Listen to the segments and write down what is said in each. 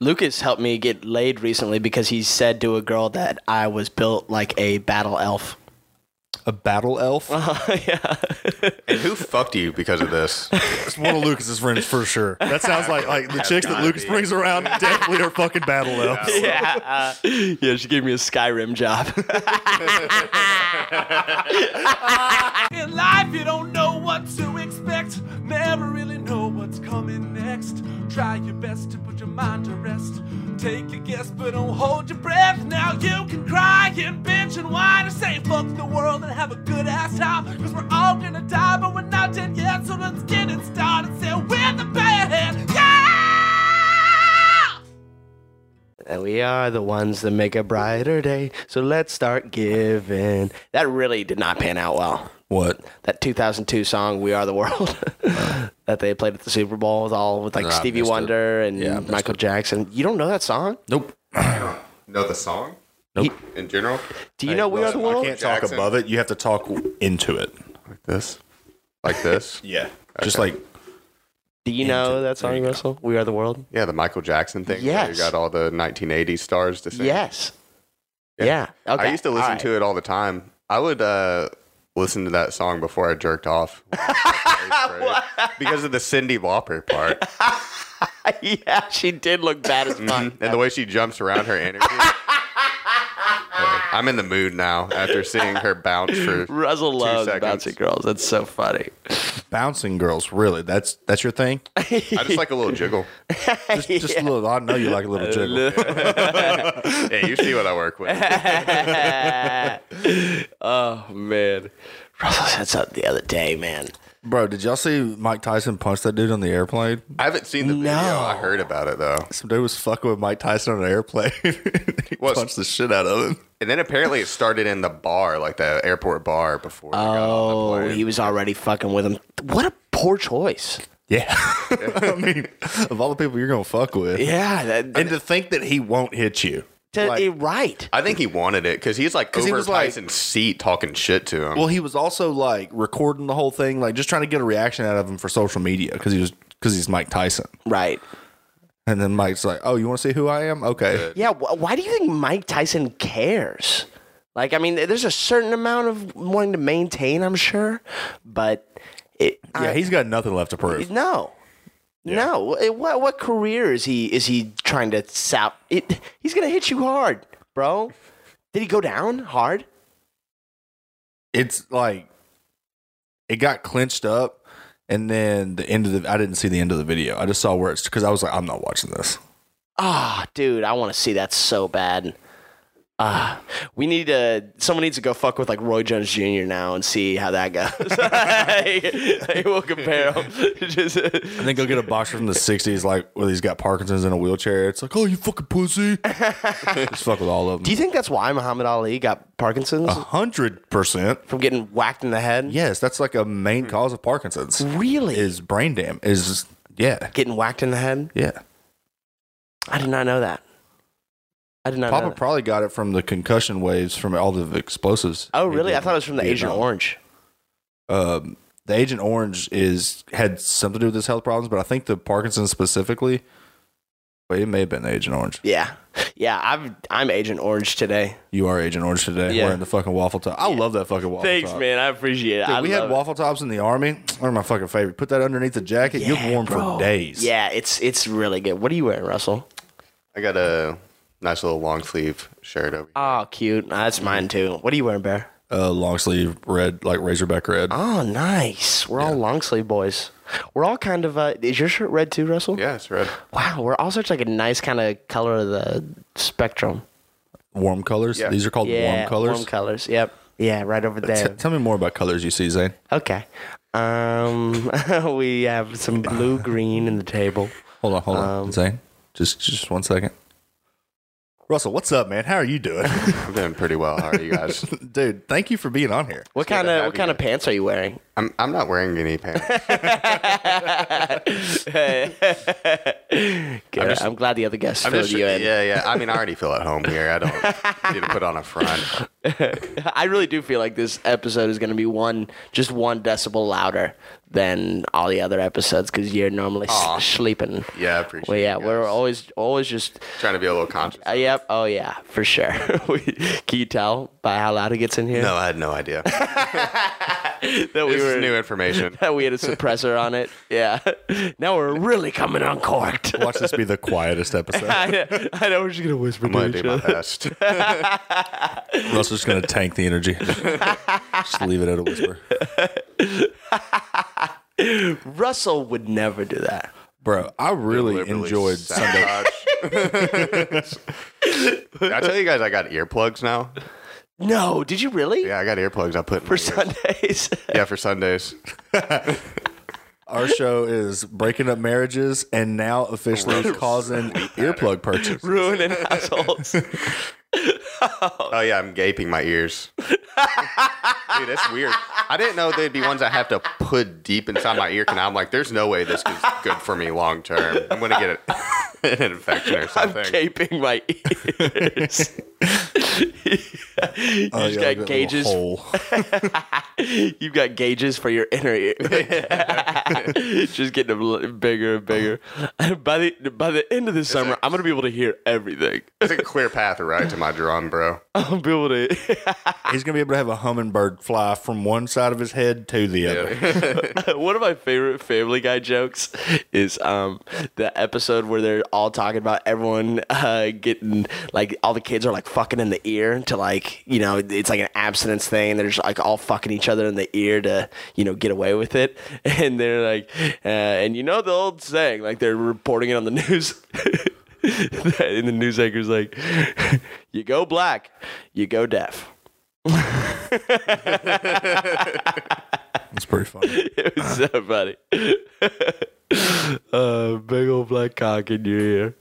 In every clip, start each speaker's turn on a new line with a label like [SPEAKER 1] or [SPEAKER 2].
[SPEAKER 1] Lucas helped me get laid recently because he said to a girl that I was built like a battle elf.
[SPEAKER 2] A battle elf?
[SPEAKER 1] yeah.
[SPEAKER 3] And who fucked you because of this?
[SPEAKER 2] It's one of Lucas's friends for sure. That sounds like like the chicks that
[SPEAKER 3] gotta
[SPEAKER 2] Lucas
[SPEAKER 3] be.
[SPEAKER 2] brings around definitely are fucking battle elves.
[SPEAKER 1] Yeah. uh, yeah, she gave me a Skyrim job.
[SPEAKER 4] In life, you don't know what to expect. Never really know what's coming next. Try your best to put your mind to rest. Take a guess, but don't hold your breath. Now you can cry and bitch and whine and say fuck the world and have a good ass time. Cause we're all gonna die, but we're not dead yet. So let's get it started. Say we're the band. Yeah!
[SPEAKER 1] and we are the ones that make a brighter day. So let's start giving. That really did not pan out well.
[SPEAKER 2] What?
[SPEAKER 1] That 2002 song "We Are the World" that they played at the Super Bowl with all with like
[SPEAKER 3] Nah, I
[SPEAKER 1] Stevie
[SPEAKER 3] missed it.
[SPEAKER 1] Wonder and
[SPEAKER 3] Yeah, I missed
[SPEAKER 1] Michael Jackson. You don't know that song?
[SPEAKER 2] Nope.
[SPEAKER 3] know the song?
[SPEAKER 2] Nope.
[SPEAKER 3] In general?
[SPEAKER 1] Do you know "We Are the World"?
[SPEAKER 2] I can't talk
[SPEAKER 3] Jackson.
[SPEAKER 2] above it. You have to talk into it.
[SPEAKER 3] Like this? Like this?
[SPEAKER 2] Yeah. Just like
[SPEAKER 1] Do you know that song, Russell? "We Are the World"?
[SPEAKER 3] Yeah, the Michael Jackson thing. where
[SPEAKER 1] Yes.
[SPEAKER 3] You got all the 1980s stars to sing.
[SPEAKER 1] Yes. Yeah. Okay.
[SPEAKER 3] I used to listen
[SPEAKER 1] All right.
[SPEAKER 3] to it all the time. I would uh, listen to that song before I jerked off. because of the Cindy Lauper part
[SPEAKER 1] yeah, she did look bad as fuck.
[SPEAKER 3] Mm-hmm. and the way she jumps around her energy. I'm in the mood now after seeing her bounce for
[SPEAKER 1] Russell loves
[SPEAKER 3] seconds.
[SPEAKER 1] bouncy girls. That's so funny.
[SPEAKER 2] bouncing girls, really. That's that's your thing?
[SPEAKER 3] I just like a little jiggle.
[SPEAKER 2] Just, just a little I know you like a little jiggle.
[SPEAKER 3] Yeah, you see what I work with.
[SPEAKER 1] oh man, Russell said something the other day, man.
[SPEAKER 2] Bro, did y'all see Mike Tyson punch that dude on the airplane?
[SPEAKER 3] I haven't seen the video.
[SPEAKER 1] No.
[SPEAKER 3] I heard about it though.
[SPEAKER 2] Some dude was fucking with Mike Tyson on an airplane. he
[SPEAKER 3] What's-
[SPEAKER 2] punched the shit out of him.
[SPEAKER 3] And then apparently it started in the bar, like the airport bar before. they got on the
[SPEAKER 1] Oh,
[SPEAKER 3] plane.
[SPEAKER 1] he was already fucking with him. What a poor choice.
[SPEAKER 2] Yeah. I mean, of all the people you're going to fuck with.
[SPEAKER 1] Yeah, that,
[SPEAKER 2] And to think that he won't hit you.
[SPEAKER 1] that-
[SPEAKER 2] like-
[SPEAKER 1] eh, right.
[SPEAKER 3] I think he wanted it because he's like over
[SPEAKER 2] 'Cause he was like-
[SPEAKER 3] Tyson's seat talking shit to him.
[SPEAKER 2] Well, he was also like recording the whole thing, like just trying to get a reaction out of him for social media because he was because he's Mike Tyson.
[SPEAKER 1] Right.
[SPEAKER 2] And then Mike's like, "Oh, you want to see who I am? Okay."
[SPEAKER 1] Yeah. Wh- why do you think Mike Tyson cares? Like, I mean, there's a certain amount of wanting to maintain, I'm sure, but it,
[SPEAKER 2] Yeah, he's got nothing left to prove.
[SPEAKER 1] No. No. Eh, What what career is he is he trying to sap? It, he's gonna hit you hard, bro. Did he go down hard?
[SPEAKER 2] It's like it got clinched up, and then the end of the I didn't see the end of the video. I just saw where it's because I was like, "I'm not watching this."
[SPEAKER 1] Ah, dude, I want to see that so bad. Ah, we need to. Someone needs to go fuck with like Roy Jones Jr. now and see how that goes. like, we'll compare them. Just, uh,
[SPEAKER 2] And then go get a boxer from the '60s, like where he's got Parkinson's in a wheelchair. It's like, "Oh, you fucking pussy!" just fuck with all
[SPEAKER 1] do
[SPEAKER 2] of them.
[SPEAKER 1] you think that's why Muhammad Ali got Parkinson's
[SPEAKER 2] A hundred percent.
[SPEAKER 1] from getting whacked in the head?
[SPEAKER 2] Oh. Yes, that's like a main cause of Parkinson's.
[SPEAKER 1] Really?
[SPEAKER 2] Is brain damage? Is yeah,
[SPEAKER 1] getting whacked in the head?
[SPEAKER 2] yeah.
[SPEAKER 1] I did not know that. I did not. know
[SPEAKER 2] Papa
[SPEAKER 1] that.
[SPEAKER 2] probably got it from the concussion waves from all the explosives.
[SPEAKER 1] Oh,
[SPEAKER 2] he
[SPEAKER 1] really?
[SPEAKER 2] did
[SPEAKER 1] I thought it was from the
[SPEAKER 2] in
[SPEAKER 1] Agent
[SPEAKER 2] Vietnam.
[SPEAKER 1] Orange.
[SPEAKER 2] Um, the Agent Orange is had something to do with his health problems, but I think the Parkinson's specifically. But it may have been the Agent Orange.
[SPEAKER 1] Yeah, yeah. I'm I'm Agent Orange today.
[SPEAKER 2] You are Agent Orange today.
[SPEAKER 1] Yeah.
[SPEAKER 2] Wearing the fucking waffle top. I love that fucking waffle top.
[SPEAKER 1] I appreciate it.
[SPEAKER 2] Dude, we had waffle tops in the army. One of my fucking favorite. Put that underneath the jacket. You're warm for days.
[SPEAKER 1] Yeah, it's it's really good. What are you wearing, Russell?
[SPEAKER 3] I got a nice little long sleeve shirt over.
[SPEAKER 1] Oh, cute. Nah, that's mine
[SPEAKER 2] Mm-hmm.
[SPEAKER 1] too. What are you wearing, Bear?
[SPEAKER 2] Uh, long sleeve red, like Razorback red.
[SPEAKER 1] Oh, nice. We're all long sleeve boys. We're all kind of. Uh, is your shirt red too, Russell?
[SPEAKER 3] Yeah, it's red.
[SPEAKER 1] Wow, we're all such like a nice kind of color of the spectrum.
[SPEAKER 2] warm colors.
[SPEAKER 3] Yeah.
[SPEAKER 2] These are called
[SPEAKER 1] Yeah,
[SPEAKER 2] warm colors.
[SPEAKER 1] Warm colors. Yep. Yeah, right over
[SPEAKER 2] T-
[SPEAKER 1] there.
[SPEAKER 2] tell me more about colors you see, Zane.
[SPEAKER 1] Okay. Um, we have some blue green in the table.
[SPEAKER 2] Hold on, hold on,
[SPEAKER 1] Um,
[SPEAKER 2] Zane. Just just one second. Russell, what's up, man? How are you doing,
[SPEAKER 3] I'm doing pretty well. How are you guys?
[SPEAKER 2] dude? Thank you for being on here.
[SPEAKER 1] What kind
[SPEAKER 3] to
[SPEAKER 1] of
[SPEAKER 3] have
[SPEAKER 1] what
[SPEAKER 3] you
[SPEAKER 1] kind of pants are you wearing?
[SPEAKER 3] I'm, I'm not wearing any pants.
[SPEAKER 1] Good. I'm, glad the other guests
[SPEAKER 3] I'm
[SPEAKER 1] filled
[SPEAKER 3] just,
[SPEAKER 1] you in.
[SPEAKER 3] yeah, yeah. I mean, I already feel at home here. I don't need to put on a front.
[SPEAKER 1] I really do feel like this episode is going to be one, just one decibel louder than all the other episodes because you're normally s-
[SPEAKER 3] Aw.
[SPEAKER 1] sleeping.
[SPEAKER 3] Yeah, I appreciate
[SPEAKER 1] Well, yeah,
[SPEAKER 3] you
[SPEAKER 1] we're
[SPEAKER 3] guys.
[SPEAKER 1] always, always just.
[SPEAKER 3] Trying to be a little conscious.
[SPEAKER 1] Uh, yep. Oh, yeah, for sure. We- Can you tell by how loud it gets in here?
[SPEAKER 3] No, I had no idea.
[SPEAKER 1] that we
[SPEAKER 3] This is
[SPEAKER 1] were
[SPEAKER 3] new information.
[SPEAKER 1] that we had a suppressor on it. Yeah. Now we're really coming uncorked.
[SPEAKER 2] Watch this be the quietest episode.
[SPEAKER 1] I, I know we're just gonna whisper
[SPEAKER 3] I'm gonna
[SPEAKER 1] to
[SPEAKER 3] do
[SPEAKER 1] each
[SPEAKER 3] my
[SPEAKER 1] other.
[SPEAKER 3] best.
[SPEAKER 2] Russell's just gonna tank the energy. just leave it at a whisper,
[SPEAKER 1] Russell would never do that.
[SPEAKER 2] bro. I really
[SPEAKER 3] Liberally
[SPEAKER 2] enjoyed Sunday.
[SPEAKER 3] sabotage. Did I tell you guys I got earplugs now.
[SPEAKER 1] No, did you really?
[SPEAKER 3] Yeah, I got earplugs. I put in
[SPEAKER 1] For
[SPEAKER 3] my ears.
[SPEAKER 1] Sundays.
[SPEAKER 3] Yeah, for Sundays.
[SPEAKER 2] Our show is breaking up marriages and now officially causing earplug purchase.
[SPEAKER 1] Ruining households.
[SPEAKER 3] Oh yeah, I'm gaping my ears. Dude, that's weird. I didn't know they'd be ones I have to put deep inside my ear canal. I'm like, there's no way this is good for me long term. I'm gonna get it, an infection or
[SPEAKER 1] I'm
[SPEAKER 3] something.
[SPEAKER 1] gaping my ears.
[SPEAKER 3] Oh,
[SPEAKER 1] you
[SPEAKER 2] Oh,
[SPEAKER 1] just
[SPEAKER 2] yeah,
[SPEAKER 1] got
[SPEAKER 2] that little
[SPEAKER 1] gauges.
[SPEAKER 2] hole.
[SPEAKER 1] You've got gauges for your inner ear. just getting them li- bigger and bigger.
[SPEAKER 3] Uh-huh.
[SPEAKER 1] by the by the end of the summer, I'm gonna be able to hear everything.
[SPEAKER 3] It's a clear path right to my drum, bro.
[SPEAKER 1] I'll be able to.
[SPEAKER 2] He's gonna be able to have a hummingbird fly from one side of his head to the other.
[SPEAKER 1] One of my favorite Family Guy jokes is um, the episode where they're all talking about everyone uh, getting like all the kids are like fucking in the ear to like you know it's like an abstinence thing. They're just like all fucking each other in the ear to you know get away with it, and they're like, uh, and you know the old saying like they're reporting it on the news. and the news anchor's like, "You go black, you go deaf."
[SPEAKER 2] It's pretty funny.
[SPEAKER 1] It was so funny. uh, big old black cock in your ear.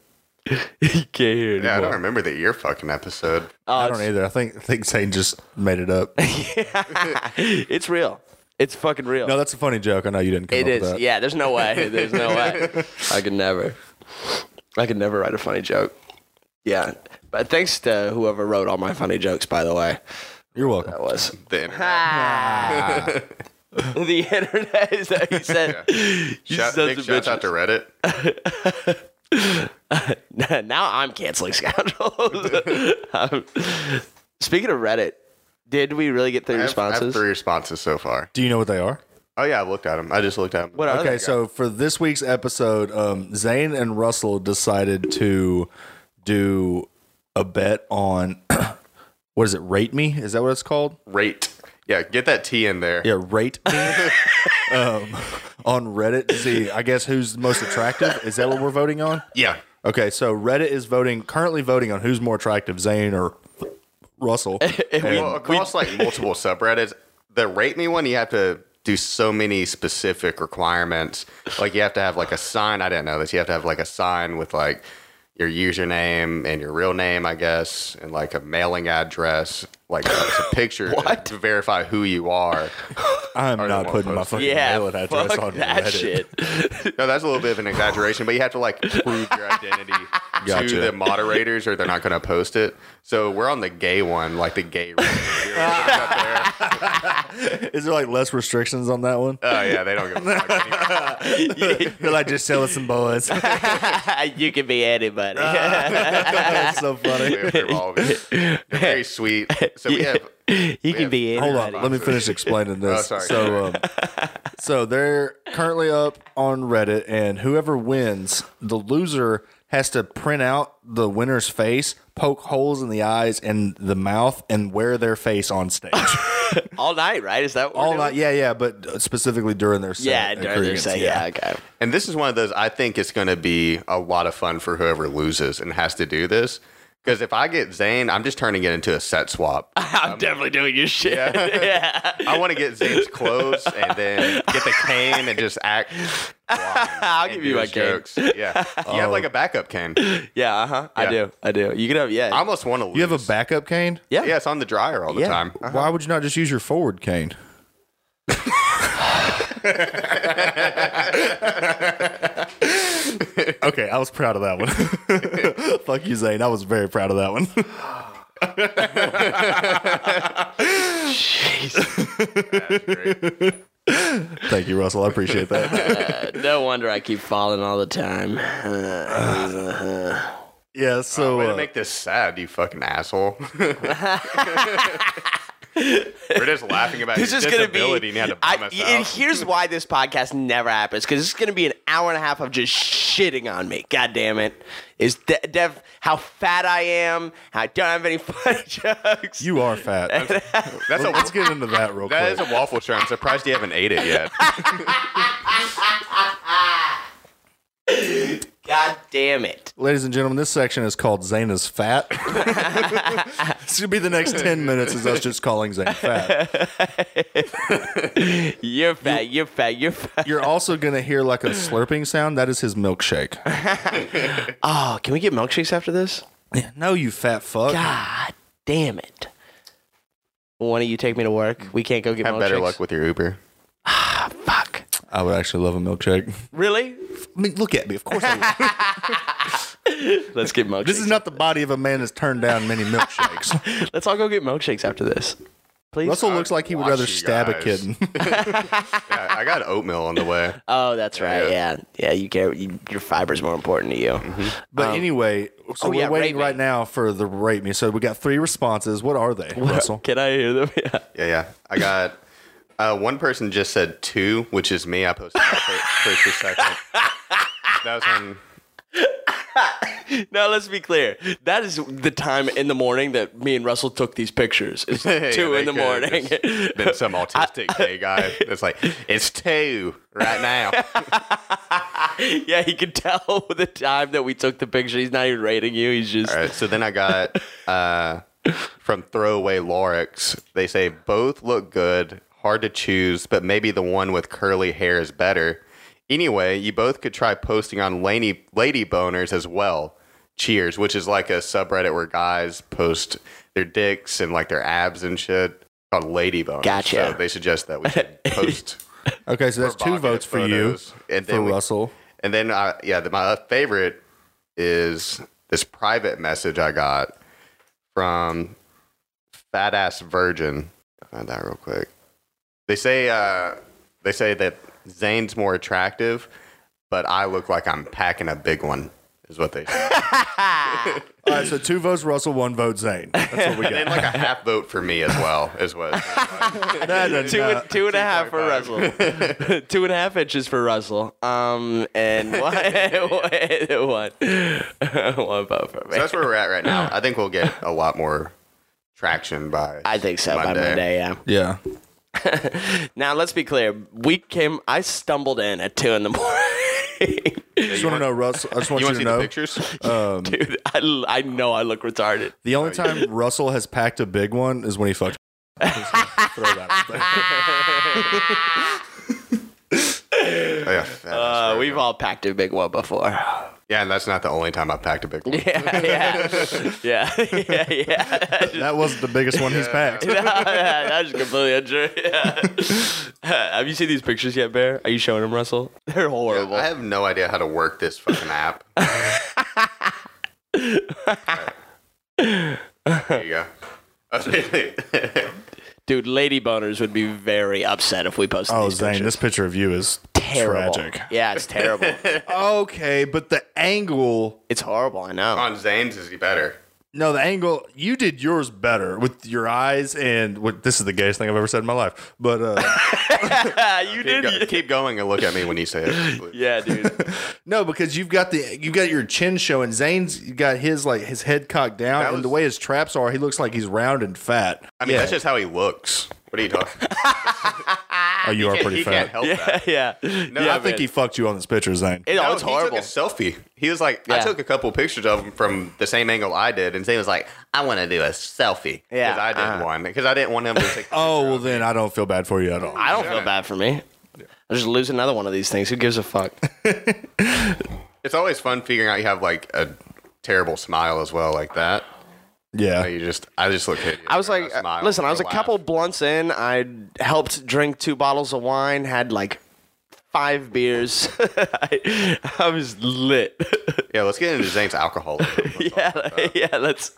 [SPEAKER 1] you can't hear it
[SPEAKER 3] Yeah, I don't
[SPEAKER 1] anymore.
[SPEAKER 3] remember the ear fucking episode.
[SPEAKER 1] Uh,
[SPEAKER 2] I don't either. I think I think Zane just made it up.
[SPEAKER 1] it's real. It's fucking real.
[SPEAKER 2] No, that's a funny joke. I know you didn't come
[SPEAKER 1] it
[SPEAKER 2] up with
[SPEAKER 1] is.
[SPEAKER 2] that.
[SPEAKER 1] Yeah, there's no way. There's no way. I could never. I could never write a funny joke. Yeah. But thanks to whoever wrote all my funny jokes, by the way.
[SPEAKER 2] You're welcome.
[SPEAKER 1] That was
[SPEAKER 3] The internet.
[SPEAKER 1] the internet. Is that he said? You
[SPEAKER 3] Shout,
[SPEAKER 1] sons
[SPEAKER 3] big
[SPEAKER 1] of
[SPEAKER 3] shouts out
[SPEAKER 1] bitches.
[SPEAKER 3] to Reddit.
[SPEAKER 1] now I'm canceling scoundrels. Um, speaking of Reddit, did we really get three
[SPEAKER 3] I have- I have
[SPEAKER 1] responses?
[SPEAKER 3] three responses so far.
[SPEAKER 2] Do you know what they are?
[SPEAKER 3] Oh yeah, I looked at them. I just looked at them.
[SPEAKER 1] What are
[SPEAKER 2] Okay,
[SPEAKER 1] they?
[SPEAKER 2] so for this week's episode, um, Zane and Russell decided to do a bet on what is it? Rate me? Is that what it's called?
[SPEAKER 3] Rate. Yeah, get that T in there.
[SPEAKER 2] Yeah, rate me um, on Reddit to see. I guess who's the most attractive? Is that what we're voting on?
[SPEAKER 3] Yeah.
[SPEAKER 2] Okay, so Reddit is voting currently voting on who's more attractive, Zane or Russell.
[SPEAKER 3] Well, across like multiple subreddits, the rate me one, you have to do so many specific requirements. Like you have to have like a sign. I didn't know this. You have to have like a sign with like your username and your real name, I guess, and like a mailing address, like a, it's a picture to verify who you are.
[SPEAKER 2] I'm not
[SPEAKER 3] more
[SPEAKER 2] putting my
[SPEAKER 3] posted.
[SPEAKER 2] fucking
[SPEAKER 1] yeah,
[SPEAKER 2] mail address
[SPEAKER 1] fuck
[SPEAKER 2] on
[SPEAKER 1] that
[SPEAKER 2] Reddit.
[SPEAKER 1] shit.
[SPEAKER 3] No, that's a little bit of an exaggeration, but you have to like prove your identity
[SPEAKER 2] Gotcha.
[SPEAKER 3] to the moderators, or they're not going to post it. So we're on the gay one, like the gay. rate.
[SPEAKER 2] Is there like less restrictions on that one?
[SPEAKER 3] oh yeah, they don't give a fuck. anymore.
[SPEAKER 2] They're like just selling some boys.
[SPEAKER 1] you can be anybody.
[SPEAKER 3] Ah.
[SPEAKER 2] That's so funny.
[SPEAKER 3] They're all- they're very sweet. So we have
[SPEAKER 1] you can be
[SPEAKER 2] Hold
[SPEAKER 1] anybody.
[SPEAKER 2] on, let me finish explaining this.
[SPEAKER 3] Oh, sorry.
[SPEAKER 2] So, um, so they're currently up on Reddit, and whoever wins, the loser has to print out the winner's face, poke holes in the eyes and the mouth, and wear their face on stage.
[SPEAKER 1] All night, right? Is that what we're
[SPEAKER 2] All
[SPEAKER 1] doing?
[SPEAKER 2] night, yeah, yeah, but specifically during their set.
[SPEAKER 1] Yeah,
[SPEAKER 2] and
[SPEAKER 1] during their
[SPEAKER 2] credence,
[SPEAKER 1] say, yeah. okay.
[SPEAKER 3] And this is one of those I think it's going to be a lot of fun for whoever loses and has to do this. Because if I get Zane, I'm just turning it into a set swap.
[SPEAKER 1] I'm definitely doing your shit.
[SPEAKER 3] I want to get Zane's clothes and then get the cane and just act.
[SPEAKER 1] I'll give you my game.
[SPEAKER 3] jokes. Yeah, you have like a backup cane. I
[SPEAKER 1] Yeah, uh huh. I
[SPEAKER 3] Yeah.
[SPEAKER 1] do. I do. You can have, yeah.
[SPEAKER 3] almost want to lose.
[SPEAKER 2] You have a backup cane?
[SPEAKER 1] yeah.
[SPEAKER 3] yeah, it's on the dryer all the
[SPEAKER 1] Yeah.
[SPEAKER 3] time.
[SPEAKER 2] Why would you not just use your forward cane? Okay, I was proud of that one. Fuck you, Zane. I was very proud of that one. Thank you, Russell. I appreciate that.
[SPEAKER 1] Uh, no wonder I keep falling all the time. Uh,
[SPEAKER 2] Yeah, so
[SPEAKER 3] Way
[SPEAKER 2] uh,
[SPEAKER 3] to make this sad, you fucking asshole. We're just laughing about
[SPEAKER 1] This
[SPEAKER 3] your
[SPEAKER 1] is gonna be.
[SPEAKER 3] disability and you had to
[SPEAKER 1] I-
[SPEAKER 3] bum us
[SPEAKER 1] and
[SPEAKER 3] out.
[SPEAKER 1] here's why this podcast never happens because it's gonna be an hour and a half of just shitting on me. God damn it! Is de- Dev how fat I am? How I don't have any funny jokes.
[SPEAKER 2] you are fat.
[SPEAKER 3] That's a
[SPEAKER 2] Let's get into that real
[SPEAKER 3] that
[SPEAKER 2] quick.
[SPEAKER 3] is a waffle chair. I'm surprised you haven't ate it yet.
[SPEAKER 1] God damn it!
[SPEAKER 2] Ladies and gentlemen, this section is called Zana's Fat. this should be the next 10 minutes is us just calling Zane fat.
[SPEAKER 1] You're fat. You're fat. You're fat.
[SPEAKER 2] You're also going to hear like a slurping sound. That is his milkshake.
[SPEAKER 1] Oh, can we get milkshakes after this?
[SPEAKER 2] No, you fat fuck.
[SPEAKER 1] God damn it! Why don't you take me to work? We can't go get
[SPEAKER 3] Have
[SPEAKER 1] milkshakes.
[SPEAKER 3] better luck with your Uber.
[SPEAKER 1] Fuck.
[SPEAKER 2] I would actually love a milkshake.
[SPEAKER 1] Really?
[SPEAKER 2] I mean, look at me. Of course I would.
[SPEAKER 1] Let's get milkshakes.
[SPEAKER 2] This is not the body of a man that's turned down many milkshakes.
[SPEAKER 1] Let's all go get milkshakes after this. Please.
[SPEAKER 2] Russell looks like he would
[SPEAKER 3] Watch
[SPEAKER 2] rather
[SPEAKER 3] you
[SPEAKER 2] stab a
[SPEAKER 3] guys.
[SPEAKER 2] kitten.
[SPEAKER 3] Yeah, I got oatmeal on the way.
[SPEAKER 1] Oh, that's right. Yeah,
[SPEAKER 3] Yeah. Mm-hmm.
[SPEAKER 1] yeah. You care. You, your fiber's more important to you.
[SPEAKER 2] But anyway, so
[SPEAKER 1] oh,
[SPEAKER 2] we're
[SPEAKER 1] yeah, rate
[SPEAKER 2] waiting
[SPEAKER 1] me.
[SPEAKER 2] right now for the rate me. So we got three responses. What are they, Russell?
[SPEAKER 1] Can I hear them? Yeah.
[SPEAKER 3] Yeah, yeah. I got uh, one person just said two, which is me. I posted my fir- first or second. That was on.
[SPEAKER 1] Now let's be clear. That is the time in the morning that me and Russell took these pictures. It's
[SPEAKER 3] Yeah,
[SPEAKER 1] two
[SPEAKER 3] they
[SPEAKER 1] in the
[SPEAKER 3] could have
[SPEAKER 1] morning.
[SPEAKER 3] just Been some autistic gay guy that's like, it's two right now.
[SPEAKER 1] yeah, he could tell the time that we took the picture. He's not even rating you. He's just.
[SPEAKER 3] All right. So then I got uh, from Throwaway Lorix. They say both look good, hard to choose, but maybe the one with curly hair is better. Anyway, you both could try posting on Lady, lady Boners as well. Cheers, which is like a subreddit where guys post their dicks and like their abs and shit called Lady Boners.
[SPEAKER 1] Gotcha.
[SPEAKER 3] So they suggest that we should post.
[SPEAKER 2] Okay, so that's two
[SPEAKER 3] provocative
[SPEAKER 2] votes for you
[SPEAKER 3] photos, and
[SPEAKER 2] for
[SPEAKER 3] then we-
[SPEAKER 2] Russell.
[SPEAKER 3] And then, I, yeah, the, my favorite is this private message I got from Fat Ass Virgin. Find that real quick. They say uh, they say that Zane's more attractive, but I look like I'm packing a big one. Is what they say.
[SPEAKER 2] All right, so two votes Russell, one vote Zane. That's what we
[SPEAKER 3] and then
[SPEAKER 2] got.
[SPEAKER 3] like a half vote for me as well. Is what.
[SPEAKER 2] No, no,
[SPEAKER 1] Two,
[SPEAKER 2] no.
[SPEAKER 1] and, two and a half for Russell. two and a half inches for Russell. Um, and one, one, one vote for me.
[SPEAKER 3] So that's where we're at right now. I think we'll get a lot more traction by.
[SPEAKER 1] I think so by
[SPEAKER 3] Monday.
[SPEAKER 1] Monday. Yeah.
[SPEAKER 2] Yeah.
[SPEAKER 1] Now let's be clear. We came. I stumbled in at two in the morning,
[SPEAKER 2] Just want to know, Russell. I just want
[SPEAKER 3] You
[SPEAKER 2] you,
[SPEAKER 3] want to see
[SPEAKER 2] to know. um,
[SPEAKER 3] the pictures?
[SPEAKER 1] dude. I, I know I look retarded.
[SPEAKER 2] The only
[SPEAKER 3] Oh,
[SPEAKER 2] time Russell has packed a big one is when he fucked. Throw that out there.
[SPEAKER 3] Oh, yeah, Fat Ass
[SPEAKER 1] Uh,
[SPEAKER 3] Virgin.
[SPEAKER 1] we've all packed a big one before.
[SPEAKER 3] Yeah, and that's not the only time I've packed a big one.
[SPEAKER 1] Yeah, yeah, yeah, yeah, yeah.
[SPEAKER 2] That was the biggest one he's packed.
[SPEAKER 1] That was completely untrue. Yeah. Have you seen these pictures yet, Bear? Are you showing them, Russell? They're horrible.
[SPEAKER 3] I have no idea how to work this fucking app. there you go.
[SPEAKER 1] Dude, lady boners would be very upset if we posted
[SPEAKER 2] Oh,
[SPEAKER 1] these
[SPEAKER 2] Zane,
[SPEAKER 1] pictures.
[SPEAKER 2] this picture of you is
[SPEAKER 1] terrible.
[SPEAKER 2] tragic.
[SPEAKER 1] Yeah, it's terrible.
[SPEAKER 2] Okay, but the angle.
[SPEAKER 1] it's horrible. I know.
[SPEAKER 3] On Zane's is better.
[SPEAKER 2] No, the angle. You did yours better with your eyes and what. This is the gayest thing I've ever said in my life. But uh,
[SPEAKER 1] you
[SPEAKER 3] Keep,
[SPEAKER 1] did.
[SPEAKER 3] go- keep going and look at me when you say it.
[SPEAKER 1] Yeah, dude.
[SPEAKER 2] no, because you've got the you've got your chin showing. Zane's got his like his head cocked down,
[SPEAKER 3] That
[SPEAKER 2] and the
[SPEAKER 3] was-
[SPEAKER 2] way his traps are, he looks like he's round and fat.
[SPEAKER 3] I mean, that's just how he looks. What are you talking?
[SPEAKER 2] Oh, you are pretty
[SPEAKER 3] he
[SPEAKER 2] fat.
[SPEAKER 3] can't help
[SPEAKER 1] yeah,
[SPEAKER 3] that.
[SPEAKER 1] yeah.
[SPEAKER 3] No,
[SPEAKER 1] yeah,
[SPEAKER 2] I think he fucked you on this picture, Zane.
[SPEAKER 1] It, oh,
[SPEAKER 3] No,
[SPEAKER 1] it's
[SPEAKER 3] he
[SPEAKER 1] horrible.
[SPEAKER 3] took a selfie. He was like, I
[SPEAKER 1] Yeah.
[SPEAKER 3] took a couple pictures of him from the same angle I did, and Zane was like, I want to do a selfie.
[SPEAKER 1] Yeah,
[SPEAKER 3] because I did
[SPEAKER 1] uh-huh.
[SPEAKER 3] one because I didn't want him to take.
[SPEAKER 2] Oh well, then I don't feel bad for you at all.
[SPEAKER 1] I don't feel bad for me. I just lose another one of these things. Who gives a fuck?
[SPEAKER 3] It's always fun figuring out you have like a terrible smile as well, like that.
[SPEAKER 2] Yeah,
[SPEAKER 3] You just, I just look at.
[SPEAKER 1] I was like, uh, listen, I was a couple blunts in. I helped drink two bottles of wine, had like five beers. I, I was lit.
[SPEAKER 3] Yeah, let's get into Zane's alcoholism.
[SPEAKER 1] yeah, yeah. Let's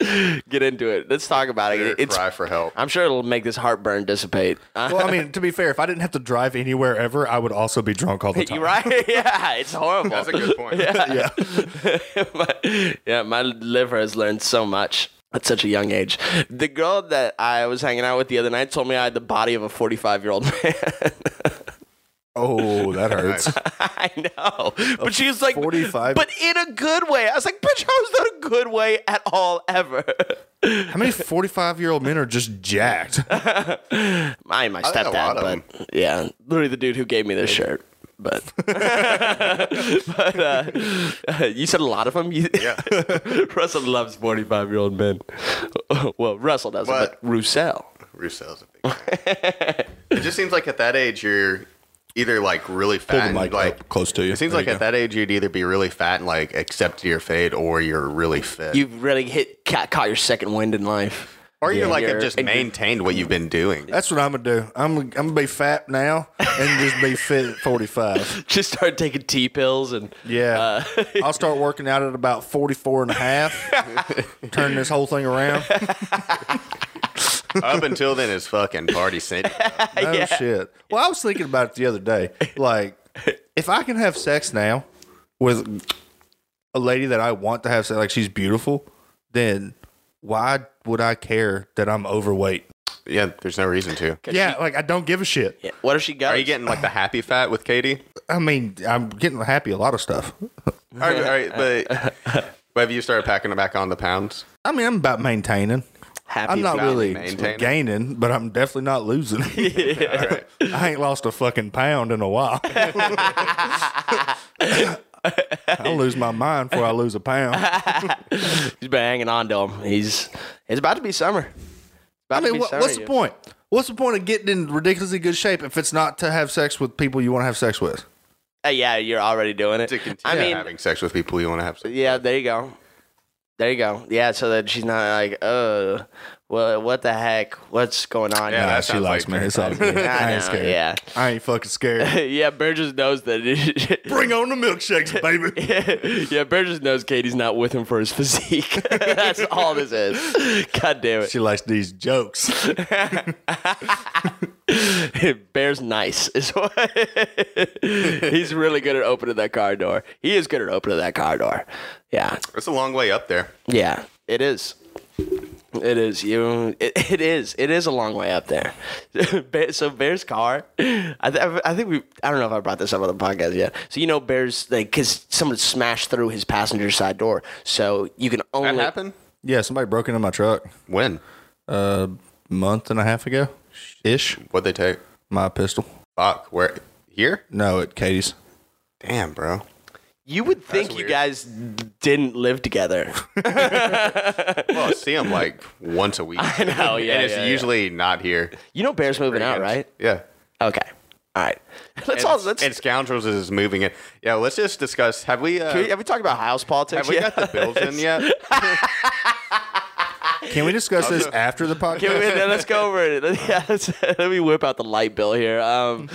[SPEAKER 1] get into it. Let's talk about it. It's.
[SPEAKER 3] cry for help.
[SPEAKER 1] I'm sure it'll make this heartburn dissipate. Uh,
[SPEAKER 2] Well, I mean, to be fair, if I didn't have to drive anywhere ever, I would also be drunk all the time.
[SPEAKER 1] you right? yeah, it's horrible.
[SPEAKER 3] That's a good point.
[SPEAKER 2] Yeah.
[SPEAKER 1] my, yeah, my liver has learned so much at such a young age. The girl that I was hanging out with the other night told me I had the body of a 45 year old man.
[SPEAKER 2] Oh, that hurts.
[SPEAKER 1] I know, but she was like
[SPEAKER 2] 45?
[SPEAKER 1] but in a good way. I was like, bitch, how is that a good way at all ever?
[SPEAKER 2] How many 45 year old men are just jacked?
[SPEAKER 1] I am my
[SPEAKER 3] think a
[SPEAKER 1] stepdad,
[SPEAKER 3] lot of
[SPEAKER 1] but yeah, literally the dude who gave me this shirt. But, but uh, uh, you said a lot of them. You,
[SPEAKER 3] Yeah.
[SPEAKER 1] Russell loves forty-five-year-old men. well, Russell doesn't, but,
[SPEAKER 3] But-
[SPEAKER 1] Roussel.
[SPEAKER 3] Rousseau's a big fan. it just seems like at that age you're either like really
[SPEAKER 2] Pull
[SPEAKER 3] fat
[SPEAKER 2] the
[SPEAKER 3] and
[SPEAKER 2] mic
[SPEAKER 3] like
[SPEAKER 2] up close to you.
[SPEAKER 3] it seems
[SPEAKER 2] There
[SPEAKER 3] like
[SPEAKER 2] you
[SPEAKER 3] at
[SPEAKER 2] go.
[SPEAKER 3] that age you'd either be really fat and like accept your fate or you're really fit.
[SPEAKER 1] You really hit ca caught your second wind in life.
[SPEAKER 3] or you're
[SPEAKER 1] Yeah,
[SPEAKER 3] like
[SPEAKER 1] you're-
[SPEAKER 3] have just
[SPEAKER 1] and you're-
[SPEAKER 3] maintained what you've been doing.
[SPEAKER 2] That's what I'm gonna do. I'm I'm gonna be fat now and just be fit at 45.
[SPEAKER 1] Just started taking T pills and
[SPEAKER 2] Yeah,
[SPEAKER 1] Uh,
[SPEAKER 2] I'll start working out at about 44 and a half. turn this whole thing around.
[SPEAKER 3] Up until then it's fucking party city.
[SPEAKER 2] No shit. Well, I was thinking about it the other day. Like, if I can have sex now with a lady that I want to have sex, like she's beautiful, then why would I care that I'm overweight?
[SPEAKER 3] Yeah, there's no reason to.
[SPEAKER 2] Yeah, like I don't give a shit.
[SPEAKER 1] Yeah. What if she got?
[SPEAKER 3] Are you getting like the happy fat with Katie?
[SPEAKER 2] I mean, I'm getting happy a lot of stuff.
[SPEAKER 3] All right, all right, but, but have you started packing it back on the pounds?
[SPEAKER 2] I mean, I'm about maintaining.
[SPEAKER 1] happy?
[SPEAKER 2] I'm not
[SPEAKER 1] about-
[SPEAKER 2] really
[SPEAKER 3] maintaining.
[SPEAKER 2] gaining, but I'm definitely not losing. I ain't lost a fucking pound in a while. I'll lose my mind before I lose a pound.
[SPEAKER 1] He's been hanging on to him. He's it's about to be summer.
[SPEAKER 2] I
[SPEAKER 1] About to
[SPEAKER 2] mean,
[SPEAKER 1] be
[SPEAKER 2] what,
[SPEAKER 1] summer,
[SPEAKER 2] what's the
[SPEAKER 1] you-
[SPEAKER 2] point? What's the point of getting in ridiculously good shape if it's not to have sex with people you want to have sex with?
[SPEAKER 1] Uh, yeah, you're already doing it.
[SPEAKER 3] To continue
[SPEAKER 1] I mean,
[SPEAKER 3] having sex with people you want to have sex.
[SPEAKER 1] Yeah, there you go. There you go. Yeah, so that she's not like, oh, well, what the heck? What's going on?
[SPEAKER 3] Yeah,
[SPEAKER 1] here?
[SPEAKER 2] Nah,
[SPEAKER 3] that
[SPEAKER 2] she
[SPEAKER 3] sounds
[SPEAKER 2] likes
[SPEAKER 3] like
[SPEAKER 2] me. It's all good. I,
[SPEAKER 1] I
[SPEAKER 2] ain't
[SPEAKER 1] know,
[SPEAKER 2] scared.
[SPEAKER 1] yeah.
[SPEAKER 2] I ain't fucking scared.
[SPEAKER 1] yeah, Burgess knows that.
[SPEAKER 2] Bring on the milkshakes, baby.
[SPEAKER 1] yeah, Burgess knows Katie's not with him for his physique. That's all this is. God damn
[SPEAKER 2] She likes these jokes.
[SPEAKER 1] it. Bear's nice. Is what He's really good at opening that car door. He is good at opening that car door. Yeah.
[SPEAKER 3] It's a long way up there.
[SPEAKER 1] Yeah, it is. It is you. It, it is. It is a long way up there. Bear, so Bear's car, I, th- I think we. I don't know if I brought this up on the podcast yet. So you know Bear's like because someone smashed through his passenger side door. So you can only
[SPEAKER 3] That happened
[SPEAKER 2] Yeah, somebody broke into my truck
[SPEAKER 3] when?
[SPEAKER 2] a month and a half ago, ish.
[SPEAKER 3] What'd they take?
[SPEAKER 2] My pistol.
[SPEAKER 3] Fuck, where? Here?
[SPEAKER 2] No, at Katie's.
[SPEAKER 3] Damn, bro.
[SPEAKER 1] You would think
[SPEAKER 3] That's
[SPEAKER 1] you
[SPEAKER 3] weird.
[SPEAKER 1] guys didn't live together.
[SPEAKER 3] Well, I see him like once a week.
[SPEAKER 1] I know. Oh, Yeah.
[SPEAKER 3] and it's
[SPEAKER 1] yeah, yeah.
[SPEAKER 3] usually not here.
[SPEAKER 1] you know Bear's moving out, right?
[SPEAKER 3] Yeah.
[SPEAKER 1] Okay. All right. Let's
[SPEAKER 3] And,
[SPEAKER 1] all let's.
[SPEAKER 3] and Scoundrels is moving in. Yeah, let's just discuss. Have we, uh,
[SPEAKER 1] can we- have we talked about house politics?
[SPEAKER 3] have we
[SPEAKER 1] yet?
[SPEAKER 3] got the bills in yet?
[SPEAKER 2] Can we discuss this after the podcast?
[SPEAKER 1] Can we, no, let's go over it. Let, yeah, let's, let me whip out the light bill here. Um,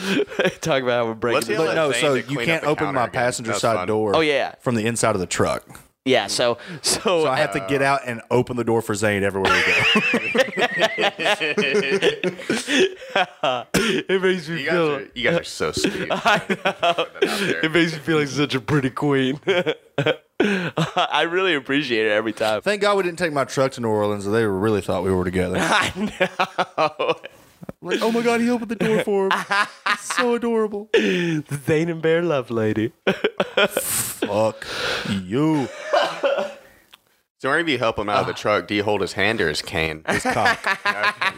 [SPEAKER 1] talk about how we're breaking.
[SPEAKER 3] Let's
[SPEAKER 1] the-
[SPEAKER 3] hear
[SPEAKER 2] but no,
[SPEAKER 3] Zane
[SPEAKER 2] so
[SPEAKER 3] to
[SPEAKER 2] you
[SPEAKER 3] clean up
[SPEAKER 2] can't
[SPEAKER 3] the
[SPEAKER 2] open
[SPEAKER 3] counter
[SPEAKER 2] my
[SPEAKER 3] again.
[SPEAKER 2] passenger
[SPEAKER 3] That's
[SPEAKER 2] side
[SPEAKER 3] fun.
[SPEAKER 2] door.
[SPEAKER 1] Oh, yeah.
[SPEAKER 2] from the inside of the truck.
[SPEAKER 1] yeah. So, so,
[SPEAKER 2] So I have to
[SPEAKER 3] Uh.
[SPEAKER 2] get out and open the door for Zane everywhere we go.
[SPEAKER 1] it makes me
[SPEAKER 3] You guys are, you guys are so sweet.
[SPEAKER 1] It makes me feel like such a pretty queen. I really appreciate it every time.
[SPEAKER 2] Thank God we didn't take my truck to New Orleans. They really thought we were together.
[SPEAKER 1] I know.
[SPEAKER 2] Like, oh my God, he opened the door for him. It's so adorable.
[SPEAKER 1] Zane and Bear Love Lady.
[SPEAKER 2] Fuck you,
[SPEAKER 3] so whenever you help him out of the
[SPEAKER 1] Ah.
[SPEAKER 3] truck, do you hold his hand or his cane?
[SPEAKER 2] cock.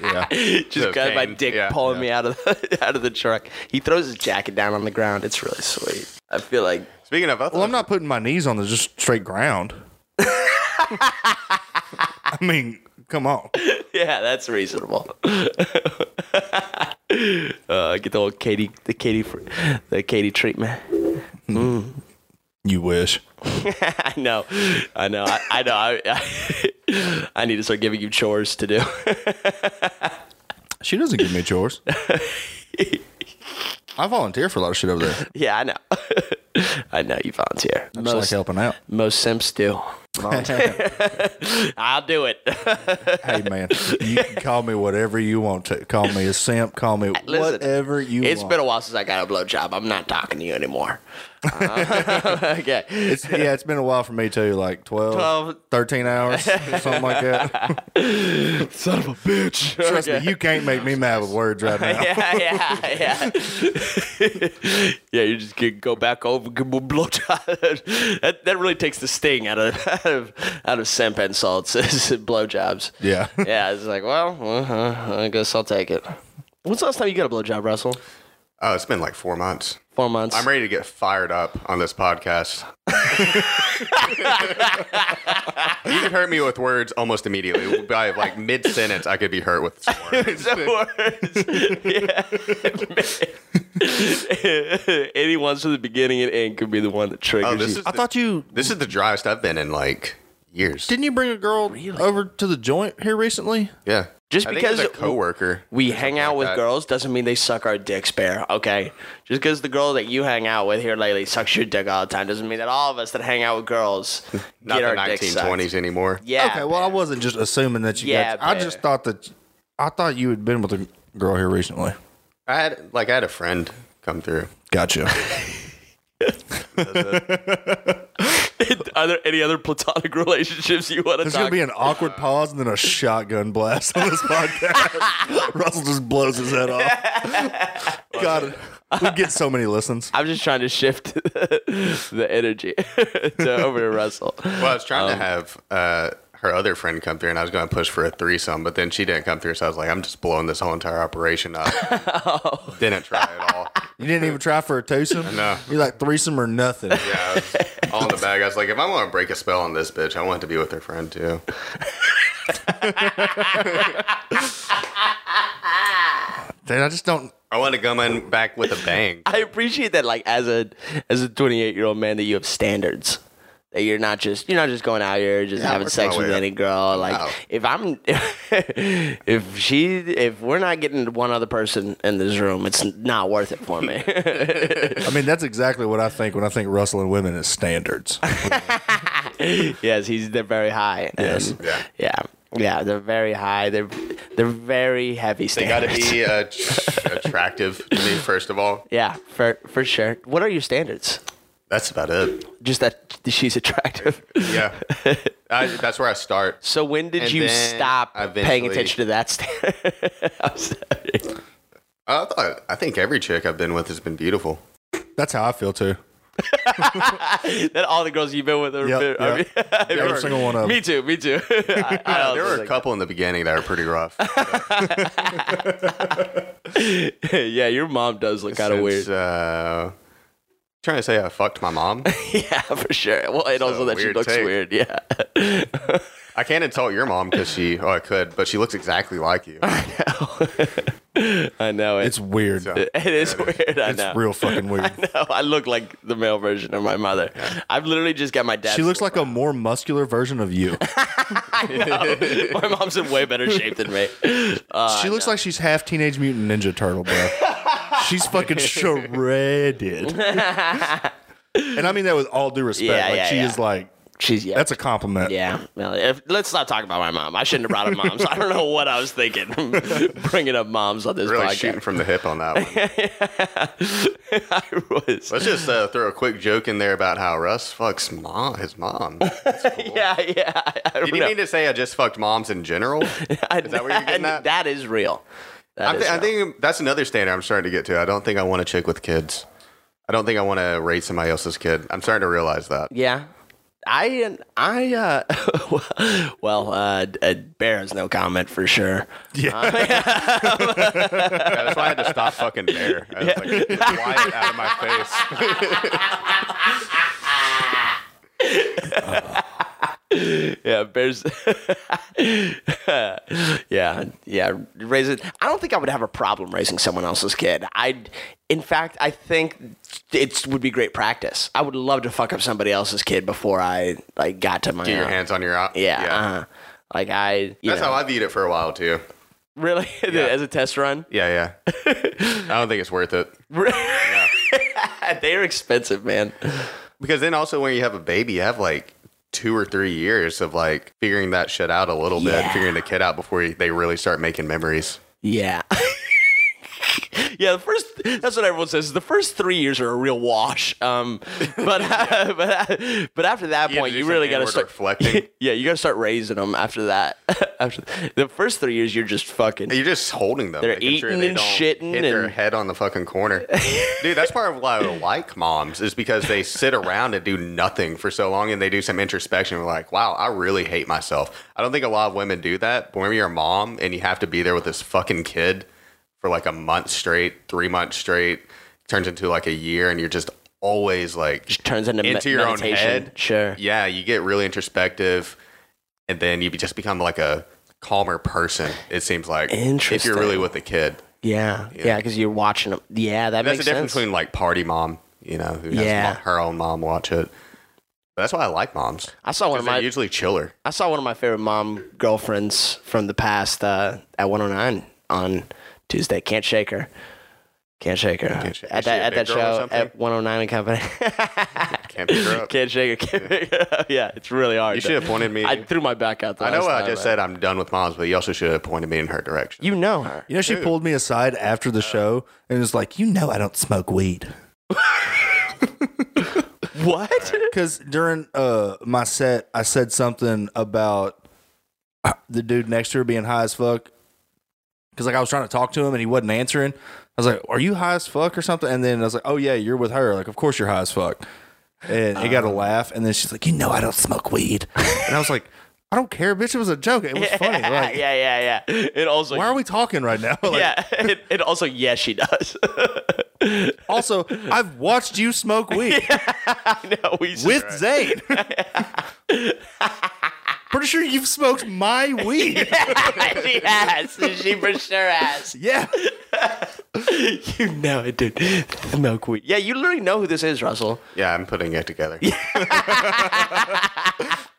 [SPEAKER 2] Yeah.
[SPEAKER 1] Just got my
[SPEAKER 3] Cocaine.
[SPEAKER 1] dick
[SPEAKER 3] Yeah,
[SPEAKER 1] pulling me out of the, out of the truck. He throws his jacket down on the ground. It's really sweet. I feel like
[SPEAKER 3] Speaking of, I
[SPEAKER 2] Well, I'm not putting my knees on the just straight ground. I mean, come on.
[SPEAKER 1] Yeah, that's reasonable. uh, get the old Katie, the Katie, fr- the Katie treatment.
[SPEAKER 2] You wish.
[SPEAKER 1] I know, I know, I, I know. I, I, I need to start giving you chores to do.
[SPEAKER 2] She doesn't give me chores. I volunteer for a lot of shit over there.
[SPEAKER 1] Yeah, I know. I know you volunteer.
[SPEAKER 2] I'm just like helping out.
[SPEAKER 1] Most simps do.
[SPEAKER 2] hey
[SPEAKER 1] I'll do it.
[SPEAKER 2] man, you can call me whatever you want to. Call me a simp. Call me
[SPEAKER 1] Listen,
[SPEAKER 2] whatever you
[SPEAKER 1] It's
[SPEAKER 2] want.
[SPEAKER 1] been a while since I got a blowjob. I'm not talking to you anymore. Uh, okay.
[SPEAKER 2] It's, yeah, it's been a while for me too, like 12,
[SPEAKER 1] 12.
[SPEAKER 2] 13 hours, something like that.
[SPEAKER 1] Son of a bitch.
[SPEAKER 2] Trust me, you can't make me mad with words right now.
[SPEAKER 1] yeah, yeah, yeah. yeah, you just can go back over, give more blowjob. that, that really takes the sting out of out of out of simp insults, is blowjobs.
[SPEAKER 2] Yeah.
[SPEAKER 1] Yeah, it's like, well, uh-huh, I guess I'll take it. When's the last time you got a blowjob, Russell?
[SPEAKER 3] Oh, it's been like four months.
[SPEAKER 1] Four months.
[SPEAKER 3] I'm ready to get fired up on this podcast. you can hurt me with words almost immediately. By like mid sentence, I could be hurt with some words.
[SPEAKER 1] Any ones from the beginning and end could be the one that triggers
[SPEAKER 3] Oh, this
[SPEAKER 1] you.
[SPEAKER 3] is
[SPEAKER 2] I
[SPEAKER 3] the-
[SPEAKER 2] thought you
[SPEAKER 3] This is the driest I've been in like years.
[SPEAKER 2] didn't you bring a girl over to the joint here recently?
[SPEAKER 3] yeah,
[SPEAKER 1] Just
[SPEAKER 3] I think it was
[SPEAKER 1] because
[SPEAKER 3] a coworker.
[SPEAKER 1] we hang out with
[SPEAKER 3] that.
[SPEAKER 1] girls doesn't mean they suck our dicks bare, okay? Just because the girl that you hang out with here lately sucks your dick all the time doesn't mean that all of us that hang out with girls
[SPEAKER 3] not
[SPEAKER 1] get
[SPEAKER 3] the
[SPEAKER 1] our dicks sucked.
[SPEAKER 3] 1920s anymore.
[SPEAKER 1] Yeah.
[SPEAKER 2] okay, well, I wasn't just assuming that you
[SPEAKER 1] Yeah,
[SPEAKER 2] got. I just
[SPEAKER 1] but-
[SPEAKER 2] thought that I thought you had been with a girl here recently.
[SPEAKER 3] I had like I had a friend come through.
[SPEAKER 2] Gotcha.
[SPEAKER 1] Are there any other platonic relationships you want to
[SPEAKER 2] There's gonna
[SPEAKER 1] talk
[SPEAKER 2] be an awkward pause and then a shotgun blast on this podcast. Russell just blows his head off. God, we get so many listens.
[SPEAKER 1] I'm just trying to shift the energy to over to Russell.
[SPEAKER 3] Well, I was trying to
[SPEAKER 1] Um,
[SPEAKER 3] have uh, her other friend come through, and I was going to push for a threesome, but then she didn't come through, so I was like, I'm just blowing this whole entire operation up.
[SPEAKER 1] Oh.
[SPEAKER 3] Didn't try at all.
[SPEAKER 2] You didn't even try for a twosome.
[SPEAKER 3] know.
[SPEAKER 2] you're like threesome or nothing.
[SPEAKER 3] Yeah, I was all in the bag. I was like, if I want to break a spell on this bitch, I want it to be with her friend too.
[SPEAKER 2] Dude, I just don't.
[SPEAKER 3] I want to come in back with a bang.
[SPEAKER 1] I appreciate that, like as a as a 28 year old man, that you have standards. That you're not just you're not just going out here just having
[SPEAKER 3] working
[SPEAKER 1] sex
[SPEAKER 3] my way
[SPEAKER 1] with
[SPEAKER 3] up.
[SPEAKER 1] any girl. Like
[SPEAKER 3] No.
[SPEAKER 1] if I'm if she if we're not getting one other person in this room, it's not worth it for me.
[SPEAKER 2] I mean, that's exactly what I think when I think Russell and women is standards.
[SPEAKER 1] yes, he's they're very high.
[SPEAKER 2] Yes.
[SPEAKER 1] and- yeah. yeah. they're very high. They're they're very heavy
[SPEAKER 3] They got to
[SPEAKER 1] standards.
[SPEAKER 3] be uh, tr- attractive to me, first of all.
[SPEAKER 1] yeah, for for sure. What are your standards?
[SPEAKER 3] That's about it.
[SPEAKER 1] Just that she's attractive.
[SPEAKER 3] Yeah. I, that's where I start.
[SPEAKER 1] So when did
[SPEAKER 3] And
[SPEAKER 1] you
[SPEAKER 3] then
[SPEAKER 1] stop paying
[SPEAKER 3] eventually-
[SPEAKER 1] attention to that? St- I'm sorry.
[SPEAKER 3] I, thought, I think every chick I've been with has been beautiful.
[SPEAKER 2] That's how I feel too.
[SPEAKER 1] That all the girls you've been with are.
[SPEAKER 2] Yep,
[SPEAKER 1] I
[SPEAKER 2] yep.
[SPEAKER 1] mean- I
[SPEAKER 2] Every
[SPEAKER 1] mean-
[SPEAKER 2] single one of them.
[SPEAKER 1] Me too. Me too. I, I also
[SPEAKER 3] There were a
[SPEAKER 1] think-
[SPEAKER 3] couple in the beginning that were pretty rough.
[SPEAKER 1] yeah, your mom does look kind of
[SPEAKER 3] Since,
[SPEAKER 1] weird.
[SPEAKER 3] Uh, trying to say I fucked my mom.
[SPEAKER 1] yeah, for sure. Well, and also that she
[SPEAKER 3] weird
[SPEAKER 1] looks
[SPEAKER 3] take.
[SPEAKER 1] weird. Yeah.
[SPEAKER 3] I can't insult your mom because she. Oh, I could, but she looks exactly like you.
[SPEAKER 1] I know it.
[SPEAKER 2] It's weird.
[SPEAKER 3] So,
[SPEAKER 1] it is weird. I
[SPEAKER 2] It's
[SPEAKER 1] know.
[SPEAKER 2] real fucking weird.
[SPEAKER 1] No, I look like the male version of my mother. I've literally just got my dad.
[SPEAKER 2] She looks like a more muscular version of you.
[SPEAKER 1] my mom's in way better shape than me.
[SPEAKER 2] She looks like she's half Teenage Mutant Ninja Turtle, bro. she's fucking shredded. and I mean that with all due respect.
[SPEAKER 1] Yeah,
[SPEAKER 2] like
[SPEAKER 1] yeah,
[SPEAKER 2] she
[SPEAKER 1] yeah.
[SPEAKER 2] is like
[SPEAKER 1] She's yeah.
[SPEAKER 2] that's a compliment.
[SPEAKER 1] Yeah. Well, if, let's not talk about my mom. I shouldn't have brought up moms. I don't know what I was thinking bringing up moms on this
[SPEAKER 3] really
[SPEAKER 1] podcast.
[SPEAKER 3] shooting from the hip on that one.
[SPEAKER 1] I was.
[SPEAKER 3] Let's just uh, throw a quick joke in there about how Russ fucks mom, his mom. That's cool.
[SPEAKER 1] Yeah, yeah. I, I
[SPEAKER 3] Did
[SPEAKER 1] don't
[SPEAKER 3] you
[SPEAKER 1] know.
[SPEAKER 3] mean to say I just fucked moms in general?
[SPEAKER 1] I-
[SPEAKER 3] that what you're getting at?
[SPEAKER 1] that is real. That
[SPEAKER 3] I,
[SPEAKER 1] is
[SPEAKER 3] thi- I
[SPEAKER 1] real.
[SPEAKER 3] think that's another standard I'm starting to get to. I don't think I want to chick with kids. I don't think I want to raise somebody else's kid. I'm starting to realize that.
[SPEAKER 1] Yeah. I I uh well uh, d- uh bear has no comment for sure.
[SPEAKER 3] Yeah, that's why I had to stop fucking bear. I was like, get Wyatt out of my face.
[SPEAKER 1] Yeah, bears. yeah, yeah. Raise it. I don't think I would have a problem raising someone else's kid. I, in fact, I think it would be great practice. I would love to fuck up somebody else's kid before I like got to my
[SPEAKER 3] Get your
[SPEAKER 1] own.
[SPEAKER 3] hands on your op.
[SPEAKER 1] Yeah. uh-huh. Like I. You
[SPEAKER 3] That's
[SPEAKER 1] know.
[SPEAKER 3] how I viewed it for a while too.
[SPEAKER 1] Really?
[SPEAKER 3] Yeah.
[SPEAKER 1] As a test run?
[SPEAKER 3] Yeah, yeah. I don't think it's worth it.
[SPEAKER 1] They're expensive, man.
[SPEAKER 3] Because then also when you have a baby, you have like two or three years of like figuring that shit out a little
[SPEAKER 1] Yeah.
[SPEAKER 3] bit, figuring the kid out before you- they really start making memories.
[SPEAKER 1] Yeah. yeah, the first that's what everyone says. is The first 3 years are a real wash. Um but but, but after that
[SPEAKER 3] You have
[SPEAKER 1] point,
[SPEAKER 3] to do
[SPEAKER 1] you
[SPEAKER 3] some
[SPEAKER 1] really got to
[SPEAKER 3] inward
[SPEAKER 1] start
[SPEAKER 3] reflecting.
[SPEAKER 1] yeah, you got to start raising them after that. after the first 3 years you're just fucking
[SPEAKER 3] You're just holding them.
[SPEAKER 1] They're
[SPEAKER 3] making sure
[SPEAKER 1] eating
[SPEAKER 3] they
[SPEAKER 1] and
[SPEAKER 3] don't
[SPEAKER 1] shitting
[SPEAKER 3] Hit their
[SPEAKER 1] and-
[SPEAKER 3] head on the fucking corner. Dude, that's part of why I like moms is because they sit around and do nothing for so long and they do some introspection. We're like, wow, I really hate myself. I don't think a lot of women do that. But when you're a mom and you have to be there with this fucking kid for like a month straight, three months straight, turns into like a year and you're just always like
[SPEAKER 1] just turns into, me-
[SPEAKER 3] into your
[SPEAKER 1] meditation.
[SPEAKER 3] own head.
[SPEAKER 1] Sure.
[SPEAKER 3] Yeah, you get really introspective, and then you be- just become like a calmer person. It seems like if
[SPEAKER 1] Interesting.
[SPEAKER 3] you're really with a kid,
[SPEAKER 1] Yeah. Yeah, because you're watching them. Yeah, that
[SPEAKER 3] that's
[SPEAKER 1] makes
[SPEAKER 3] the difference
[SPEAKER 1] sense.
[SPEAKER 3] between like party mom, you know, who
[SPEAKER 1] Yeah.
[SPEAKER 3] has mo- her own mom watch it. But that's why I like moms.
[SPEAKER 1] I saw one
[SPEAKER 3] 'cause
[SPEAKER 1] of
[SPEAKER 3] They're
[SPEAKER 1] my
[SPEAKER 3] usually chiller.
[SPEAKER 1] I saw one of my favorite mom girlfriends from the past uh, at 109 on Tuesday. Can't shake her. Can't shake her.
[SPEAKER 3] Can't shake-
[SPEAKER 1] at
[SPEAKER 3] is she
[SPEAKER 1] that
[SPEAKER 3] a
[SPEAKER 1] at
[SPEAKER 3] big
[SPEAKER 1] that
[SPEAKER 3] girl or
[SPEAKER 1] show
[SPEAKER 3] something?
[SPEAKER 1] at 109 and Company.
[SPEAKER 3] Can't pick her up.
[SPEAKER 1] Can't shake her. Can't pick her up. Yeah, it's really hard.
[SPEAKER 3] You should have pointed me.
[SPEAKER 1] I
[SPEAKER 3] I,
[SPEAKER 1] threw my back out. The
[SPEAKER 3] know
[SPEAKER 1] last
[SPEAKER 3] I
[SPEAKER 1] time,
[SPEAKER 3] just
[SPEAKER 1] but-
[SPEAKER 3] said I'm done with moms, but you also should have pointed me in her direction.
[SPEAKER 1] You know her.
[SPEAKER 2] You know, she pulled me aside after
[SPEAKER 1] Uh-huh.
[SPEAKER 2] the show and was like, "You know, I don't smoke weed."
[SPEAKER 1] What?
[SPEAKER 2] Because during uh, my set, I said something about the dude next to her being high as fuck. Because like I was trying to talk to him and he wasn't answering. I was like, "Are you high as fuck or something?" And then I was like, "Oh yeah, you're with her. Like, of course you're high as fuck." And he
[SPEAKER 1] Ah.
[SPEAKER 2] got a laugh. And then she's like, "You know, I don't smoke weed." and I was like, "I don't care, bitch. It was a joke. It was funny. Like,
[SPEAKER 1] yeah, yeah, yeah. It also.
[SPEAKER 2] why are we talking right now?" Like,
[SPEAKER 1] yeah. It, it also. Yes, she does.
[SPEAKER 2] Also, I've watched you smoke weed.
[SPEAKER 1] I know. We
[SPEAKER 2] with Zayn. Pretty sure you've smoked my weed.
[SPEAKER 1] she has. She for sure has.
[SPEAKER 2] Yeah.
[SPEAKER 1] You know it, dude. Milkweed. Yeah, you literally know who this is, Russell.
[SPEAKER 3] yeah, I'm putting it together.
[SPEAKER 1] Yeah,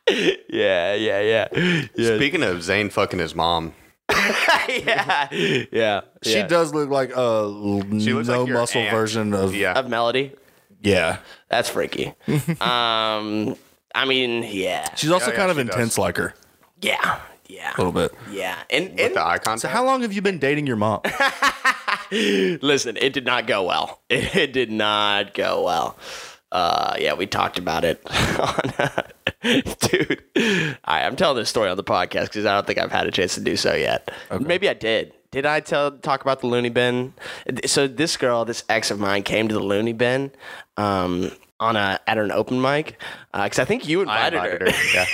[SPEAKER 1] yeah, yeah. Yeah.
[SPEAKER 3] Speaking of Zane fucking his mom,
[SPEAKER 1] yeah. Yeah.
[SPEAKER 2] She does look like a
[SPEAKER 3] She looks like
[SPEAKER 2] no
[SPEAKER 3] your
[SPEAKER 2] muscle
[SPEAKER 3] aunt.
[SPEAKER 2] version of
[SPEAKER 3] yeah,
[SPEAKER 1] Of Melody.
[SPEAKER 2] yeah.
[SPEAKER 1] That's freaky. um I mean, yeah.
[SPEAKER 2] She's also
[SPEAKER 3] yeah,
[SPEAKER 2] kind of
[SPEAKER 3] she does.
[SPEAKER 2] intense like her
[SPEAKER 1] Yeah. Yeah.
[SPEAKER 2] a little bit.
[SPEAKER 1] Yeah. And,
[SPEAKER 3] with
[SPEAKER 1] and
[SPEAKER 3] the eye contact.
[SPEAKER 2] So how long have you been dating your mom?
[SPEAKER 1] listen, it did not go well. It, did not go well. Uh, yeah, we talked about it. on, uh, dude, I, I'm telling this story on the podcast because I don't think I've had a chance to do so yet. Maybe I did. Did I tell talk about the loony bin? So this girl, this ex of mine, came to the loony bin um, on a at an open mic because I think you
[SPEAKER 3] I
[SPEAKER 1] invited,
[SPEAKER 3] invited
[SPEAKER 1] her.
[SPEAKER 3] her. Yeah,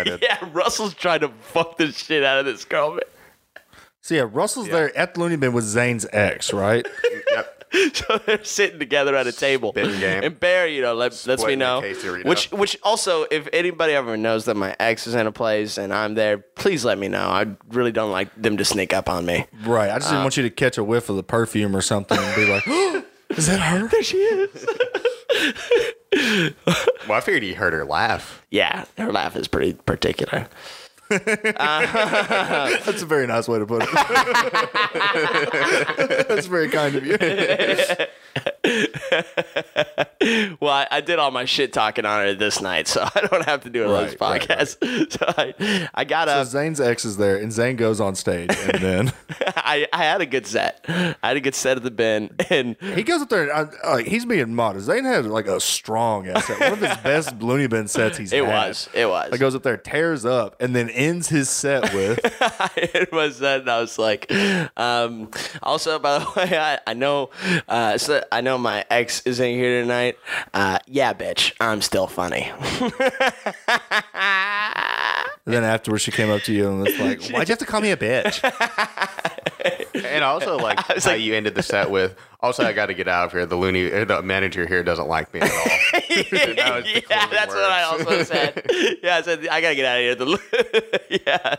[SPEAKER 3] I did.
[SPEAKER 1] yeah, Russell's trying to fuck the shit out of this girl. Man.
[SPEAKER 2] so yeah, Russell's there at the Looney Bin with Zane's ex, right?
[SPEAKER 3] Yep.
[SPEAKER 1] so they're sitting together at a table.
[SPEAKER 3] Spitting game.
[SPEAKER 1] And Bear, you know, let, lets me
[SPEAKER 3] Splitting the
[SPEAKER 1] know.
[SPEAKER 3] quesarito.
[SPEAKER 1] Which, which also, if anybody ever knows that my ex is in a place and I'm there, please let me know. I really don't like them to sneak up on me.
[SPEAKER 2] Right. I just
[SPEAKER 3] Uh.
[SPEAKER 2] didn't want you to catch a whiff of the perfume or something and be like, "Is that her?"
[SPEAKER 1] There she is.
[SPEAKER 3] Well, I figured he heard her laugh.
[SPEAKER 1] Yeah, her laugh is pretty particular.
[SPEAKER 2] That's a very nice way to put it. That's very kind of you.
[SPEAKER 1] Well, I, I did all my shit talking on her this night, so I don't have to do it on this
[SPEAKER 2] Right, right,
[SPEAKER 1] podcast. So I, I got up.
[SPEAKER 2] Zane's ex is there, and Zane goes on stage, and then
[SPEAKER 1] I, I had a good set. I had a good set at the bin, and
[SPEAKER 2] he goes up there. And I, like he's being modest. Zane had like a strong ass set, one of his best Looney Bin sets he's
[SPEAKER 1] it
[SPEAKER 2] had.
[SPEAKER 1] was, it was.
[SPEAKER 2] Like goes up there, tears up, and then ends his set with
[SPEAKER 1] it was that, and I was like, um, also, by the way, I, I know, uh, so I know my ex is in here tonight. Uh, yeah, bitch, I'm still funny.
[SPEAKER 2] and then afterwards she came up to you and was like, Why'd you have to call me a bitch?
[SPEAKER 3] And I also like how you ended the set with, Also, I got to get out of here. The loony, or the manager here doesn't like me at all.
[SPEAKER 1] yeah,
[SPEAKER 3] was the closing
[SPEAKER 1] that's what I
[SPEAKER 3] words.
[SPEAKER 1] also said. Yeah, I said I gotta get out of here. The, yeah,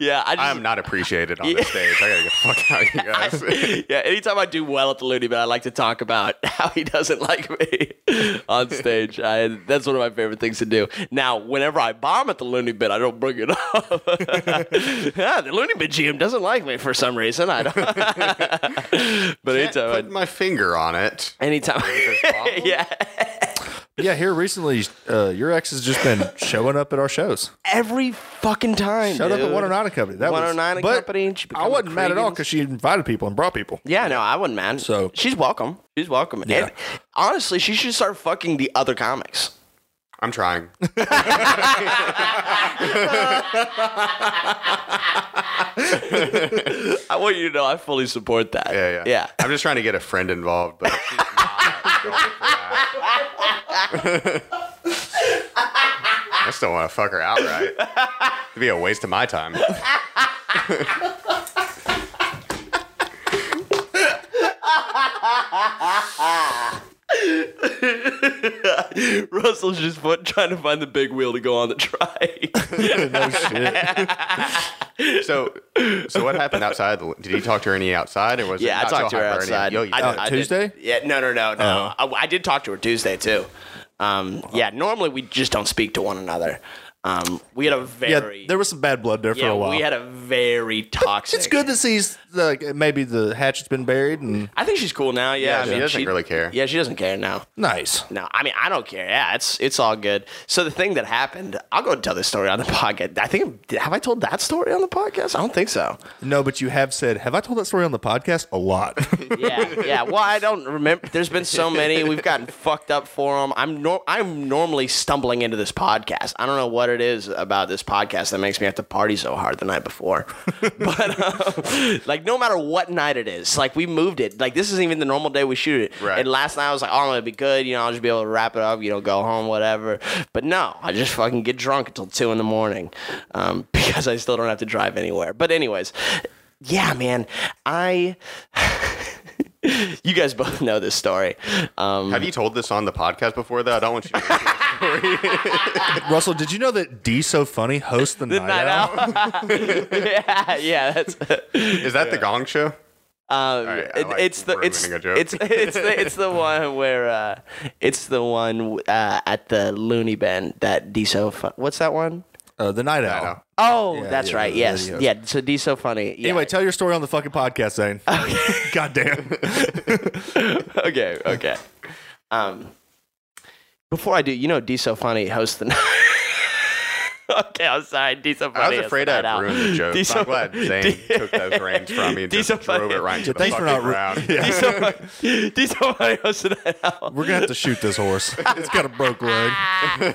[SPEAKER 1] yeah. I just,
[SPEAKER 3] I am not appreciated on this stage. I got to get the fuck out of here, guys.
[SPEAKER 1] yeah, anytime I do well at the Looney Bin, I like to talk about how he doesn't like me on stage. I, that's one of my favorite things to do. Now, whenever I bomb at the Looney Bin, I don't bring it up. yeah, the Looney Bin GM doesn't like me for some reason. I don't. but anytime,
[SPEAKER 3] Put my finger on it.
[SPEAKER 1] I, anytime, yeah,
[SPEAKER 2] Yeah, here recently, uh, your ex has just been showing up at our shows.
[SPEAKER 1] every fucking time.
[SPEAKER 2] Showed up at
[SPEAKER 1] dude.
[SPEAKER 2] 109 and Company. That was-
[SPEAKER 1] 109 and
[SPEAKER 2] but
[SPEAKER 1] Company, she
[SPEAKER 2] I
[SPEAKER 1] become
[SPEAKER 2] wasn't mad at all
[SPEAKER 1] Cregan's.
[SPEAKER 2] because she invited people and brought people.
[SPEAKER 1] Yeah, no, I wouldn't man.
[SPEAKER 2] So-
[SPEAKER 1] she's welcome. She's welcome. And honestly, she should start fucking the other comics.
[SPEAKER 3] I'm trying.
[SPEAKER 1] I want you to know I fully support that.
[SPEAKER 3] Yeah, yeah.
[SPEAKER 1] Yeah.
[SPEAKER 3] I'm just trying to get a friend involved, but she's not going for that. I still want to fuck her outright. It'd be a waste of my time.
[SPEAKER 1] Russell's just foot trying to find the big wheel to go on the trike. Oh,
[SPEAKER 2] No shit.
[SPEAKER 3] So, so what happened outside? the- Did you talk to her any outside, or was
[SPEAKER 1] yeah, I
[SPEAKER 3] it not
[SPEAKER 1] talked to
[SPEAKER 3] so
[SPEAKER 1] her
[SPEAKER 3] hyper any-
[SPEAKER 1] outside.
[SPEAKER 3] Yo, you Oh.
[SPEAKER 1] I-
[SPEAKER 3] did.
[SPEAKER 1] I did-
[SPEAKER 2] Tuesday?
[SPEAKER 1] Yeah, no, no, no, no. I, I did talk to her Tuesday too. Um, yeah, normally we just don't speak to one another. Um, we had a
[SPEAKER 2] Yeah,
[SPEAKER 1] very
[SPEAKER 2] there was some bad blood there for
[SPEAKER 1] yeah,
[SPEAKER 2] a while.
[SPEAKER 1] we had a very toxic.
[SPEAKER 2] it's good to see s- like maybe the hatchet's been buried and
[SPEAKER 1] I think she's cool now. Yeah,
[SPEAKER 3] Yeah,
[SPEAKER 1] I
[SPEAKER 3] she
[SPEAKER 1] mean,
[SPEAKER 3] doesn't really care.
[SPEAKER 1] Yeah, she doesn't care now.
[SPEAKER 2] nice.
[SPEAKER 1] No, I mean I don't care. Yeah, it's it's all good. So the thing that happened, I'll go and tell this story on the podcast. I think have I told that story on the podcast? I don't think so.
[SPEAKER 2] No, but you have said, have I told that story on the podcast? A lot.
[SPEAKER 1] Yeah, yeah. Well, I don't remember. There's been so many. We've gotten fucked up for them. I'm nor- I'm normally stumbling into this podcast. I don't know what it is about this podcast that makes me have to party so hard the night before. but um, like, no matter what night it is, like we moved it. Like this isn't even the normal day we shoot it.
[SPEAKER 3] Right.
[SPEAKER 1] And last night I was like, oh, I'm gonna be good. You know, I'll just be able to wrap it up. You know, go home, whatever. But no, I just fucking get drunk until two in the morning um, because I still don't have to drive anywhere. But anyways. Yeah, man. I you guys both know this story. Um,
[SPEAKER 3] Have you told this on the podcast before? Though I don't want you. to
[SPEAKER 2] Russell, did you know that D So Funny hosts the, night,
[SPEAKER 1] night
[SPEAKER 2] out?
[SPEAKER 1] yeah, yeah, that's
[SPEAKER 3] Is that the Gong Show?
[SPEAKER 1] um,
[SPEAKER 3] right, I
[SPEAKER 1] it-
[SPEAKER 3] like
[SPEAKER 1] it's the
[SPEAKER 3] ruining
[SPEAKER 1] it's
[SPEAKER 3] a joke.
[SPEAKER 1] it's it's the it's the one where uh, it's the one uh, at the Looney Bin that Deso. Fun- What's that one?
[SPEAKER 2] Uh, the night owl.
[SPEAKER 3] Owl.
[SPEAKER 1] Oh, that's
[SPEAKER 2] yeah,
[SPEAKER 1] right.
[SPEAKER 2] yeah,
[SPEAKER 1] yes,
[SPEAKER 2] yeah.
[SPEAKER 1] yeah. So Deso funny. Yeah.
[SPEAKER 2] Anyway, tell your story on the fucking podcast, Zane. God damn.
[SPEAKER 1] okay, okay. Um, before I do, you know, D so funny hosts the night. okay, I'm sorry, D so funny.
[SPEAKER 3] I was
[SPEAKER 1] hosts
[SPEAKER 3] afraid
[SPEAKER 1] the
[SPEAKER 3] I'd
[SPEAKER 1] night out.
[SPEAKER 3] ruin the joke.
[SPEAKER 1] D
[SPEAKER 3] So
[SPEAKER 1] so
[SPEAKER 3] I'm glad Zane took those reins from me and
[SPEAKER 1] D
[SPEAKER 3] just
[SPEAKER 1] so
[SPEAKER 3] drove
[SPEAKER 1] funny.
[SPEAKER 3] it right into the
[SPEAKER 2] Thanks for
[SPEAKER 3] fucking
[SPEAKER 2] not ru-
[SPEAKER 3] ground.
[SPEAKER 1] D so funny. D so funny hosts the night out.
[SPEAKER 2] We're gonna have to shoot this horse. It's got a broke leg.
[SPEAKER 1] Ah.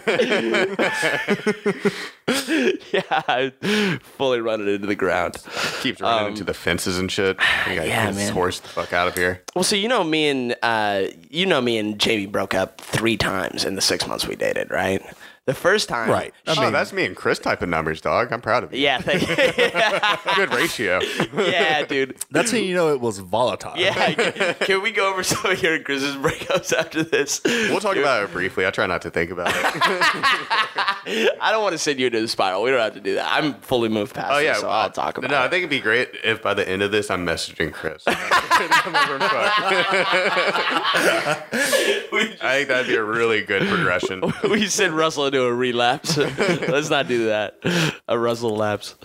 [SPEAKER 1] yeah, I fully run it into the ground.
[SPEAKER 3] Keeps running into the fences and shit. I gotta
[SPEAKER 1] Um, yeah,
[SPEAKER 3] get this
[SPEAKER 1] man.
[SPEAKER 3] horse the fuck out of here.
[SPEAKER 1] Well, so you know me and uh, you know me and Jamie broke up three times in the six months we dated, right? The first time,
[SPEAKER 2] Right. I
[SPEAKER 3] oh,
[SPEAKER 2] mean,
[SPEAKER 3] that's me and Chris typing numbers, dog. I'm proud of you.
[SPEAKER 1] Yeah, thank-
[SPEAKER 3] Good ratio.
[SPEAKER 1] yeah, dude.
[SPEAKER 2] that's how you know it was volatile.
[SPEAKER 1] Yeah, can, can we go over some of your and Chris's breakups after this?
[SPEAKER 3] We'll talk about it briefly. I try not to think about it.
[SPEAKER 1] I don't want to send you into the spiral. We don't have to do that. I'm fully moved past.
[SPEAKER 3] Oh
[SPEAKER 1] it,
[SPEAKER 3] yeah,
[SPEAKER 1] so
[SPEAKER 3] well,
[SPEAKER 1] I'll talk about.
[SPEAKER 3] No, I
[SPEAKER 1] it.
[SPEAKER 3] think it'd be great if by the end of this I'm messaging Chris.
[SPEAKER 1] We,
[SPEAKER 3] I think that'd be a really good progression.
[SPEAKER 1] we send Russell into a relapse. Let's not do that. A Russell lapse.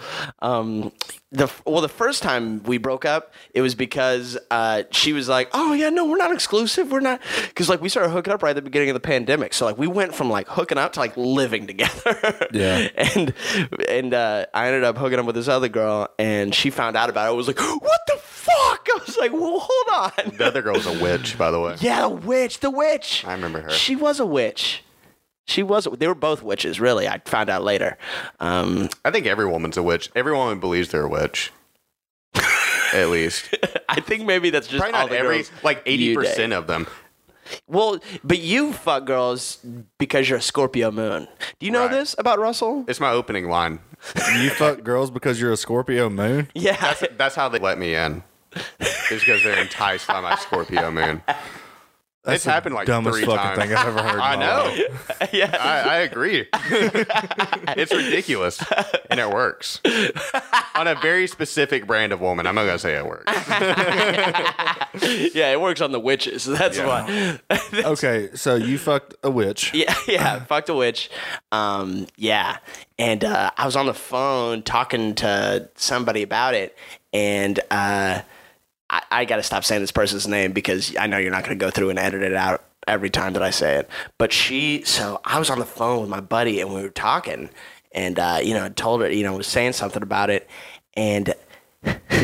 [SPEAKER 1] Um, the well, the first time we broke up, it was because uh, she was like, "Oh yeah, no, we're not exclusive. We're not." Because like we started hooking up right at the beginning of the pandemic, so like we went from like hooking up to like living together.
[SPEAKER 2] Yeah.
[SPEAKER 1] And and uh, I ended up hooking up with this other girl, and she found out about it. I was like, "What the fuck?" I was like, "Well, hold on."
[SPEAKER 3] The other girl's a witch, by the way.
[SPEAKER 1] Yeah, the witch, the witch.
[SPEAKER 3] I remember her.
[SPEAKER 1] She was a witch. She was. They were both witches, really. I found out later. Um,
[SPEAKER 3] I think every woman's a witch. Every woman believes they're a witch. At least,
[SPEAKER 1] I think maybe that's just
[SPEAKER 3] probably
[SPEAKER 1] all
[SPEAKER 3] not
[SPEAKER 1] the
[SPEAKER 3] every.
[SPEAKER 1] girls
[SPEAKER 3] Like eighty
[SPEAKER 1] you
[SPEAKER 3] percent
[SPEAKER 1] date.
[SPEAKER 3] of them.
[SPEAKER 1] Well, but you fuck girls because you're a Scorpio moon. Do you know
[SPEAKER 3] Right.
[SPEAKER 1] this about Russell?
[SPEAKER 3] It's my opening line.
[SPEAKER 2] You fuck girls because you're a Scorpio moon?
[SPEAKER 1] yeah,
[SPEAKER 3] That's how they let me in. is because they're enticed by my Scorpio moon.
[SPEAKER 2] That's
[SPEAKER 3] it's
[SPEAKER 2] the
[SPEAKER 3] happened like
[SPEAKER 2] dumbest
[SPEAKER 3] three
[SPEAKER 2] fucking
[SPEAKER 3] times.
[SPEAKER 2] thing I've ever heard. in
[SPEAKER 3] I
[SPEAKER 2] my life.
[SPEAKER 3] know.
[SPEAKER 1] yeah.
[SPEAKER 3] I, I agree. it's ridiculous, and it works on a very specific brand of woman. I'm not gonna say it works.
[SPEAKER 1] Yeah, it works on the witches. so That's
[SPEAKER 3] Yeah.
[SPEAKER 1] why.
[SPEAKER 2] Okay, so you fucked a witch.
[SPEAKER 1] Yeah, yeah. fucked a witch. Um, yeah. And uh, I was on the phone talking to somebody about it, and uh, I, I got to stop saying this person's name because I know you're not going to go through and edit it out every time that I say it. But she, so I was on the phone with my buddy, and we were talking, and uh, you know, I told her, you know, was saying something about it, and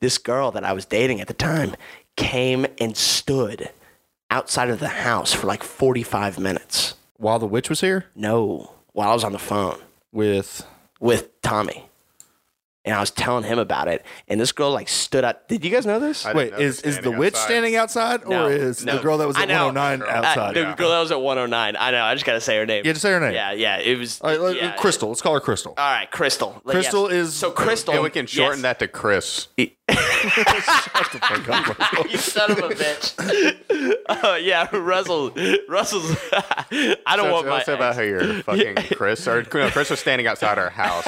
[SPEAKER 1] this girl that I was dating at the time came and stood outside of the house for like 45 minutes.
[SPEAKER 2] While the witch was here
[SPEAKER 1] No, while I was on the phone
[SPEAKER 2] with
[SPEAKER 1] with Tommy. And I was telling him about it. And this girl like stood up. Did you guys know this?
[SPEAKER 3] I didn't
[SPEAKER 2] Wait,
[SPEAKER 3] know
[SPEAKER 2] is
[SPEAKER 3] they're
[SPEAKER 2] is the witch
[SPEAKER 3] outside.
[SPEAKER 2] standing outside or
[SPEAKER 1] No,
[SPEAKER 2] is
[SPEAKER 1] no.
[SPEAKER 2] the girl that was
[SPEAKER 1] I
[SPEAKER 2] at
[SPEAKER 1] know.
[SPEAKER 2] 109
[SPEAKER 3] Girl.
[SPEAKER 1] Uh,
[SPEAKER 2] outside?
[SPEAKER 1] the girl that was at 109. I know. I just got to say her name.
[SPEAKER 2] Yeah, just say her name.
[SPEAKER 1] Yeah, yeah. It was.
[SPEAKER 2] All right, let-
[SPEAKER 1] yeah.
[SPEAKER 2] Crystal. Let's call her Crystal.
[SPEAKER 1] All right, Crystal. Like, yes.
[SPEAKER 2] Crystal is-
[SPEAKER 1] So, Crystal.
[SPEAKER 3] And we can shorten
[SPEAKER 1] yes.
[SPEAKER 3] that to Chris.
[SPEAKER 1] you son of a bitch. uh, yeah, Russell. Russell's. I don't
[SPEAKER 3] So
[SPEAKER 1] want my.
[SPEAKER 3] tell us about
[SPEAKER 1] ex.
[SPEAKER 3] how you're fucking Chris or no, Chris was standing outside our house.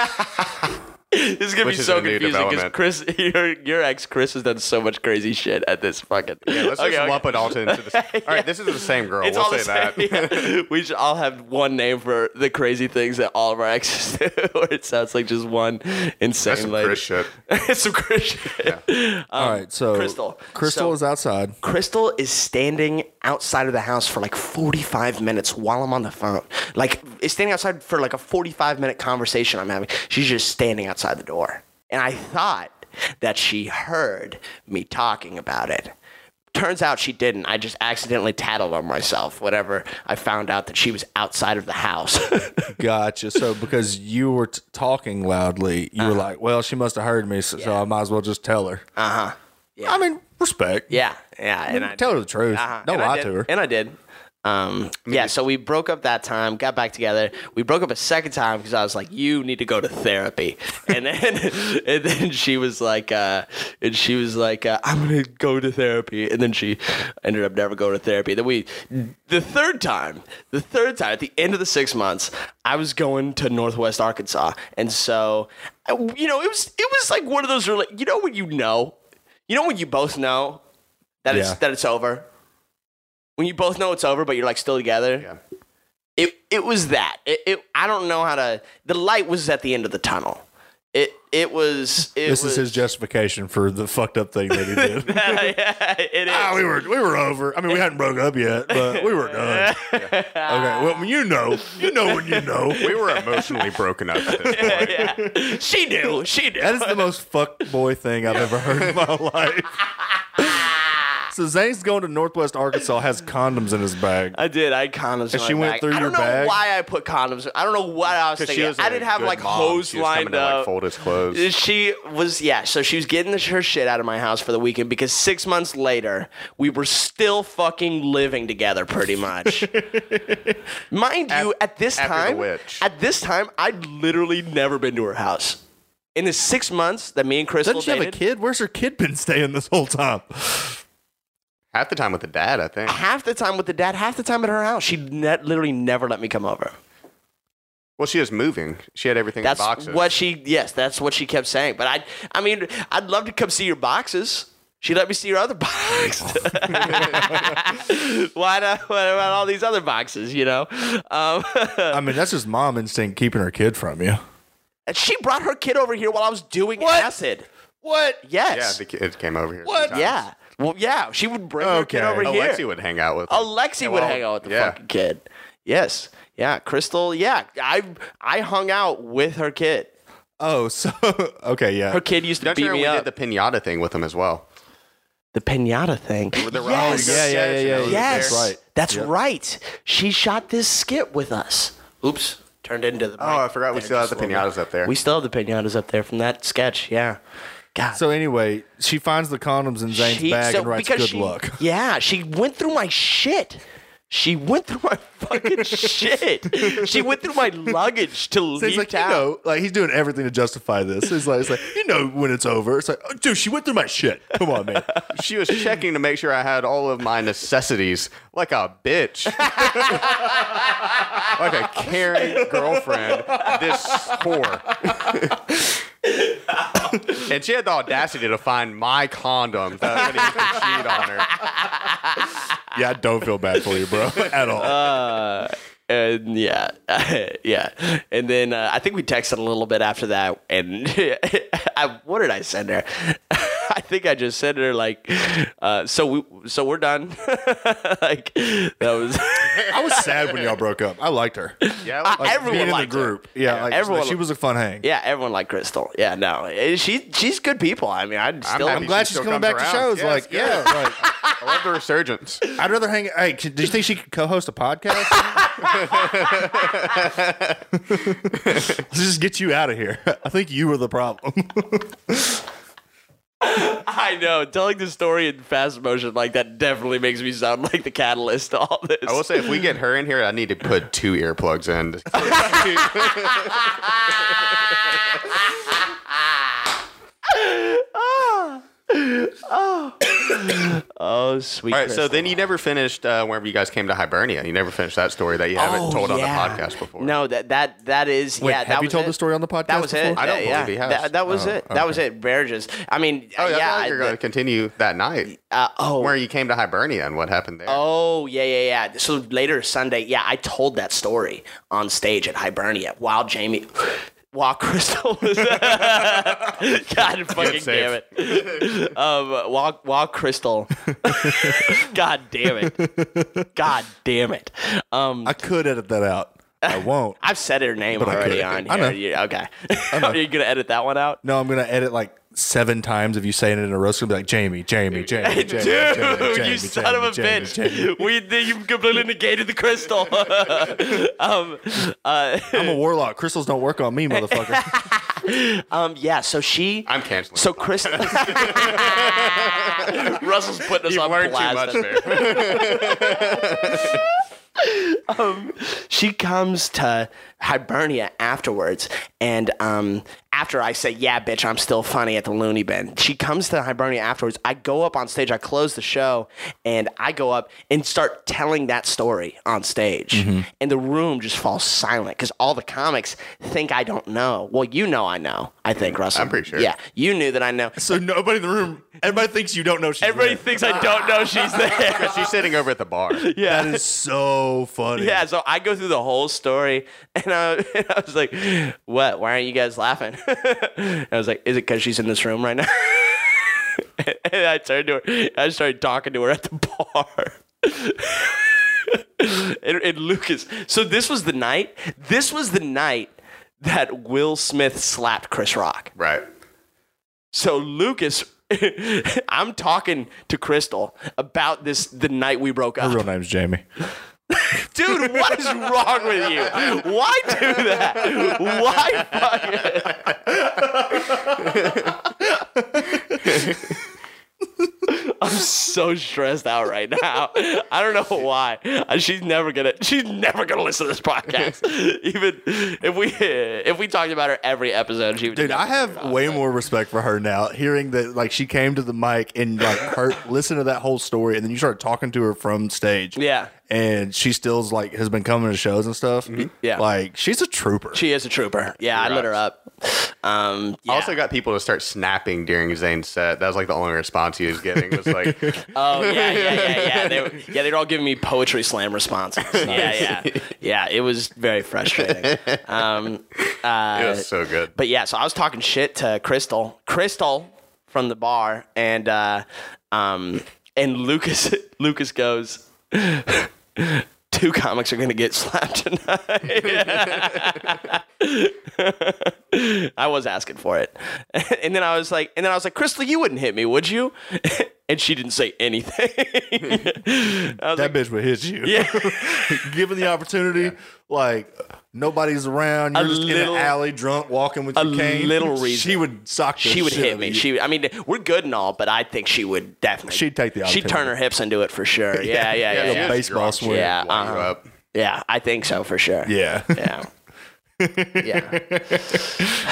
[SPEAKER 1] This is gonna be
[SPEAKER 3] which is
[SPEAKER 1] so
[SPEAKER 3] a new
[SPEAKER 1] confusing because
[SPEAKER 3] development.
[SPEAKER 1] Chris, your your ex Chris has done so much crazy shit at this fucking.
[SPEAKER 3] Yeah, let's just lump it all to into the. All right, this is the same girl.
[SPEAKER 1] It's
[SPEAKER 3] we'll
[SPEAKER 1] all
[SPEAKER 3] say
[SPEAKER 1] the same.
[SPEAKER 3] that.
[SPEAKER 1] yeah. We should all have one name for the crazy things that all of our exes do. Or it sounds like just one insane
[SPEAKER 3] That's some
[SPEAKER 1] lady.
[SPEAKER 3] Chris shit.
[SPEAKER 1] it's some Chris shit.
[SPEAKER 2] All right, so
[SPEAKER 1] Um, Crystal.
[SPEAKER 2] Crystal
[SPEAKER 1] So-
[SPEAKER 2] is outside.
[SPEAKER 1] Crystal is standing outside of the house for like 45 minutes while I'm on the phone. Like, is standing outside for like a 45 minute conversation I'm having. She's just standing outside the door. And I thought that she heard me talking about it. Turns out she didn't. I just accidentally tattled on myself whenever I found out that she was outside of the house.
[SPEAKER 2] Gotcha. So because you were t- talking loudly, you were
[SPEAKER 1] Uh-huh.
[SPEAKER 2] like, "Well, she must have heard me, so, so I might as well just tell her." Uh huh.
[SPEAKER 1] Uh-huh. Yeah.
[SPEAKER 2] I mean, respect.
[SPEAKER 1] yeah, yeah. And I
[SPEAKER 2] Tell her the truth.
[SPEAKER 1] Uh-huh.
[SPEAKER 2] Don't
[SPEAKER 1] And I
[SPEAKER 2] lie
[SPEAKER 1] did-
[SPEAKER 2] to her.
[SPEAKER 1] And I did. Um, yeah, so we broke up that time, got back together. We broke up a second time because I was like, "You need to go to therapy," and then and then she was like, uh, and she was like, uh, "I'm gonna go to therapy," and then she ended up never going to therapy. Then we, the third time, the third time at the end of the six months, I was going to Northwest Arkansas, and so I- you know it was it was like one of those rela- you know when you know, you know when you both know that
[SPEAKER 2] Yeah.
[SPEAKER 1] it's that it's over when you both know it's over, but you're like still together. It it was that. It, it I don't know how to. The light was at the end of the tunnel. It it was. It
[SPEAKER 2] this
[SPEAKER 1] was,
[SPEAKER 2] is his justification for the fucked up thing that he did.
[SPEAKER 1] yeah, it is.
[SPEAKER 2] ah, we were we were over. I mean, we hadn't broke up yet, but we were done. Okay. Well, you know, you know when you know.
[SPEAKER 3] We were emotionally broken up at this point.
[SPEAKER 1] she knew. She knew.
[SPEAKER 2] That is the most fuck boy thing I've ever heard in my life. so Zane's going to Northwest Arkansas, has condoms in his bag.
[SPEAKER 1] I did. I had condoms. in
[SPEAKER 2] she
[SPEAKER 1] my
[SPEAKER 2] went
[SPEAKER 1] bag.
[SPEAKER 2] through
[SPEAKER 1] I
[SPEAKER 2] your
[SPEAKER 1] don't know
[SPEAKER 2] bag?
[SPEAKER 1] why I put condoms. I don't know what I was
[SPEAKER 3] 'Cause she
[SPEAKER 1] thinking.
[SPEAKER 3] was
[SPEAKER 1] I
[SPEAKER 3] a
[SPEAKER 1] didn't have
[SPEAKER 3] good
[SPEAKER 1] like
[SPEAKER 3] mom.
[SPEAKER 1] hose
[SPEAKER 3] She was coming
[SPEAKER 1] lined
[SPEAKER 3] to, like,
[SPEAKER 1] up.
[SPEAKER 3] fold his clothes.
[SPEAKER 1] She was yeah. So she was getting the- her shit out of my house for the weekend because six months later we were still fucking living together, pretty much. Mind you, at this
[SPEAKER 3] after the
[SPEAKER 1] time,
[SPEAKER 3] witch.
[SPEAKER 1] at this time, I'd literally never been to her house. In the six months that me and Crystal
[SPEAKER 2] Doesn't she have a
[SPEAKER 1] dated-
[SPEAKER 2] kid? Where's her kid been staying this whole time?
[SPEAKER 1] Uh,
[SPEAKER 3] Half the time with the dad, I think.
[SPEAKER 1] half the time with the dad, half the time at her house, she ne- literally never let me come over.
[SPEAKER 3] Well, she was moving. She had everything
[SPEAKER 1] That's
[SPEAKER 3] in boxes.
[SPEAKER 1] what she. Yes, that's what she kept saying. But I, I mean, I'd love to come see your boxes. She let me see your other box. why not? What about all these other boxes? You know, um,
[SPEAKER 2] I mean, that's just mom instinct keeping her kid from you.
[SPEAKER 1] and she brought her kid over here while I was doing acid.
[SPEAKER 2] What?
[SPEAKER 3] yeah,
[SPEAKER 1] Yes.
[SPEAKER 3] the kid came over here.
[SPEAKER 2] What?
[SPEAKER 3] sometimes.
[SPEAKER 1] Yeah. Well, yeah. She would bring her kid
[SPEAKER 2] Okay.
[SPEAKER 1] over here.
[SPEAKER 3] Alexi would hang out with. him.
[SPEAKER 1] Alexi
[SPEAKER 3] Yeah,
[SPEAKER 1] would
[SPEAKER 3] well,
[SPEAKER 1] hang out with the
[SPEAKER 3] yeah.
[SPEAKER 1] fucking kid. Yes. Yeah. Crystal. Yeah. I I hung out with her kid.
[SPEAKER 2] Oh, so okay, yeah.
[SPEAKER 1] Her kid used to
[SPEAKER 3] Don't you
[SPEAKER 1] beat
[SPEAKER 3] remember
[SPEAKER 1] me
[SPEAKER 3] we
[SPEAKER 1] up.
[SPEAKER 3] did the pinata thing with him as well?
[SPEAKER 1] the pinata thing.
[SPEAKER 3] the rock
[SPEAKER 1] yes.
[SPEAKER 3] goes- Yeah, yeah, yeah, yeah, yeah.
[SPEAKER 1] Yes.
[SPEAKER 2] That's right.
[SPEAKER 1] That's
[SPEAKER 2] Yep.
[SPEAKER 1] right. She shot this skit with us. Oops. Turned into the. mic
[SPEAKER 3] Oh, I forgot we
[SPEAKER 1] there
[SPEAKER 3] still have
[SPEAKER 1] just
[SPEAKER 3] the
[SPEAKER 1] a little
[SPEAKER 3] pinatas up there.
[SPEAKER 1] bit. We still have the pinatas up there from that sketch. Yeah. God.
[SPEAKER 2] So anyway, she finds the condoms in Zane's
[SPEAKER 1] she-
[SPEAKER 2] bag
[SPEAKER 1] so-
[SPEAKER 2] and writes
[SPEAKER 1] because
[SPEAKER 2] good
[SPEAKER 1] she-
[SPEAKER 2] luck.
[SPEAKER 1] Yeah, she went through my shit. She went through my fucking shit. She went through my luggage to
[SPEAKER 2] So
[SPEAKER 1] leave
[SPEAKER 2] he's like, you
[SPEAKER 1] town.
[SPEAKER 2] know, like he's doing everything to justify this. He's like, it's like, you know, when it's over, it's like, oh, dude, she went through my shit. Come on, man.
[SPEAKER 3] She was checking to make sure I had all of my necessities like a bitch. like a caring girlfriend, this whore. and she had the audacity to find my condom that I didn't even cheat on her.
[SPEAKER 2] Yeah, I don't feel bad for you, bro, at all.
[SPEAKER 1] and yeah, yeah. And then uh, I think we texted a little bit after that. And I, what did I send her? I think I just sent her like, uh, so we, so we're done. like that was
[SPEAKER 2] I was sad when y'all broke up. I liked her.
[SPEAKER 3] Yeah, like,
[SPEAKER 1] I- everyone
[SPEAKER 2] Being in the
[SPEAKER 1] liked her.
[SPEAKER 2] group. Yeah, like,
[SPEAKER 1] everyone
[SPEAKER 2] She
[SPEAKER 1] li-
[SPEAKER 2] was a fun hang.
[SPEAKER 1] yeah, everyone liked Crystal. Yeah, no, eh, she she's good people. I mean, I'd still
[SPEAKER 3] happy
[SPEAKER 2] I'm glad
[SPEAKER 3] She
[SPEAKER 2] she's
[SPEAKER 3] still
[SPEAKER 2] coming
[SPEAKER 3] comes
[SPEAKER 2] back
[SPEAKER 3] around.
[SPEAKER 2] to shows.
[SPEAKER 3] Yeah,
[SPEAKER 2] like,
[SPEAKER 3] it's good.
[SPEAKER 2] yeah, like,
[SPEAKER 3] I love the resurgence.
[SPEAKER 2] I'd rather hang. Hey, c- do you think she could co-host a podcast? Let's just get you out of here. I think you were the problem.
[SPEAKER 1] I know telling the story in fast motion like that definitely makes me sound like the catalyst to all this.
[SPEAKER 3] I will say, if we get her in here, I need to put two earplugs in.
[SPEAKER 1] oh sweet.
[SPEAKER 3] All right, so
[SPEAKER 1] Crystal.
[SPEAKER 3] then you never finished uh, whenever you guys came to Hibernia. You never finished that story that you haven't
[SPEAKER 1] Oh,
[SPEAKER 3] told
[SPEAKER 1] yeah.
[SPEAKER 3] on the podcast before.
[SPEAKER 1] No, that that that is
[SPEAKER 2] Wait,
[SPEAKER 1] yeah.
[SPEAKER 2] have
[SPEAKER 1] that
[SPEAKER 2] you
[SPEAKER 1] was
[SPEAKER 2] told
[SPEAKER 1] it.
[SPEAKER 2] the story on the podcast
[SPEAKER 1] That was it.
[SPEAKER 2] before?
[SPEAKER 3] I don't
[SPEAKER 1] yeah,
[SPEAKER 3] believe
[SPEAKER 1] yeah.
[SPEAKER 3] he has.
[SPEAKER 1] That, that was it. That was it. Barrages. I mean,
[SPEAKER 3] Oh, yeah,
[SPEAKER 1] yeah.
[SPEAKER 3] I thought you were
[SPEAKER 1] the-
[SPEAKER 3] going to continue that night
[SPEAKER 1] uh, oh,
[SPEAKER 3] where you came to Hibernia and what happened there.
[SPEAKER 1] Oh yeah, yeah, yeah. So later Sunday, yeah, I told that story on stage at Hibernia while Jamie, while Crystal was, God fucking damn
[SPEAKER 3] save.
[SPEAKER 1] it, um, while while Crystal, God damn it, God damn it, um,
[SPEAKER 2] I could edit that out. I won't.
[SPEAKER 1] I've said her name
[SPEAKER 2] I
[SPEAKER 1] already
[SPEAKER 2] could.
[SPEAKER 1] on here.
[SPEAKER 2] I know.
[SPEAKER 1] You- okay, are you gonna edit that one out?
[SPEAKER 2] No, I'm gonna edit like seven times of you saying it in a row. It's gonna be like Jamie, Jamie, Jamie, Jamie,
[SPEAKER 1] Dude,
[SPEAKER 2] Jamie, Jamie,
[SPEAKER 1] you
[SPEAKER 2] Jamie,
[SPEAKER 1] son
[SPEAKER 2] Jamie,
[SPEAKER 1] of a
[SPEAKER 2] Jamie,
[SPEAKER 1] bitch!
[SPEAKER 2] Jamie.
[SPEAKER 1] We you completely negated the crystal. um, uh,
[SPEAKER 2] I'm a warlock. Crystals don't work on me, motherfucker.
[SPEAKER 1] um, yeah. So she.
[SPEAKER 3] I'm canceling.
[SPEAKER 1] So Chris Russell's putting us
[SPEAKER 3] you
[SPEAKER 1] on
[SPEAKER 3] learned too
[SPEAKER 1] blast.
[SPEAKER 3] much there.
[SPEAKER 1] She comes to Hibernia afterwards, and um, after I say, "Yeah, bitch, I'm still funny at the Looney Bin," she comes to Hibernia afterwards. I go up on stage, I close the show, and I go up and start telling that story on stage, and the room just falls silent because all the comics think I don't know. Well, you know I know. I think Russell.
[SPEAKER 3] I'm pretty sure.
[SPEAKER 1] Yeah, you knew that I know.
[SPEAKER 2] so nobody in the room, everybody thinks you don't know she's
[SPEAKER 1] Everybody
[SPEAKER 2] there.
[SPEAKER 1] thinks I don't know she's there.
[SPEAKER 3] She's sitting over at the bar.
[SPEAKER 1] Yeah.
[SPEAKER 2] That is so funny.
[SPEAKER 1] Yeah, so I go through the whole story, and I, and I was like, "What? Why aren't you guys laughing?" And I was like, "Is it because she's in this room right now?" and I turned to her. I started talking to her at the bar. and, and Lucas. So this was the night. This was the night that Will Smith slapped Chris Rock.
[SPEAKER 3] Right.
[SPEAKER 1] So Lucas. I'm talking to Crystal about this the night we broke up
[SPEAKER 2] Her real name's Jamie.
[SPEAKER 1] dude, what is wrong with you? Why do that? Why fucking? I'm so stressed out right now. I don't know why. Uh, She's never gonna. She's never gonna listen to this podcast. Even if we if we talked about her every episode, she would.
[SPEAKER 2] Dude, I have
[SPEAKER 1] Oh,
[SPEAKER 2] way more respect for her now. Hearing that, like, she came to the mic and like her listen to that whole story, and then you start talking to her from stage.
[SPEAKER 1] Yeah. Mm-hmm.
[SPEAKER 2] and she still's like has been coming to shows and stuff.
[SPEAKER 1] Yeah.
[SPEAKER 2] like she's a trooper.
[SPEAKER 1] She is a trooper. Yeah, I lit her up. Um, yeah.
[SPEAKER 3] I also got people to start snapping during Zane's set. That was like the only response he was getting was like,
[SPEAKER 1] Oh yeah, yeah, yeah, yeah. They were, yeah, they're all giving me poetry slam responses. Yeah, yeah, yeah. It was very frustrating. Um,
[SPEAKER 3] it was so good.
[SPEAKER 1] but yeah, so I was talking shit to Crystal, Crystal from the bar, and uh, um, and Lucas, Lucas goes. Two comics are gonna get slapped tonight. I was asking for it, and then I was like, and then I was like, Crystal, you wouldn't hit me, would you? and she didn't say anything. I was like,
[SPEAKER 2] That bitch would hit you.
[SPEAKER 1] yeah.
[SPEAKER 2] Given the opportunity, like nobody's around, you're
[SPEAKER 1] A
[SPEAKER 2] just in
[SPEAKER 1] little-
[SPEAKER 2] an alley drunk, walking with
[SPEAKER 1] a
[SPEAKER 2] your cane.
[SPEAKER 1] little
[SPEAKER 2] She
[SPEAKER 1] reason.
[SPEAKER 2] would sock. The
[SPEAKER 1] she would
[SPEAKER 2] shit out
[SPEAKER 1] hit
[SPEAKER 2] of
[SPEAKER 1] me.
[SPEAKER 2] you.
[SPEAKER 1] She, I mean, we're good and all, but I think she would definitely.
[SPEAKER 2] She'd take the
[SPEAKER 1] She'd turn
[SPEAKER 2] opportunity.
[SPEAKER 1] her hips into it for sure. Yeah, yeah, yeah.
[SPEAKER 2] Yeah,
[SPEAKER 1] Yeah,
[SPEAKER 2] yeah.
[SPEAKER 1] yeah.
[SPEAKER 2] baseball swing.
[SPEAKER 1] Yeah,
[SPEAKER 3] Line you
[SPEAKER 1] uh-huh.
[SPEAKER 3] up.
[SPEAKER 1] I think so for sure.
[SPEAKER 2] Yeah.
[SPEAKER 1] yeah, yeah.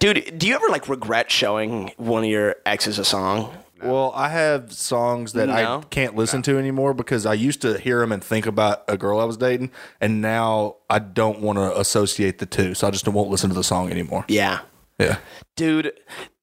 [SPEAKER 1] Dude, do you ever like regret showing one of your exes a song?
[SPEAKER 2] Well, I have songs that I
[SPEAKER 1] No.
[SPEAKER 2] can't listen to anymore because I used to hear them and think about a girl I was dating, and now I don't want to associate the two, so I just won't listen to the song anymore.
[SPEAKER 1] Yeah.
[SPEAKER 2] Yeah,
[SPEAKER 1] Dude,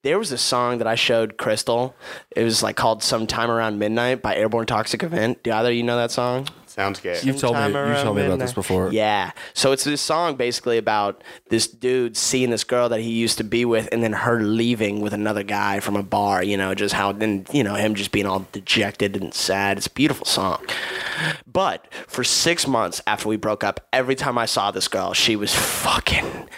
[SPEAKER 1] there was a song that I showed Crystal. It was like called "Sometime Around Midnight" by Airborne Toxic Event. Do either of you know that song?
[SPEAKER 3] Sounds gay.
[SPEAKER 2] you've told me
[SPEAKER 1] Sometime
[SPEAKER 2] you've told me
[SPEAKER 1] around
[SPEAKER 2] about this
[SPEAKER 1] midnight.
[SPEAKER 2] before.
[SPEAKER 1] Yeah. So it's this song basically about this dude seeing this girl that he used to be with and then her leaving with another guy from a bar, you know, just how then, you know, him just being all dejected and sad. It's a beautiful song. But for six months after we broke up, every time I saw this girl, she was fucking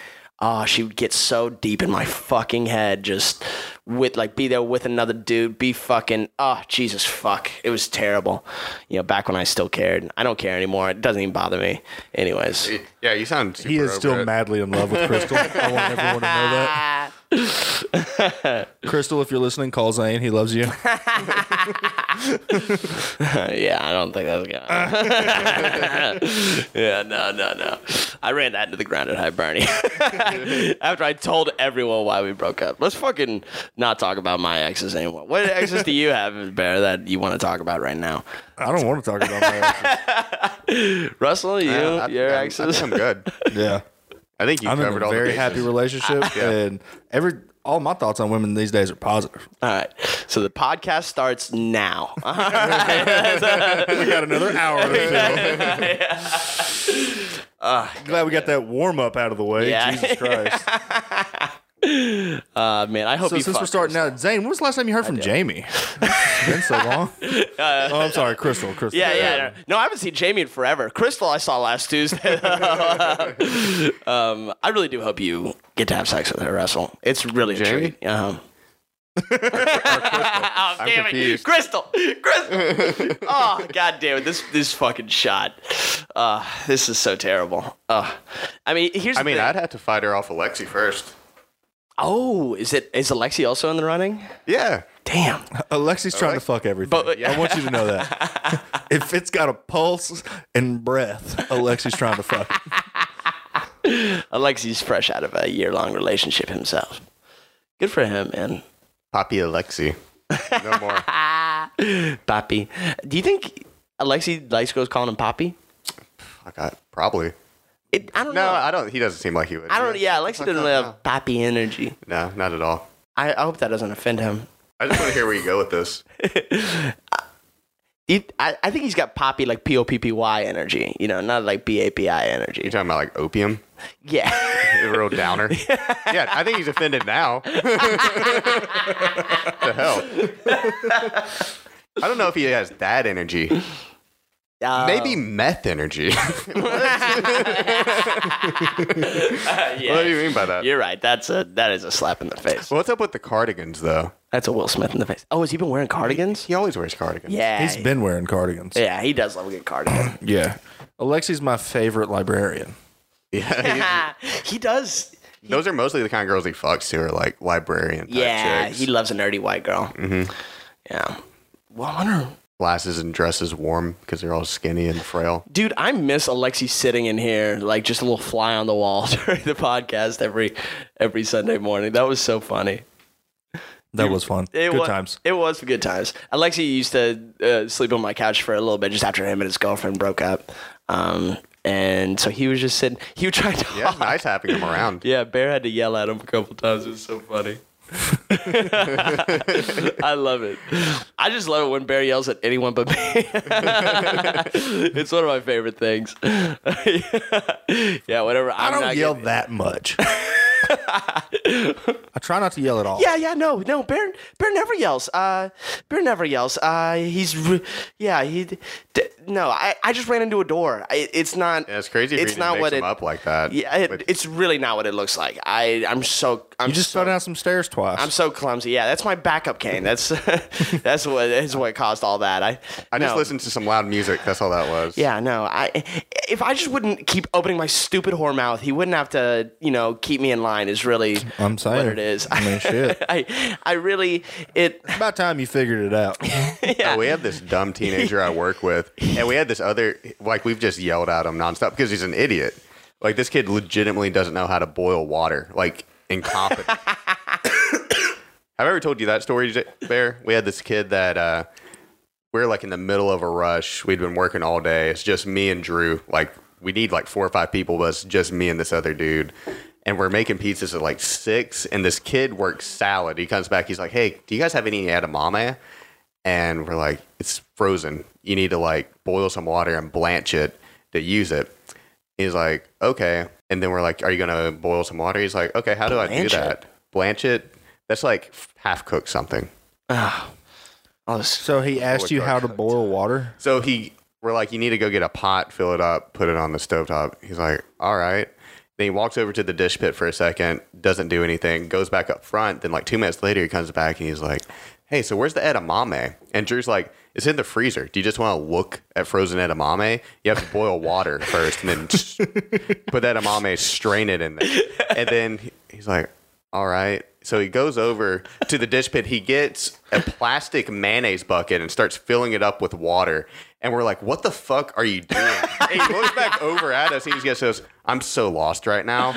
[SPEAKER 1] Oh, she would get so deep in my fucking head, just with like be there with another dude, be fucking oh Jesus fuck. It was terrible. You know, back when I still cared. I don't care anymore. It doesn't even bother me. Anyways.
[SPEAKER 3] Yeah, you sound. Super
[SPEAKER 2] He is
[SPEAKER 3] over
[SPEAKER 2] still
[SPEAKER 3] it.
[SPEAKER 2] madly in love with Crystal. I want everyone to know that. Crystal, if you're listening, call Zane. He loves you.
[SPEAKER 1] yeah, I don't think that's gonna Yeah, no, no, no. I ran that into the ground at Hibernia. After I told everyone why we broke up. Let's fucking not talk about my exes anymore. What exes do you have, Bear, that you want to talk about right now?
[SPEAKER 2] I don't want to talk about that.
[SPEAKER 1] Russell, you,
[SPEAKER 3] Yeah, I-
[SPEAKER 1] your
[SPEAKER 3] I- I
[SPEAKER 1] exes?
[SPEAKER 3] think I'm good.
[SPEAKER 2] Yeah.
[SPEAKER 3] I think you
[SPEAKER 2] I'm
[SPEAKER 3] covered
[SPEAKER 2] in a
[SPEAKER 3] all
[SPEAKER 2] very
[SPEAKER 3] the
[SPEAKER 2] happy
[SPEAKER 3] bases.
[SPEAKER 2] relationship,
[SPEAKER 3] Yeah.
[SPEAKER 2] and every all my thoughts on women these days are positive.
[SPEAKER 1] All right. So the podcast starts now.
[SPEAKER 3] Uh,
[SPEAKER 2] we got another hour. To fill. Glad we got that warm up out of the way.
[SPEAKER 1] Ah, Yeah.
[SPEAKER 2] Jesus Christ.
[SPEAKER 1] Uh, man, I hope
[SPEAKER 2] so
[SPEAKER 1] you
[SPEAKER 2] since we're
[SPEAKER 1] fuck
[SPEAKER 2] starting out, Zane, when was the last time you heard from Jamie? it's been so long. oh, I'm sorry, Crystal. Crystal.
[SPEAKER 1] Uh, Yeah, yeah, yeah. No, I haven't seen Jamie in forever. Crystal, I saw last Tuesday. um, I really do hope you get to have sex with her, Russell. It's really a
[SPEAKER 3] Jamie?
[SPEAKER 1] treat. Um, oh, damn it.
[SPEAKER 3] confused.
[SPEAKER 1] Crystal! Crystal! oh, god damn it. This this fucking shot. Uh, this is so terrible. Uh, I mean, here's
[SPEAKER 3] I
[SPEAKER 1] the
[SPEAKER 3] mean,
[SPEAKER 1] thing.
[SPEAKER 3] I'd have to fight her off Alexi first.
[SPEAKER 1] Oh, is it is Alexi also in the running?
[SPEAKER 3] Yeah.
[SPEAKER 1] Damn.
[SPEAKER 2] Uh, Alexi's trying to fuck everything.
[SPEAKER 1] But-
[SPEAKER 2] I want you to know that. if it's got a pulse and breath, Alexi's trying to fuck. it.
[SPEAKER 1] Alexi's fresh out of a year long relationship himself. Good for him, man.
[SPEAKER 3] Poppy Alexi. No more.
[SPEAKER 1] Poppy. Do you think Alexi likes girls calling him Poppy?
[SPEAKER 3] I got probably.
[SPEAKER 1] It, I don't
[SPEAKER 3] No,
[SPEAKER 1] know. I,
[SPEAKER 3] I don't. He doesn't seem like he would.
[SPEAKER 1] don't. Yeah, Alexi doesn't have Poppy energy.
[SPEAKER 3] No, not at all.
[SPEAKER 1] I, I hope that doesn't offend him.
[SPEAKER 3] I just want to hear where you go with this.
[SPEAKER 1] He, I, I think he's got Poppy like P O P P Y energy. You know, not like B A P I energy.
[SPEAKER 3] You're talking about like opium,
[SPEAKER 1] Yeah.
[SPEAKER 3] a real downer. yeah, I think he's offended now. the hell. I don't know if he has that energy.
[SPEAKER 1] Uh,
[SPEAKER 3] Maybe meth energy. What do
[SPEAKER 1] Yeah.
[SPEAKER 3] you mean by that?
[SPEAKER 1] You're right. That's a that is a slap in the face.
[SPEAKER 3] Oh, Well, what's up with the cardigans though?
[SPEAKER 1] That's a Will Smith in the face. Oh, has he been wearing cardigans?
[SPEAKER 3] He always wears cardigans.
[SPEAKER 1] Yeah.
[SPEAKER 2] He's been wearing cardigans.
[SPEAKER 1] Yeah, he does love a good cardigan.
[SPEAKER 2] Yeah. Alexi's my favorite librarian.
[SPEAKER 3] Yeah,
[SPEAKER 1] he does.
[SPEAKER 3] he- those are mostly the kind of girls he fucks who are like librarian. Type
[SPEAKER 1] Yeah,
[SPEAKER 3] chicks.
[SPEAKER 1] he loves a nerdy white girl. Mm-hmm. Yeah. Well, I wonder.
[SPEAKER 3] glasses and dresses warm because they're all skinny and frail.
[SPEAKER 1] Dude, I miss Alexi sitting in here, like just a little fly on the wall during the podcast every every Sunday morning. That was so funny.
[SPEAKER 2] That was fun.
[SPEAKER 1] It
[SPEAKER 2] Good
[SPEAKER 1] wa-
[SPEAKER 2] times.
[SPEAKER 1] It was good times. Alexi used to uh, sleep on my couch for a little bit just after him and his girlfriend broke up. Um, and so he was just sitting. He would try to.
[SPEAKER 3] Yeah, it's nice having him around.
[SPEAKER 1] Yeah, Bear had to yell at him a couple times. It was so funny. I love it. I just love it when Bear yells at anyone but me. it's one of my favorite things. yeah, whatever. I'm
[SPEAKER 2] I don't
[SPEAKER 1] not
[SPEAKER 2] yell
[SPEAKER 1] getting-
[SPEAKER 2] that much. I try not to yell at all.
[SPEAKER 1] yeah, yeah, no, no. Bear, Bear never yells. Uh, Bear never yells. Uh, he's, re- yeah, he. D- no, I, I just ran into a door. I, it's not.
[SPEAKER 3] Yeah, it's crazy. If
[SPEAKER 1] It's
[SPEAKER 3] you
[SPEAKER 1] not
[SPEAKER 3] mix
[SPEAKER 1] what
[SPEAKER 3] them
[SPEAKER 1] it-
[SPEAKER 3] up like that.
[SPEAKER 1] Yeah, it,
[SPEAKER 3] With-
[SPEAKER 1] it's really not what it looks like. I I'm so I'm
[SPEAKER 2] you just
[SPEAKER 1] so-
[SPEAKER 2] fell down some stairs twice.
[SPEAKER 1] I'm so clumsy. Yeah, that's my backup cane. That's that's what is what caused all that. I
[SPEAKER 3] I just
[SPEAKER 1] no.
[SPEAKER 3] listened to some loud music. That's all that was.
[SPEAKER 1] Yeah, no. I if I just wouldn't keep opening my stupid whore mouth, he wouldn't have to, you know, keep me in line. Is really
[SPEAKER 2] I'm saying.
[SPEAKER 1] what it is.
[SPEAKER 2] I mean, shit.
[SPEAKER 1] I I really it.
[SPEAKER 2] About time you figured it out.
[SPEAKER 3] Uh, we have this dumb teenager I work with, and we had this other like we've just yelled at him nonstop because he's an idiot. Like this kid legitimately doesn't know how to boil water. Like incompetent. Have I ever told you that story, J- Bear? We had this kid that uh, we we're like in the middle of a rush. We'd been working all day. It's just me and Drew. Like we need like four or five people, but it's just me and this other dude. And we're making pizzas at like six. And this kid works salad. He comes back. He's like, "Hey, do you guys have any edamame?" and we're like, it's frozen. You need to like boil some water and blanch it to use it. He's like, okay. And then we're like, are you gonna boil some water? He's like, okay. How do I do
[SPEAKER 1] Blanch it?
[SPEAKER 3] that? Blanch it. That's like half cook something.
[SPEAKER 1] Oh, I was
[SPEAKER 2] So he asked you how to boil water.
[SPEAKER 3] So he, we're like, you need to go get a pot, fill it up, put it on the stovetop. He's like, all right. Then he walks over to the dish pit for a second, doesn't do anything, goes back up front. Then like two minutes later, he comes back and he's like, hey, so where's the edamame? And Drew's like, it's in the freezer. Do you just want to look at frozen edamame? You have to boil water first and then put that edamame, strain it in there. And then he- he's like, all right. So he goes over to the dish pit. He gets a plastic mayonnaise bucket and starts filling it up with water. And we're like, what the fuck are you doing? And he looks back over at us. He just goes, I'm so lost right now.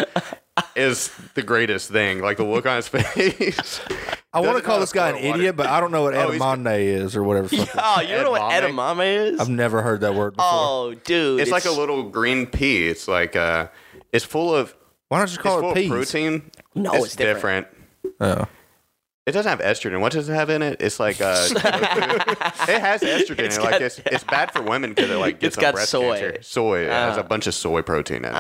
[SPEAKER 3] Is the greatest thing. Like the look on his face.
[SPEAKER 2] I want to
[SPEAKER 3] Doesn't
[SPEAKER 2] call
[SPEAKER 3] know
[SPEAKER 2] this
[SPEAKER 3] how
[SPEAKER 2] guy
[SPEAKER 3] to
[SPEAKER 2] an
[SPEAKER 3] boil water.
[SPEAKER 2] idiot, but I don't know what
[SPEAKER 3] Oh, he's-
[SPEAKER 2] edamame is or whatever. the fuck it-
[SPEAKER 1] Oh, you don't know what
[SPEAKER 3] Edamame?
[SPEAKER 1] edamame is?
[SPEAKER 2] I've never heard that word before.
[SPEAKER 1] oh, dude.
[SPEAKER 3] It's, like a little green pea. It's like, uh, it's full of,
[SPEAKER 2] Why don't you
[SPEAKER 3] it's
[SPEAKER 2] call
[SPEAKER 3] full
[SPEAKER 2] it
[SPEAKER 3] of
[SPEAKER 2] peas?
[SPEAKER 3] protein.
[SPEAKER 1] No, it's different.
[SPEAKER 2] Oh.
[SPEAKER 3] It doesn't have estrogen. What does it have in it? It's like uh, it has estrogen. in it. like it's, it's bad for women because it like gets
[SPEAKER 1] It's got
[SPEAKER 3] breast
[SPEAKER 1] soy. Uh-huh.
[SPEAKER 3] Cancer. Soy it has a bunch of soy protein in it.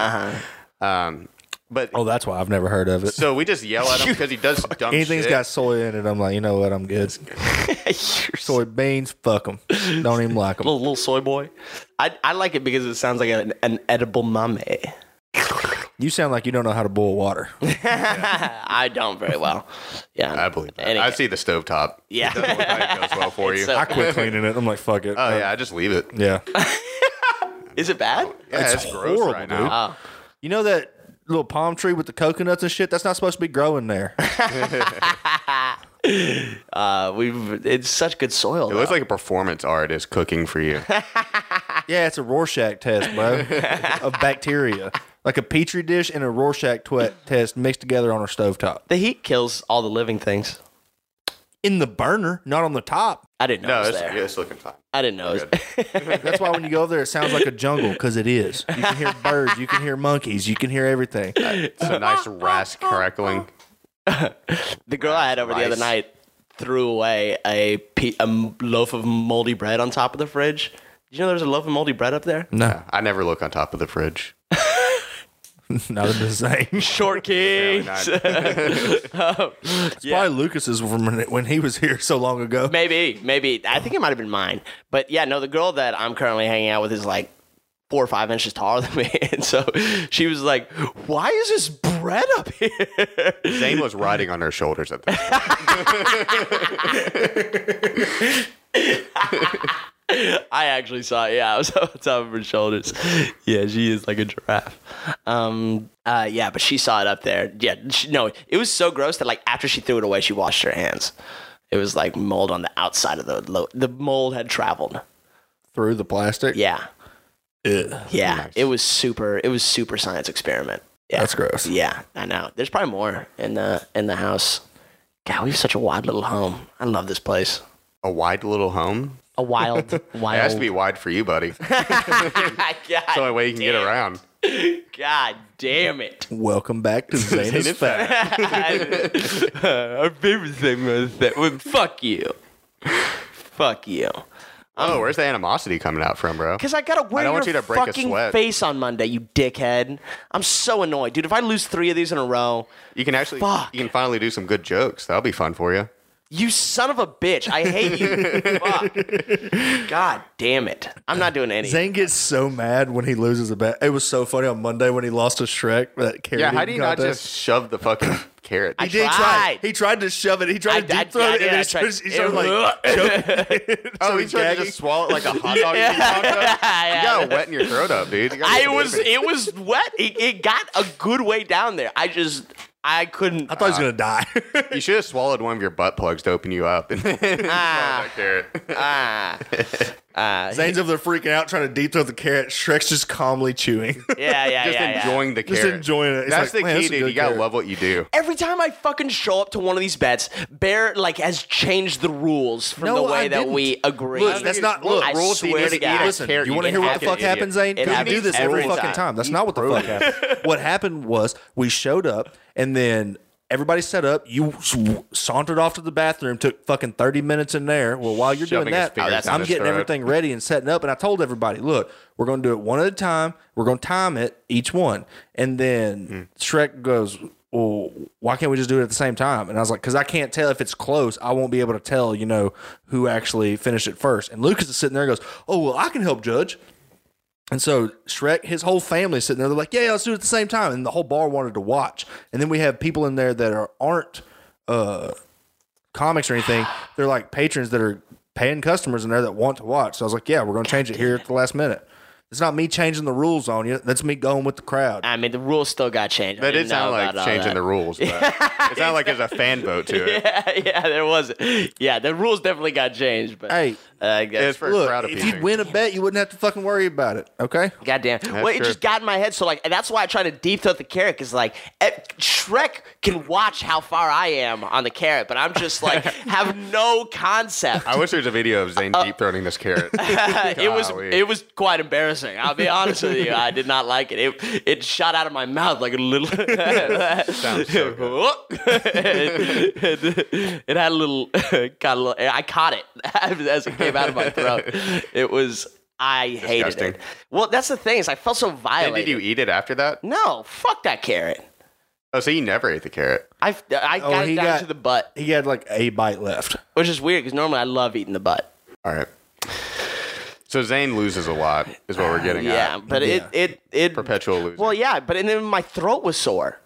[SPEAKER 3] Um, but
[SPEAKER 2] oh, that's why I've never heard of it.
[SPEAKER 3] so we just yell at him because he does dumb
[SPEAKER 2] Anything's
[SPEAKER 3] shit.
[SPEAKER 2] got soy in it, I'm like, you know what? I'm good. Soybeans, fuck them. Don't even like them.
[SPEAKER 1] little, little soy boy. I, I like it because it sounds like an, an edible mame.
[SPEAKER 2] You sound like you don't know how to boil water.
[SPEAKER 1] I don't very well. Yeah.
[SPEAKER 3] I believe that.
[SPEAKER 1] Any-
[SPEAKER 3] I see the stovetop.
[SPEAKER 1] Yeah.
[SPEAKER 3] It doesn't look like it goes well for you.
[SPEAKER 1] so-
[SPEAKER 2] I quit cleaning it. I'm like, fuck it.
[SPEAKER 3] oh
[SPEAKER 2] Uh,
[SPEAKER 3] yeah, I just leave it.
[SPEAKER 2] yeah.
[SPEAKER 1] Is it bad?
[SPEAKER 3] Yeah,
[SPEAKER 2] It's
[SPEAKER 3] it's, gross
[SPEAKER 2] horrible,
[SPEAKER 3] right
[SPEAKER 2] dude.
[SPEAKER 3] now.
[SPEAKER 1] Oh.
[SPEAKER 2] You know that little palm tree with the coconuts and shit? That's not supposed to be growing there.
[SPEAKER 1] Uh, we've it's such good soil.
[SPEAKER 3] It
[SPEAKER 1] though.
[SPEAKER 3] looks like a performance artist cooking for you.
[SPEAKER 2] yeah, it's a Rorschach test, bro, of bacteria. Like a petri dish and a Rorschach twe- test mixed together on our stovetop.
[SPEAKER 1] the heat kills all the living things.
[SPEAKER 2] In the burner, not on the top.
[SPEAKER 1] I didn't know
[SPEAKER 3] No,
[SPEAKER 1] it was
[SPEAKER 3] it's,
[SPEAKER 1] there.
[SPEAKER 3] yeah, it's looking fine.
[SPEAKER 1] I didn't know it was
[SPEAKER 2] That's why when you go over there, it sounds like a jungle because it is. You can hear birds, you can hear monkeys, you can hear everything.
[SPEAKER 3] It's a nice rasp crackling.
[SPEAKER 1] The girl I had over the other
[SPEAKER 3] rice.
[SPEAKER 1] night threw away a, pe- a m- loaf of moldy bread on top of the fridge. Did you know there's a loaf of moldy bread up there?
[SPEAKER 2] No,
[SPEAKER 3] I never look on top of the fridge.
[SPEAKER 2] not the same.
[SPEAKER 1] Short kings.
[SPEAKER 2] Probably Lucas's from when- when he was here so long ago.
[SPEAKER 1] maybe, maybe. I think it might have been mine. But yeah, no, the girl that I'm currently hanging out with is like four or five inches taller than me. And so she was like, Why is this bread up here?
[SPEAKER 3] Zane was riding on her shoulders at the
[SPEAKER 1] I actually saw it. Yeah, I was on top of her shoulders. Yeah, she is like a giraffe. Um, uh, yeah, but she saw it up there. Yeah, she, no, it was so gross that like after she threw it away, she washed her hands. It was like mold on the outside of the lo- the mold had traveled.
[SPEAKER 2] Through the plastic?
[SPEAKER 1] Yeah,
[SPEAKER 2] Ugh,
[SPEAKER 1] yeah, it was super. It was super science experiment. Yeah,
[SPEAKER 2] that's gross.
[SPEAKER 1] Yeah, I know. There's probably more in the in the house. God, we have such a wide little home. I love this place.
[SPEAKER 3] a wide little home.
[SPEAKER 1] A wild,
[SPEAKER 3] It has
[SPEAKER 1] wild.
[SPEAKER 3] to be wide for you, buddy. That's
[SPEAKER 1] God,
[SPEAKER 3] the only way you can get around.
[SPEAKER 1] God damn it.
[SPEAKER 2] Welcome back to Zane's
[SPEAKER 3] Zane's
[SPEAKER 2] Fact.
[SPEAKER 1] Our favorite thing was that. Well, fuck you. Fuck you. Um,
[SPEAKER 3] Oh, where's the animosity coming out from, bro?
[SPEAKER 1] Because I gotta wear
[SPEAKER 3] I
[SPEAKER 1] your
[SPEAKER 3] don't want you to break a
[SPEAKER 1] fucking
[SPEAKER 3] sweat.
[SPEAKER 1] face on Monday, you dickhead. I'm so annoyed, dude. If I lose three of these in a row,
[SPEAKER 3] You can actually,
[SPEAKER 1] Fuck.
[SPEAKER 3] you can finally do some good jokes. That'll be fun for you.
[SPEAKER 1] you son of a bitch. I hate you. Fuck. God damn it. I'm not doing any.
[SPEAKER 2] Zane gets so mad when he loses a bet. It was so funny on Monday when he lost to Shrek. That
[SPEAKER 3] Yeah, how do you not
[SPEAKER 2] contest.
[SPEAKER 3] just shove the fucking carrot.
[SPEAKER 1] I
[SPEAKER 3] I,
[SPEAKER 1] did-
[SPEAKER 2] did try.
[SPEAKER 1] tried.
[SPEAKER 2] He tried to shove it. He tried to
[SPEAKER 1] I- I-
[SPEAKER 2] deep throat
[SPEAKER 1] I
[SPEAKER 2] it,
[SPEAKER 1] did,
[SPEAKER 2] and
[SPEAKER 1] I
[SPEAKER 2] he
[SPEAKER 1] tried.
[SPEAKER 2] started, he started like choking.
[SPEAKER 3] oh,
[SPEAKER 2] So
[SPEAKER 3] you
[SPEAKER 2] he's
[SPEAKER 3] tried to
[SPEAKER 2] gagging.
[SPEAKER 3] just swallow it like a hot dog. yeah. You gotta wet in your throat up, dude. You gotta
[SPEAKER 1] I
[SPEAKER 3] get
[SPEAKER 1] was
[SPEAKER 3] moving.
[SPEAKER 1] it was wet. It, it got a good way down there. I just I couldn't.
[SPEAKER 2] I thought he was gonna die.
[SPEAKER 3] You should have swallowed one of your butt plugs to open you up. and swallowed that carrot.
[SPEAKER 1] ah, ah,
[SPEAKER 2] Zane's over there freaking out, trying to deep throat the carrot. Shrek's just calmly chewing.
[SPEAKER 1] yeah, yeah,
[SPEAKER 3] just
[SPEAKER 1] yeah, yeah.
[SPEAKER 3] enjoying the carrot.
[SPEAKER 2] Just enjoying it. It's
[SPEAKER 3] That's
[SPEAKER 2] like,
[SPEAKER 3] the
[SPEAKER 2] man,
[SPEAKER 3] key,
[SPEAKER 2] that's a
[SPEAKER 3] dude.
[SPEAKER 2] good
[SPEAKER 3] You gotta
[SPEAKER 2] carrot.
[SPEAKER 3] love what you do.
[SPEAKER 1] Every time I fucking show up to one of these bets, Bear like has changed the rules from
[SPEAKER 2] No,
[SPEAKER 1] the way
[SPEAKER 2] I
[SPEAKER 1] that
[SPEAKER 2] didn't.
[SPEAKER 1] we agree.
[SPEAKER 2] Look, that's not look.
[SPEAKER 1] I
[SPEAKER 3] rules do you
[SPEAKER 1] swear
[SPEAKER 3] need
[SPEAKER 1] to
[SPEAKER 3] to
[SPEAKER 1] God.
[SPEAKER 3] eat?
[SPEAKER 2] Listen,
[SPEAKER 3] carrot,
[SPEAKER 2] you want to
[SPEAKER 3] you
[SPEAKER 2] hear what
[SPEAKER 3] have
[SPEAKER 2] the
[SPEAKER 3] to
[SPEAKER 2] fuck
[SPEAKER 3] eat it.
[SPEAKER 2] happened, Zane?
[SPEAKER 1] It
[SPEAKER 2] Because we do
[SPEAKER 1] happens
[SPEAKER 2] this every
[SPEAKER 1] every
[SPEAKER 2] fucking
[SPEAKER 1] time.
[SPEAKER 2] time. That's not what the fuck happened. What happened was we showed up and then everybody set up. You sw- sauntered off to the bathroom, took fucking 30 minutes in there. Well, while you're
[SPEAKER 3] Shoving
[SPEAKER 2] doing
[SPEAKER 3] his
[SPEAKER 2] that,
[SPEAKER 3] fingers down
[SPEAKER 2] I'm
[SPEAKER 3] his
[SPEAKER 2] getting
[SPEAKER 3] throat.
[SPEAKER 2] everything ready and setting up. And I told everybody, look, we're going to do it one at a time. We're going to time it, each one. And then
[SPEAKER 3] Hmm.
[SPEAKER 2] Shrek goes, well, why can't we just do it at the same time? And I was like, because I can't tell if it's close. I won't be able to tell, you know, who actually finished it first. And Lucas is sitting there and goes, oh, well, I can help judge. And so Shrek, his whole family is sitting there. They're like, "Yeah, yeah, let's do it at the same time." And the whole bar wanted to watch. And then we have people in there that are aren't uh, comics or anything. They're like patrons that are paying customers in there that want to watch. So I was like, "Yeah, we're going to change it here at the last minute." It's not me changing the rules on you. That's me going with the crowd.
[SPEAKER 1] I mean, the rules still got changed. I
[SPEAKER 3] That
[SPEAKER 1] didn't
[SPEAKER 3] did sound
[SPEAKER 1] know
[SPEAKER 3] like
[SPEAKER 1] about all
[SPEAKER 3] changing
[SPEAKER 1] that.
[SPEAKER 3] the rules, but it sounded like there's a fan vote to it.
[SPEAKER 1] Yeah, yeah, there was. Yeah, the rules definitely got changed. But
[SPEAKER 2] Hey,
[SPEAKER 1] uh, I guess-
[SPEAKER 3] It's for
[SPEAKER 2] Look,
[SPEAKER 3] crowd
[SPEAKER 2] if
[SPEAKER 3] appeasing.
[SPEAKER 2] you'd win a bet, you wouldn't have to fucking worry about it. Okay?
[SPEAKER 1] Goddamn. Well, it
[SPEAKER 3] true.
[SPEAKER 1] just got in my head. So, like, and that's why I try to deep throat the carrot because, like, eh, Shrek can watch how far I am on the carrot, but I'm just like, have no concept.
[SPEAKER 3] I wish there was a video of Zane deep throating this carrot.
[SPEAKER 1] Oh. it was
[SPEAKER 3] Golly.
[SPEAKER 1] it was quite embarrassing. I'll be honest with you. I did not like it. It it shot out of my mouth like a little.
[SPEAKER 3] Sounds so good.
[SPEAKER 1] it, it- it had a little. Got a little. I caught it as it came out of my throat. It was. I hated
[SPEAKER 3] Disgusting.
[SPEAKER 1] it. Well, that's the thing is, I felt so
[SPEAKER 3] And
[SPEAKER 1] violated.
[SPEAKER 3] did you eat it after that?
[SPEAKER 1] No, fuck that carrot.
[SPEAKER 3] Oh, so you never ate the carrot.
[SPEAKER 1] I, I
[SPEAKER 2] Oh,
[SPEAKER 1] got
[SPEAKER 2] he
[SPEAKER 1] it down
[SPEAKER 2] got-
[SPEAKER 1] to the butt,
[SPEAKER 2] He had like a bite left.
[SPEAKER 1] which is weird because normally I love eating the butt.
[SPEAKER 3] All right. So Zane loses a lot, is what we're getting
[SPEAKER 1] Yeah,
[SPEAKER 3] at.
[SPEAKER 1] but it it it
[SPEAKER 3] Perpetual loser.
[SPEAKER 1] Well, yeah, but and then my throat was sore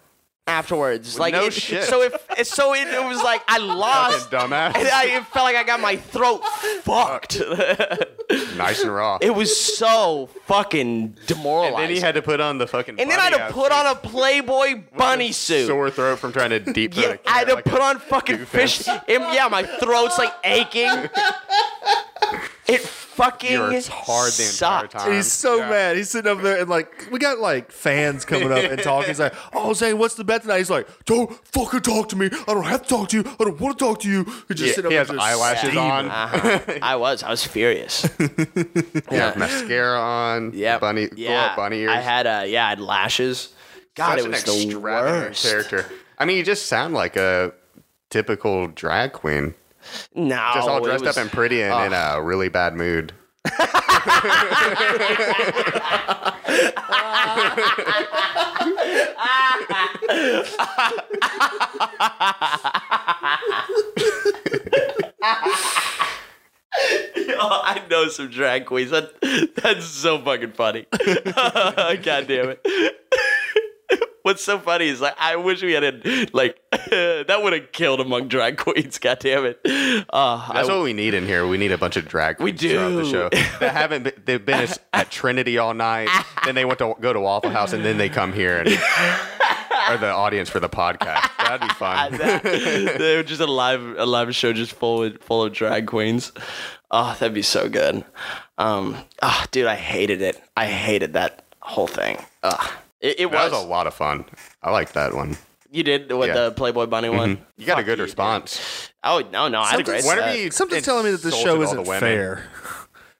[SPEAKER 1] afterwards. Like
[SPEAKER 3] no
[SPEAKER 1] it,
[SPEAKER 3] shit.
[SPEAKER 1] So if so, it, it was like I lost.
[SPEAKER 3] Fucking
[SPEAKER 1] And
[SPEAKER 3] dumbass.
[SPEAKER 1] I it felt like I got my throat fucked.
[SPEAKER 3] nice and raw.
[SPEAKER 1] it was so fucking demoralizing.
[SPEAKER 3] then he had to put on the fucking.
[SPEAKER 1] And then I had
[SPEAKER 3] bunny
[SPEAKER 1] to put
[SPEAKER 3] outfit.
[SPEAKER 1] on a Playboy bunny suit.
[SPEAKER 3] sore throat from trying to deep throat.
[SPEAKER 1] Yeah,
[SPEAKER 3] a
[SPEAKER 1] I had
[SPEAKER 3] carrot
[SPEAKER 1] to
[SPEAKER 3] like
[SPEAKER 1] put
[SPEAKER 3] a
[SPEAKER 1] on fucking
[SPEAKER 3] doofus.
[SPEAKER 1] fish. It- yeah, my throat's like aching. It fucking
[SPEAKER 3] You were hard the entire
[SPEAKER 1] sucked.
[SPEAKER 3] time.
[SPEAKER 2] He's so
[SPEAKER 3] Um, Yeah.
[SPEAKER 2] mad. He's sitting up there and like we got like fans coming up and talking. He's like, "Oh, Zane, what's the bet tonight?" He's like, "Don't fucking talk to me. I don't have to talk to you. I don't want to talk to you." He just
[SPEAKER 3] Yeah,
[SPEAKER 2] sit up
[SPEAKER 3] he
[SPEAKER 2] and
[SPEAKER 3] has
[SPEAKER 2] just
[SPEAKER 3] eyelashes
[SPEAKER 2] steam.
[SPEAKER 3] on.
[SPEAKER 1] I was. I was furious.
[SPEAKER 3] You have mascara on.
[SPEAKER 1] Yeah,
[SPEAKER 3] Bunny. Yeah. Bunny ears.
[SPEAKER 1] I had uh, yeah, I had lashes. God,
[SPEAKER 3] Such
[SPEAKER 1] it
[SPEAKER 3] an
[SPEAKER 1] was the
[SPEAKER 3] extravagant
[SPEAKER 1] worst.
[SPEAKER 3] character. I mean, you just sound like a typical drag queen.
[SPEAKER 1] No,
[SPEAKER 3] Just all
[SPEAKER 1] Oh, it
[SPEAKER 3] dressed
[SPEAKER 1] was-
[SPEAKER 3] up and pretty and in a really bad mood.
[SPEAKER 1] Oh, I know some drag queens. That, that's so fucking funny. God damn it. What's so funny is like I wish we had a, like that would have killed among drag queens. God damn it. Uh, I,
[SPEAKER 3] That's what we need in here. We need a bunch of drag queens throughout the
[SPEAKER 1] do.
[SPEAKER 3] show that haven't. Been, they've been at- at Trinity all night. Then they went to go to Waffle House, and then they come here and are the audience for the podcast. That'd be fun.
[SPEAKER 1] that, they were just a live a live show just full of, full of drag queens. Oh, that'd be so good. Um, ah, dude, I hated it. I hated that whole thing. Ugh. It, it was,
[SPEAKER 3] That was a lot of fun. I liked that one.
[SPEAKER 1] you did with
[SPEAKER 3] Yeah. Mm-hmm.
[SPEAKER 1] the Playboy Bunny one.
[SPEAKER 3] You got a
[SPEAKER 1] Fuck
[SPEAKER 3] good
[SPEAKER 1] you,
[SPEAKER 3] response.
[SPEAKER 1] dude. Oh no, no, I had a great
[SPEAKER 3] Whenever
[SPEAKER 1] set.
[SPEAKER 3] you
[SPEAKER 2] Something's telling me that this show
[SPEAKER 3] insulted all
[SPEAKER 2] isn't
[SPEAKER 3] the women.
[SPEAKER 2] fair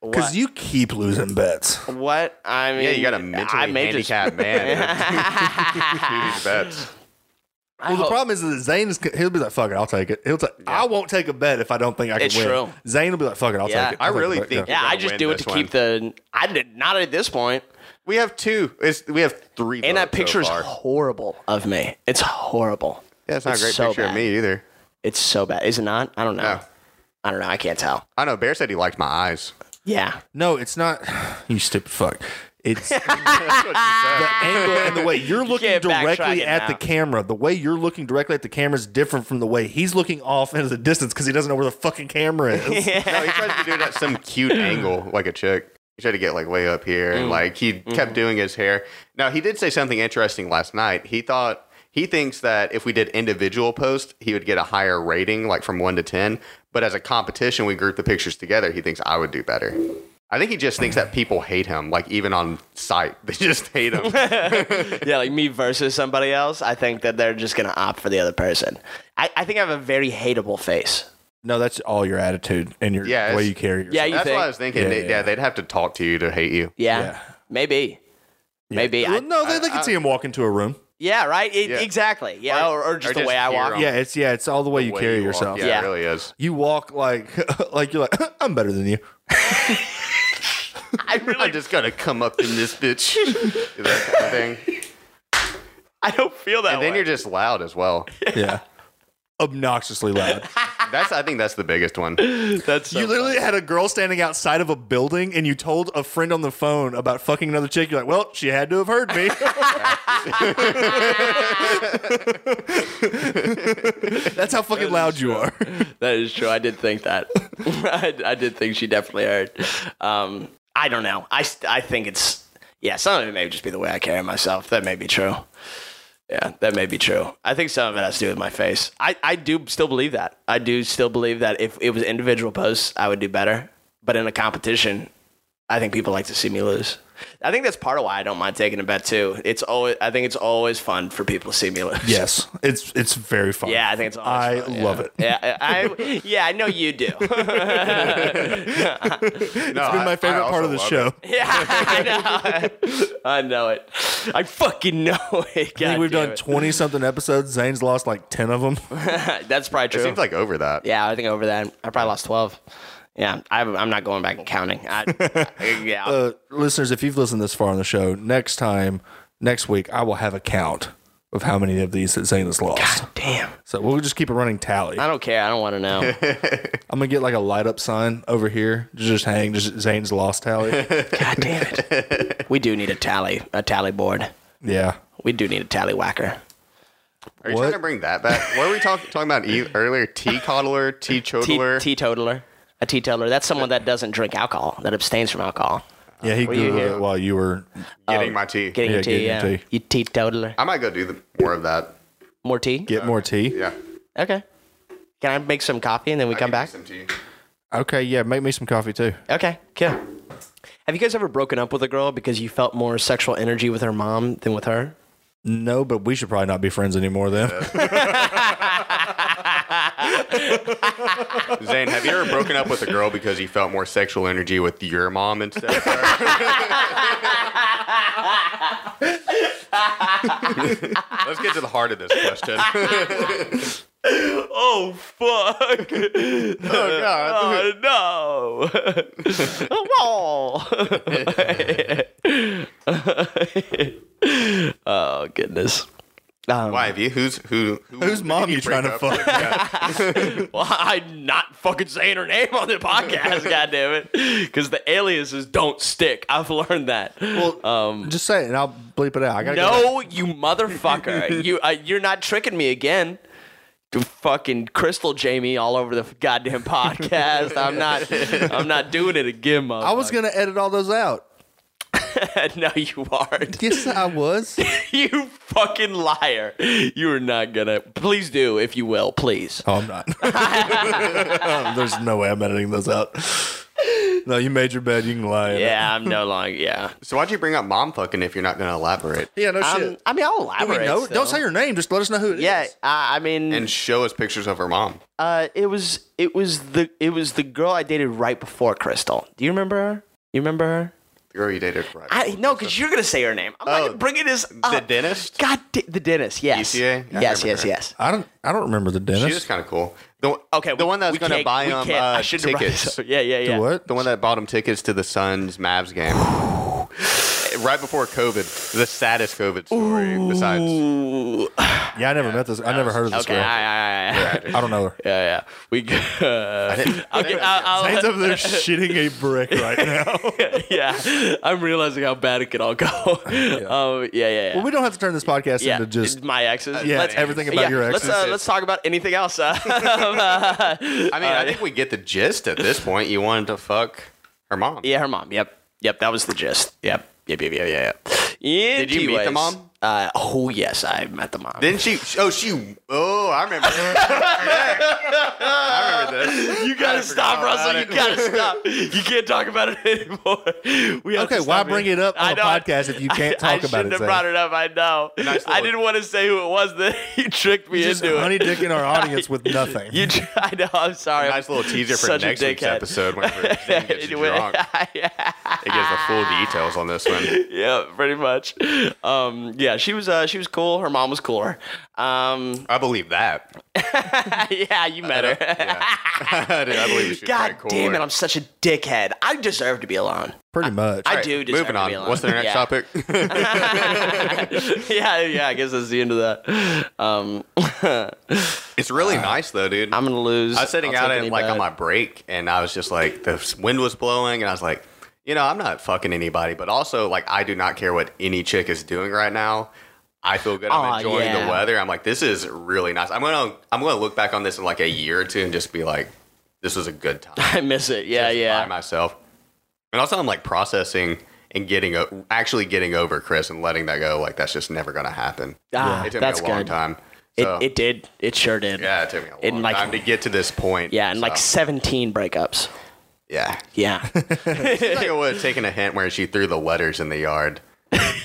[SPEAKER 2] because
[SPEAKER 1] What?
[SPEAKER 2] you keep losing bets.
[SPEAKER 1] What I mean?
[SPEAKER 3] Yeah, you got a
[SPEAKER 1] I
[SPEAKER 3] mentally
[SPEAKER 1] may just-
[SPEAKER 3] handicapped man. dude. These bets.
[SPEAKER 1] I
[SPEAKER 2] Well, the
[SPEAKER 1] hope-
[SPEAKER 2] problem is that Zane is he'll be like, "Fuck it, I'll take it." He'll take. I won't take a bet if I don't think I can
[SPEAKER 1] It's
[SPEAKER 2] win.
[SPEAKER 1] true.
[SPEAKER 2] Zane will be like, "Fuck it, I'll
[SPEAKER 1] Yeah.
[SPEAKER 2] take it."
[SPEAKER 3] I
[SPEAKER 2] I'll take
[SPEAKER 3] really
[SPEAKER 2] the bet,
[SPEAKER 3] think-
[SPEAKER 1] Yeah, I
[SPEAKER 3] You're gonna
[SPEAKER 1] just
[SPEAKER 3] win
[SPEAKER 1] do it to
[SPEAKER 3] this one.
[SPEAKER 1] keep the. I did not at this point,
[SPEAKER 3] We have two. It's, we have three.
[SPEAKER 1] and that
[SPEAKER 3] votes
[SPEAKER 1] picture is
[SPEAKER 3] Oh, so far.
[SPEAKER 1] horrible of me. It's horrible.
[SPEAKER 3] Yeah, it's not a great
[SPEAKER 1] so
[SPEAKER 3] picture
[SPEAKER 1] bad.
[SPEAKER 3] of me either.
[SPEAKER 1] It's so bad, is it not? I don't know.
[SPEAKER 3] No.
[SPEAKER 1] I don't know. I can't tell.
[SPEAKER 3] I know. Bear said he liked my eyes.
[SPEAKER 1] Yeah.
[SPEAKER 2] No, it's not. You stupid fuck. It's
[SPEAKER 3] That's what you
[SPEAKER 2] the
[SPEAKER 3] said.
[SPEAKER 2] angle and the way you're looking
[SPEAKER 1] can't backtrack
[SPEAKER 2] directly
[SPEAKER 1] it
[SPEAKER 2] at
[SPEAKER 1] now.
[SPEAKER 2] the camera. The way you're looking directly at the camera is different from the way he's looking off into the distance because he doesn't know where the fucking camera is.
[SPEAKER 3] No, he tried to do it at some cute angle, like a chick. He tried to get like way up here,
[SPEAKER 1] Mm.
[SPEAKER 3] and like he
[SPEAKER 1] Mm-hmm.
[SPEAKER 3] kept doing his hair. Now he did say something interesting last night. He thought he thinks that if we did individual posts, he would get a higher rating, like from one to ten. But as a competition, we group the pictures together. He thinks I would do better. I think he just thinks that people hate him, like even on site, they just hate him.
[SPEAKER 1] yeah, like me versus somebody else, I think that they're just gonna opt for the other person. I, I think I have a very hateable face.
[SPEAKER 2] no, that's all your attitude and your
[SPEAKER 3] Yeah,
[SPEAKER 2] the way
[SPEAKER 3] it's-
[SPEAKER 2] you carry yourself.
[SPEAKER 1] Yeah, you
[SPEAKER 3] That's
[SPEAKER 1] think?
[SPEAKER 3] what I was thinking.
[SPEAKER 2] Yeah,
[SPEAKER 3] They-
[SPEAKER 2] yeah.
[SPEAKER 3] yeah, they'd have to talk to you to hate you.
[SPEAKER 1] yeah,
[SPEAKER 2] Yeah.
[SPEAKER 1] maybe, maybe.
[SPEAKER 2] Well,
[SPEAKER 1] I,
[SPEAKER 2] no, they, they can see him walk into a room.
[SPEAKER 1] yeah, right. It-
[SPEAKER 3] Yeah.
[SPEAKER 1] Exactly. Yeah, or, or just the
[SPEAKER 3] just
[SPEAKER 1] way I
[SPEAKER 3] here
[SPEAKER 1] walk.
[SPEAKER 3] on-
[SPEAKER 2] Yeah, it's yeah, it's all the way you
[SPEAKER 3] Way
[SPEAKER 2] carry
[SPEAKER 3] walk.
[SPEAKER 2] yourself.
[SPEAKER 3] Yeah,
[SPEAKER 1] Yeah.
[SPEAKER 3] it really is.
[SPEAKER 2] You walk like like you're like I'm better than you.
[SPEAKER 1] I really,
[SPEAKER 3] I just gotta come up in this bitch. That kind of thing.
[SPEAKER 1] I don't feel that.
[SPEAKER 3] And then
[SPEAKER 1] way.
[SPEAKER 3] you're just loud as well.
[SPEAKER 2] Yeah. Obnoxiously loud.
[SPEAKER 3] That's I think that's the biggest one.
[SPEAKER 1] That's so
[SPEAKER 2] You literally had a girl standing outside of a building and you told a friend on the phone about fucking another chick. You're like, well, she had to have heard me. That's how fucking loud you are.
[SPEAKER 1] That is true. I did think that. I, I did think she definitely heard. Um, I don't know. I, st- I think it's yeah. Some of it may just be the way I carry myself. That may be true. Yeah, that may be true. I think some of it has to do with my face. I, I do still believe that. I do still believe that if it was individual posts, I would do better. But in a competition, I think people like to see me lose. I think that's part of why I don't mind taking a bet too. It's always I think it's always fun for people to see me lose.
[SPEAKER 2] Yes. It's it's very fun.
[SPEAKER 1] Yeah, I think it's.
[SPEAKER 2] I
[SPEAKER 1] always fun, yeah.
[SPEAKER 2] love it.
[SPEAKER 1] Yeah, I, I- yeah, I know you do.
[SPEAKER 3] it's
[SPEAKER 2] Been my favorite part of the show.
[SPEAKER 1] Yeah, I know. I know it. I fucking know it.
[SPEAKER 2] I
[SPEAKER 1] God
[SPEAKER 2] think we've
[SPEAKER 1] damn
[SPEAKER 2] done twenty something episodes. Zane's lost like ten of them.
[SPEAKER 1] it. That's probably
[SPEAKER 3] It
[SPEAKER 1] true.
[SPEAKER 3] seems like over that.
[SPEAKER 1] yeah, I think over that, I probably lost twelve. Yeah, I, I'm not going back and counting. I, I- yeah,
[SPEAKER 2] uh, listeners, if you've listened this far on the show, next time, next week, I will have a count of how many of these that Zane has lost.
[SPEAKER 1] damn.
[SPEAKER 2] So we'll just keep a running tally.
[SPEAKER 1] I
[SPEAKER 2] I'm
[SPEAKER 1] don't care. I don't want to know.
[SPEAKER 2] gonna get like a light up sign over here to just hang just Zane's lost tally.
[SPEAKER 1] God damn it. We do need a tally, a tally board.
[SPEAKER 2] yeah.
[SPEAKER 1] We do need a tally whacker.
[SPEAKER 3] Are you
[SPEAKER 2] What?
[SPEAKER 3] trying to bring that back? What were we talk, talking about e- earlier? Tea coddler, tea
[SPEAKER 1] Te-
[SPEAKER 3] chortler.
[SPEAKER 1] Teetotaler. A teetotaler. That's someone that doesn't drink alcohol, that abstains from alcohol.
[SPEAKER 2] Yeah, he
[SPEAKER 1] you
[SPEAKER 2] googled
[SPEAKER 1] here?
[SPEAKER 2] it while you were.
[SPEAKER 3] getting my tea.
[SPEAKER 1] Getting
[SPEAKER 2] Yeah,
[SPEAKER 1] your tea,
[SPEAKER 2] getting
[SPEAKER 1] yeah.
[SPEAKER 2] your tea.
[SPEAKER 1] You teetotaler.
[SPEAKER 3] I might go do the, more of that.
[SPEAKER 1] More tea?
[SPEAKER 2] Get more tea.
[SPEAKER 3] Yeah.
[SPEAKER 1] Okay. Can I make some coffee and then we come back?
[SPEAKER 3] Some tea.
[SPEAKER 2] Okay, yeah, make me some coffee too.
[SPEAKER 1] Okay, cool. Have you guys ever broken up with a girl because you felt more sexual energy with her mom than with her?
[SPEAKER 2] No, but we should probably not be friends anymore then.
[SPEAKER 3] Zane, have you ever broken up with a girl because you felt more sexual energy with your mom instead? Of her? Let's get to the heart of this question. oh
[SPEAKER 1] Oh fuck!
[SPEAKER 3] God.
[SPEAKER 1] Uh, no! oh goodness! Um,
[SPEAKER 3] Why have you? Who's who? who
[SPEAKER 2] Whose mom you trying to
[SPEAKER 3] break
[SPEAKER 2] fuck?
[SPEAKER 3] up with? Yeah.
[SPEAKER 1] Well, I'm not fucking saying her name on the podcast, goddammit. Because the aliases don't stick. I've learned that.
[SPEAKER 2] Well, just say it and I'll bleep it out. I gotta go back.
[SPEAKER 1] no, you motherfucker. you, uh, you're not tricking me again. You Fucking Crystal Jamie all over the goddamn podcast. I'm not. I'm not doing it again, motherfucker.
[SPEAKER 2] I was gonna edit all those out.
[SPEAKER 1] no, you aren't.
[SPEAKER 2] Yes, I was.
[SPEAKER 1] you fucking liar. You are not gonna. Please do, if you will, please.
[SPEAKER 2] Oh, I'm not. There's no way I'm editing those out. No, you made your bed. You can lie. in it.
[SPEAKER 1] Yeah, I'm no longer. Yeah.
[SPEAKER 3] So why'd you bring up mom fucking if you're not going to elaborate
[SPEAKER 2] Yeah, no
[SPEAKER 1] I'm-
[SPEAKER 2] shit.
[SPEAKER 1] I mean, I'll
[SPEAKER 2] Do we
[SPEAKER 1] elaborate.
[SPEAKER 2] know?
[SPEAKER 1] still.
[SPEAKER 2] Don't say your name. Just let us know who it is.
[SPEAKER 1] Yeah, I I mean,
[SPEAKER 3] and show us pictures of her mom?
[SPEAKER 1] Uh, it was it was the it was the girl I dated right before Crystal. Do you remember her? You remember her?
[SPEAKER 3] The girl you dated, right?
[SPEAKER 1] I no, because you're gonna say her name. I'm
[SPEAKER 3] Oh,
[SPEAKER 1] not bringing this up.
[SPEAKER 3] the dentist.
[SPEAKER 1] God, da- the dentist. Yes.
[SPEAKER 3] UCA? I
[SPEAKER 1] Yes,
[SPEAKER 3] remember
[SPEAKER 1] yes,
[SPEAKER 3] her.
[SPEAKER 1] yes.
[SPEAKER 2] I don't. I don't remember the
[SPEAKER 3] She
[SPEAKER 2] dentist.
[SPEAKER 3] was kind of cool. The,
[SPEAKER 1] Okay.
[SPEAKER 3] the
[SPEAKER 1] we-
[SPEAKER 3] one that's
[SPEAKER 1] we
[SPEAKER 3] going to
[SPEAKER 1] can't-
[SPEAKER 3] buy
[SPEAKER 1] we
[SPEAKER 3] him
[SPEAKER 1] can't- I
[SPEAKER 3] uh,
[SPEAKER 1] shouldn't have brought this
[SPEAKER 3] tickets.
[SPEAKER 1] up. Yeah, yeah, yeah.
[SPEAKER 2] The what?
[SPEAKER 3] The one that bought him tickets to the Suns Mavs game. right before COVID. The saddest COVID story besides.
[SPEAKER 1] Ooh,
[SPEAKER 2] Yeah, I never met this. I
[SPEAKER 3] Oh.
[SPEAKER 2] never heard of this
[SPEAKER 1] Okay,
[SPEAKER 2] girl. I,
[SPEAKER 1] I, I, I,
[SPEAKER 2] don't know her.
[SPEAKER 1] yeah, yeah. We. Uh, I'll get, I'll, I'll,
[SPEAKER 2] Zane's up there shitting a brick right now.
[SPEAKER 1] yeah, I'm realizing how bad it could all go. Um, yeah, yeah, yeah.
[SPEAKER 2] well, we don't have to turn this podcast
[SPEAKER 1] yeah,
[SPEAKER 2] into just.
[SPEAKER 1] my exes.
[SPEAKER 2] yeah, everything about your exes.
[SPEAKER 1] Let's, uh, let's talk about anything else. Uh,
[SPEAKER 3] I mean, I think we get the gist at this point. You wanted to fuck her mom.
[SPEAKER 1] yeah, her mom. Yep, yep. That was the gist. Yep, yep, yep, yep, yep. yep.
[SPEAKER 3] Did you meet the
[SPEAKER 1] Anyways,
[SPEAKER 3] mom?
[SPEAKER 1] Uh, oh yes, I met the mom.
[SPEAKER 3] Didn't she? Oh, she. Oh, I remember. Yeah. I remember this.
[SPEAKER 1] you gotta stop,
[SPEAKER 3] forgot
[SPEAKER 1] Russell. You gotta stop. You can't talk about it anymore. We have
[SPEAKER 2] Okay,
[SPEAKER 1] to
[SPEAKER 2] why
[SPEAKER 1] stop
[SPEAKER 2] bring it up on
[SPEAKER 1] I
[SPEAKER 2] a
[SPEAKER 1] know.
[SPEAKER 2] podcast if you can't
[SPEAKER 1] I
[SPEAKER 2] talk about
[SPEAKER 1] shouldn't
[SPEAKER 2] it?
[SPEAKER 1] have
[SPEAKER 2] Zane?
[SPEAKER 1] brought it up. I know. I
[SPEAKER 3] little-
[SPEAKER 1] didn't want to say who it was that you tricked me
[SPEAKER 2] Just
[SPEAKER 1] into
[SPEAKER 2] honey
[SPEAKER 1] it.
[SPEAKER 2] dicking our audience with nothing.
[SPEAKER 1] You, tr- I know. I'm sorry.
[SPEAKER 3] Nice little teaser for
[SPEAKER 1] Such a
[SPEAKER 3] next week's
[SPEAKER 1] dickhead.
[SPEAKER 3] episode whenever Zane gets you
[SPEAKER 1] Anyway,
[SPEAKER 3] drunk. It gives the full details on this one.
[SPEAKER 1] yeah, pretty much. Um, yeah, she was uh, she was cool. Her mom was cooler. Um,
[SPEAKER 3] I believe that.
[SPEAKER 1] yeah, you met her.
[SPEAKER 3] Yeah. I do- I believe she was
[SPEAKER 1] God
[SPEAKER 3] pretty cool.
[SPEAKER 1] damn it, I'm such a dickhead. I deserve to be alone.
[SPEAKER 2] Pretty much.
[SPEAKER 1] I do deserve
[SPEAKER 3] Moving
[SPEAKER 1] to be alone.
[SPEAKER 3] on. What's their next
[SPEAKER 1] yeah.
[SPEAKER 3] topic?
[SPEAKER 1] yeah, yeah, I guess that's the end of that. Um,
[SPEAKER 3] it's really nice though, dude.
[SPEAKER 1] Uh, I'm gonna lose.
[SPEAKER 3] I was sitting
[SPEAKER 1] I'll
[SPEAKER 3] out
[SPEAKER 1] take
[SPEAKER 3] in
[SPEAKER 1] any
[SPEAKER 3] like on
[SPEAKER 1] bet.
[SPEAKER 3] my break, and I was just like, the wind was blowing, and I was like, you know, I'm not fucking anybody, but also like I do not care what any chick is doing right now. I feel good. I'm
[SPEAKER 1] Aw,
[SPEAKER 3] enjoying
[SPEAKER 1] yeah.
[SPEAKER 3] the weather. I'm like, this is really nice. I'm gonna I'm gonna look back on this in like a year or two and just be like, this was a good time.
[SPEAKER 1] I miss it. Yeah,
[SPEAKER 3] Just By
[SPEAKER 1] yeah.
[SPEAKER 3] myself, and also I'm like processing and getting o- actually getting over Chris and letting that go. Like that's just never gonna happen.
[SPEAKER 1] Ah,
[SPEAKER 3] it took
[SPEAKER 1] that's
[SPEAKER 3] me a long
[SPEAKER 1] good.
[SPEAKER 3] time.
[SPEAKER 1] It,
[SPEAKER 3] So,
[SPEAKER 1] it did. It sure did.
[SPEAKER 3] yeah, it took me a long
[SPEAKER 1] in, like-
[SPEAKER 3] time to get to this point.
[SPEAKER 1] Yeah, and
[SPEAKER 3] so,
[SPEAKER 1] like 17 breakups.
[SPEAKER 3] yeah.
[SPEAKER 1] Yeah.
[SPEAKER 3] I think I would have taken a hint where she threw the letters in the yard.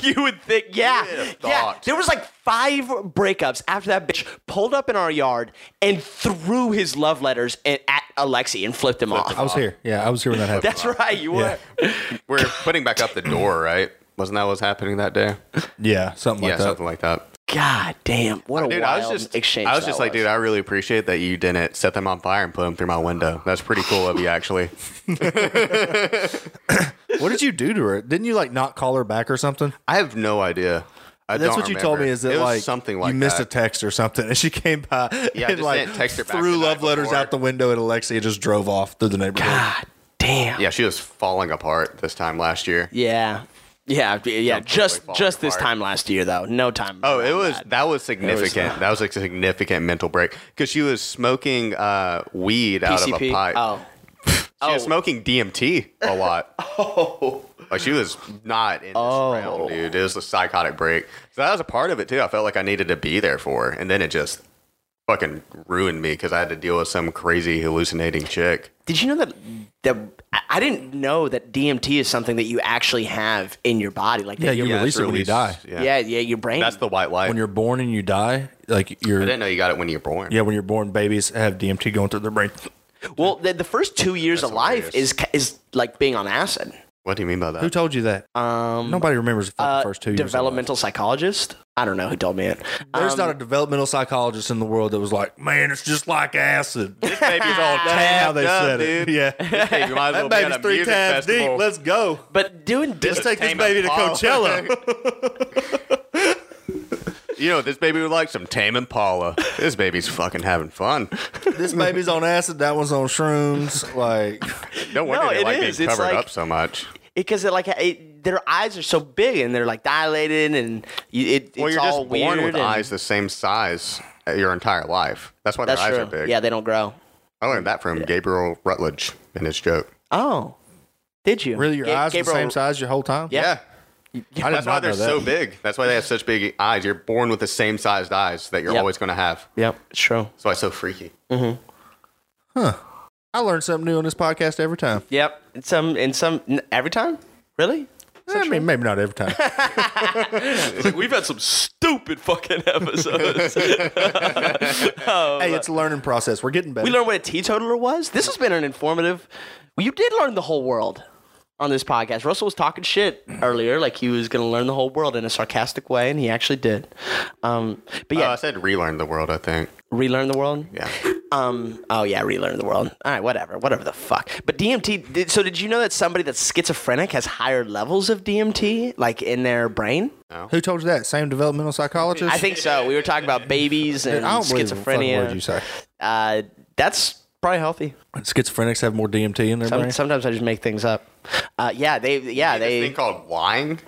[SPEAKER 1] you would think, yeah,
[SPEAKER 3] You'd have
[SPEAKER 1] yeah.
[SPEAKER 3] thought.
[SPEAKER 1] There was like five breakups after that bitch pulled up in our yard and threw his love letters and, at Alexi and flipped him off.
[SPEAKER 2] I was here. Yeah, I was here when that happened.
[SPEAKER 1] That's right, you were.
[SPEAKER 3] We're putting back up the door, right? Wasn't that what was happening that day?
[SPEAKER 2] yeah, something
[SPEAKER 3] yeah,
[SPEAKER 2] like that.
[SPEAKER 3] something like that.
[SPEAKER 1] God damn, what a
[SPEAKER 3] Dude, I
[SPEAKER 1] wild
[SPEAKER 3] was just
[SPEAKER 1] exchange.
[SPEAKER 3] I was
[SPEAKER 1] that
[SPEAKER 3] just like, dude, I really appreciate that you didn't set them on fire and put them through my window. That's pretty cool of you, actually.
[SPEAKER 2] What did you do to her? Didn't you like not call her back or something?
[SPEAKER 3] I have no idea. I
[SPEAKER 2] That's
[SPEAKER 3] don't
[SPEAKER 2] what you told
[SPEAKER 3] remember.
[SPEAKER 2] me. Is that
[SPEAKER 3] it was
[SPEAKER 2] like
[SPEAKER 3] something like
[SPEAKER 2] you missed
[SPEAKER 3] that.
[SPEAKER 2] a text or something, and she came by
[SPEAKER 3] Yeah, I
[SPEAKER 2] and
[SPEAKER 3] just
[SPEAKER 2] like
[SPEAKER 3] didn't text her back
[SPEAKER 2] threw
[SPEAKER 3] the night
[SPEAKER 2] love letters
[SPEAKER 3] before.
[SPEAKER 2] out the window at Alexia, and just drove off through the neighborhood.
[SPEAKER 1] God damn.
[SPEAKER 3] yeah, she was falling apart this time last year.
[SPEAKER 1] Yeah. Yeah, yeah, just
[SPEAKER 3] falling
[SPEAKER 1] just this
[SPEAKER 3] apart.
[SPEAKER 1] time last year though. No time.
[SPEAKER 3] Oh, it
[SPEAKER 1] around
[SPEAKER 3] was
[SPEAKER 1] that.
[SPEAKER 3] that, was significant. that was a significant mental break because she was smoking uh, weed out of a
[SPEAKER 1] PCP.
[SPEAKER 3] pipe.
[SPEAKER 1] Oh,
[SPEAKER 3] She was smoking DMT a lot. oh. Like she was not in this
[SPEAKER 2] Oh.
[SPEAKER 3] realm, dude. It was a psychotic break. So that was a part of it too. I felt like I needed to be there for her. And then it just fucking ruined me because I had to deal with some crazy hallucinating chick.
[SPEAKER 1] did you know that that I- I didn't know that DMT is something that you actually have in your body like
[SPEAKER 2] Yeah,
[SPEAKER 1] that
[SPEAKER 2] you
[SPEAKER 1] your-
[SPEAKER 2] release it when you
[SPEAKER 3] released-
[SPEAKER 2] die.
[SPEAKER 3] Yeah.
[SPEAKER 1] yeah, yeah, your brain.
[SPEAKER 3] That's the white light.
[SPEAKER 2] When you're born and you die, like
[SPEAKER 3] I
[SPEAKER 2] you're
[SPEAKER 3] didn't know you got it when you were born.
[SPEAKER 2] yeah, when you're born, babies have DMT going through their brain.
[SPEAKER 1] Well, the, the first two years of life is ca- is like being on acid.
[SPEAKER 3] What do you mean by
[SPEAKER 2] Who
[SPEAKER 3] that?
[SPEAKER 2] told you that? Um, Nobody remembers the fucking
[SPEAKER 1] Uh,
[SPEAKER 2] first two years. of life.
[SPEAKER 1] developmental psychologist. I don't know who told me it. Uh,
[SPEAKER 2] There's
[SPEAKER 3] um,
[SPEAKER 2] not a developmental psychologist in the world that was like, man, it's just like acid. That's
[SPEAKER 3] baby's all
[SPEAKER 2] how they said it. Yeah.
[SPEAKER 3] Baby, might as well
[SPEAKER 2] That
[SPEAKER 3] be at
[SPEAKER 2] baby's
[SPEAKER 3] a
[SPEAKER 2] three
[SPEAKER 3] music
[SPEAKER 2] times
[SPEAKER 3] festival.
[SPEAKER 2] deep. Let's go.
[SPEAKER 1] But doing
[SPEAKER 3] This
[SPEAKER 1] this,
[SPEAKER 2] Let's take this
[SPEAKER 3] Tame
[SPEAKER 2] baby to
[SPEAKER 3] Impala.
[SPEAKER 2] Coachella.
[SPEAKER 3] You know, what this baby would like some Tame Impala. This baby's fucking having fun.
[SPEAKER 2] this baby's on acid. That one's on shrooms. Like,
[SPEAKER 3] No wonder
[SPEAKER 1] No,
[SPEAKER 3] they
[SPEAKER 1] it
[SPEAKER 3] like
[SPEAKER 1] is.
[SPEAKER 3] being
[SPEAKER 1] It's
[SPEAKER 3] covered
[SPEAKER 1] like-
[SPEAKER 3] up so much.
[SPEAKER 1] because it like it, their eyes are so big and they're like dilated and you, it,
[SPEAKER 3] Well,
[SPEAKER 1] it's
[SPEAKER 3] you're just
[SPEAKER 1] all
[SPEAKER 3] born
[SPEAKER 1] weird
[SPEAKER 3] with
[SPEAKER 1] and-
[SPEAKER 3] eyes the same size your entire life. That's why
[SPEAKER 1] That's
[SPEAKER 3] their eyes
[SPEAKER 1] true.
[SPEAKER 3] are big.
[SPEAKER 1] Yeah, they don't grow.
[SPEAKER 3] I learned that from Gabriel Rutledge in his joke.
[SPEAKER 1] Oh, did you
[SPEAKER 2] really, your
[SPEAKER 1] Ga-
[SPEAKER 2] eyes are the
[SPEAKER 1] Gabriel-
[SPEAKER 2] same size your whole time?
[SPEAKER 1] Yeah.
[SPEAKER 2] I did
[SPEAKER 3] That's why
[SPEAKER 2] not
[SPEAKER 3] they're
[SPEAKER 2] know that.
[SPEAKER 3] so big. That's why they have such big eyes. You're born with the same sized eyes that you're
[SPEAKER 1] Yep.
[SPEAKER 3] always going to have.
[SPEAKER 1] Yep, it's true. Mm-hmm.
[SPEAKER 3] That's why it's so freaky.
[SPEAKER 2] I learn something new on this podcast every time.
[SPEAKER 1] Yep, and some and some n- every time. Really?
[SPEAKER 2] I mean, maybe not every time.
[SPEAKER 1] We've had some stupid fucking episodes.
[SPEAKER 3] Oh,
[SPEAKER 2] hey, it's a learning process. We're getting better.
[SPEAKER 1] we learned what a teetotaler was. This has been an informative. Well, you did learn the whole world on this podcast. Russell was talking shit earlier, like he was going to learn the whole world in a sarcastic way, and he actually did. Um, but
[SPEAKER 3] Yeah.
[SPEAKER 1] yeah,
[SPEAKER 2] Uh,
[SPEAKER 3] I said Uh, relearn the world, I think.
[SPEAKER 1] relearn the world.
[SPEAKER 3] Yeah.
[SPEAKER 1] Um. Oh yeah, relearn the world. All right, whatever, whatever the fuck. But DMT. Did, so did you know that somebody that's schizophrenic has higher levels of DMT, like in their brain?
[SPEAKER 2] Who told you that? Same developmental psychologist?
[SPEAKER 1] I think so. We were talking about babies and
[SPEAKER 2] I don't believe a fucking
[SPEAKER 1] schizophrenia.
[SPEAKER 2] word you say.
[SPEAKER 1] Uh, that's probably healthy.
[SPEAKER 2] Schizophrenics have more DMT in their
[SPEAKER 1] Some,
[SPEAKER 2] brain.
[SPEAKER 1] sometimes I just make things up. Uh, yeah, they. Yeah,
[SPEAKER 3] They
[SPEAKER 1] they.
[SPEAKER 3] thing called lying.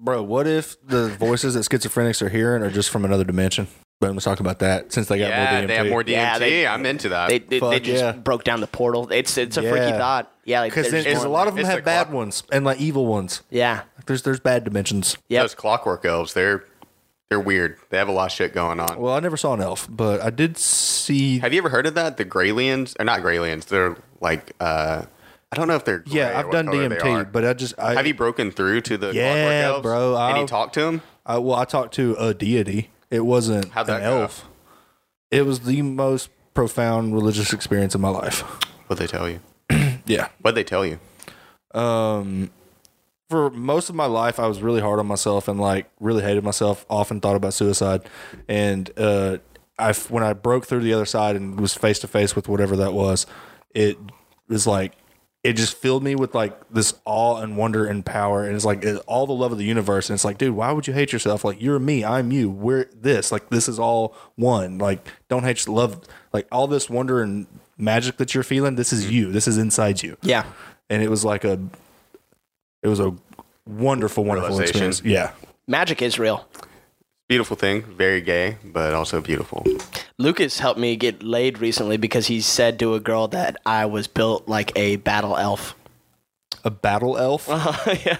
[SPEAKER 2] Bro, what if the voices that schizophrenics are hearing are just from another dimension? Boom, let's talk about that since they got more
[SPEAKER 3] Yeah,
[SPEAKER 2] DMT.
[SPEAKER 3] they have more DMT.
[SPEAKER 1] Yeah, they-
[SPEAKER 3] I'm into that.
[SPEAKER 1] They, they, they
[SPEAKER 2] Fuck,
[SPEAKER 1] just
[SPEAKER 2] yeah.
[SPEAKER 1] broke down the portal. It's it's a freaky
[SPEAKER 2] Yeah.
[SPEAKER 1] thought. Yeah, like
[SPEAKER 2] Because
[SPEAKER 1] there's
[SPEAKER 2] there's
[SPEAKER 1] more-
[SPEAKER 2] a lot of them
[SPEAKER 3] it's
[SPEAKER 2] have
[SPEAKER 3] the
[SPEAKER 2] bad
[SPEAKER 3] clock.
[SPEAKER 2] ones and like evil ones.
[SPEAKER 1] Yeah,
[SPEAKER 2] Like, there's there's bad dimensions.
[SPEAKER 1] yep.
[SPEAKER 3] Those clockwork elves, they're they're weird. They have a lot of shit going on.
[SPEAKER 2] Well, I never saw an elf, but I did see.
[SPEAKER 3] Have you ever heard of that? The Graylians? Or not Graylians. They're like uh I don't know if they're gray
[SPEAKER 2] yeah,
[SPEAKER 3] or
[SPEAKER 2] I've
[SPEAKER 3] what
[SPEAKER 2] done
[SPEAKER 3] color they are.
[SPEAKER 2] DMT, but I just I,
[SPEAKER 3] have you broken through to the
[SPEAKER 2] Yeah,
[SPEAKER 3] clockwork elves?
[SPEAKER 2] bro,
[SPEAKER 3] And you
[SPEAKER 2] I've-
[SPEAKER 3] talked to them?
[SPEAKER 2] I, well, I talked to a deity. It wasn't
[SPEAKER 3] How'd that
[SPEAKER 2] an
[SPEAKER 3] go?
[SPEAKER 2] elf. It was the most profound religious experience of my life.
[SPEAKER 3] What'd they tell you?
[SPEAKER 2] Yeah.
[SPEAKER 3] What'd they tell you?
[SPEAKER 2] Um, for most of my life, I was really hard on myself and like really hated myself. Often thought about suicide, and uh, I when I broke through the other side and was face to face with whatever that was, it was like it just filled me with like this awe and wonder and power, and it's like it, all the love of the universe. And it's like, dude, why would you hate yourself? Like you're me, I'm you, we're this. Like this is all one. Like don't hate your love. Like all this wonder and magic that you're feeling. This is you. This is inside you
[SPEAKER 1] Yeah.
[SPEAKER 2] and it was like a it was a wonderful wonderful
[SPEAKER 3] Realization.
[SPEAKER 2] experience yeah
[SPEAKER 1] Magic is real.
[SPEAKER 3] Beautiful thing, very gay, but also beautiful.
[SPEAKER 1] Lucas helped me get laid recently because he said to a girl that I was built like a battle elf.
[SPEAKER 2] a battle elf
[SPEAKER 1] yeah.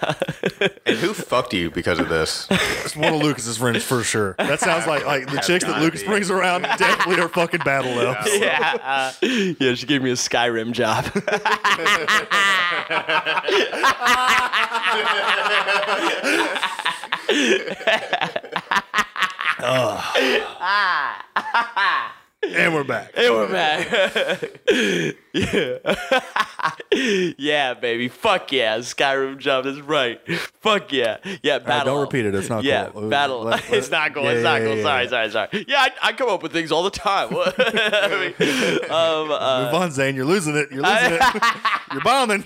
[SPEAKER 3] And who fucked you because of this?
[SPEAKER 2] it's one of lucas's friends for sure that sounds like like the chicks that lucas brings around definitely are fucking battle elves
[SPEAKER 1] Yeah. uh, yeah, she gave me a Skyrim job.
[SPEAKER 2] and we're back
[SPEAKER 1] Hey, we're back. yeah. yeah, baby. Fuck yeah. Skyrim job. That's right. Fuck yeah. Yeah, battle.
[SPEAKER 2] right, don't
[SPEAKER 1] elf.
[SPEAKER 2] repeat it. It's not
[SPEAKER 1] yeah,
[SPEAKER 2] cool.
[SPEAKER 1] battle.
[SPEAKER 2] Let- let-
[SPEAKER 1] it's not cool.
[SPEAKER 2] yeah,
[SPEAKER 1] it's not
[SPEAKER 2] yeah,
[SPEAKER 1] cool.
[SPEAKER 2] yeah,
[SPEAKER 1] sorry,
[SPEAKER 2] yeah.
[SPEAKER 1] sorry, sorry. Yeah, I, I come up with things all the time. I mean, um, uh,
[SPEAKER 2] Move on, Zane. You're losing it. You're losing it. You're bombing.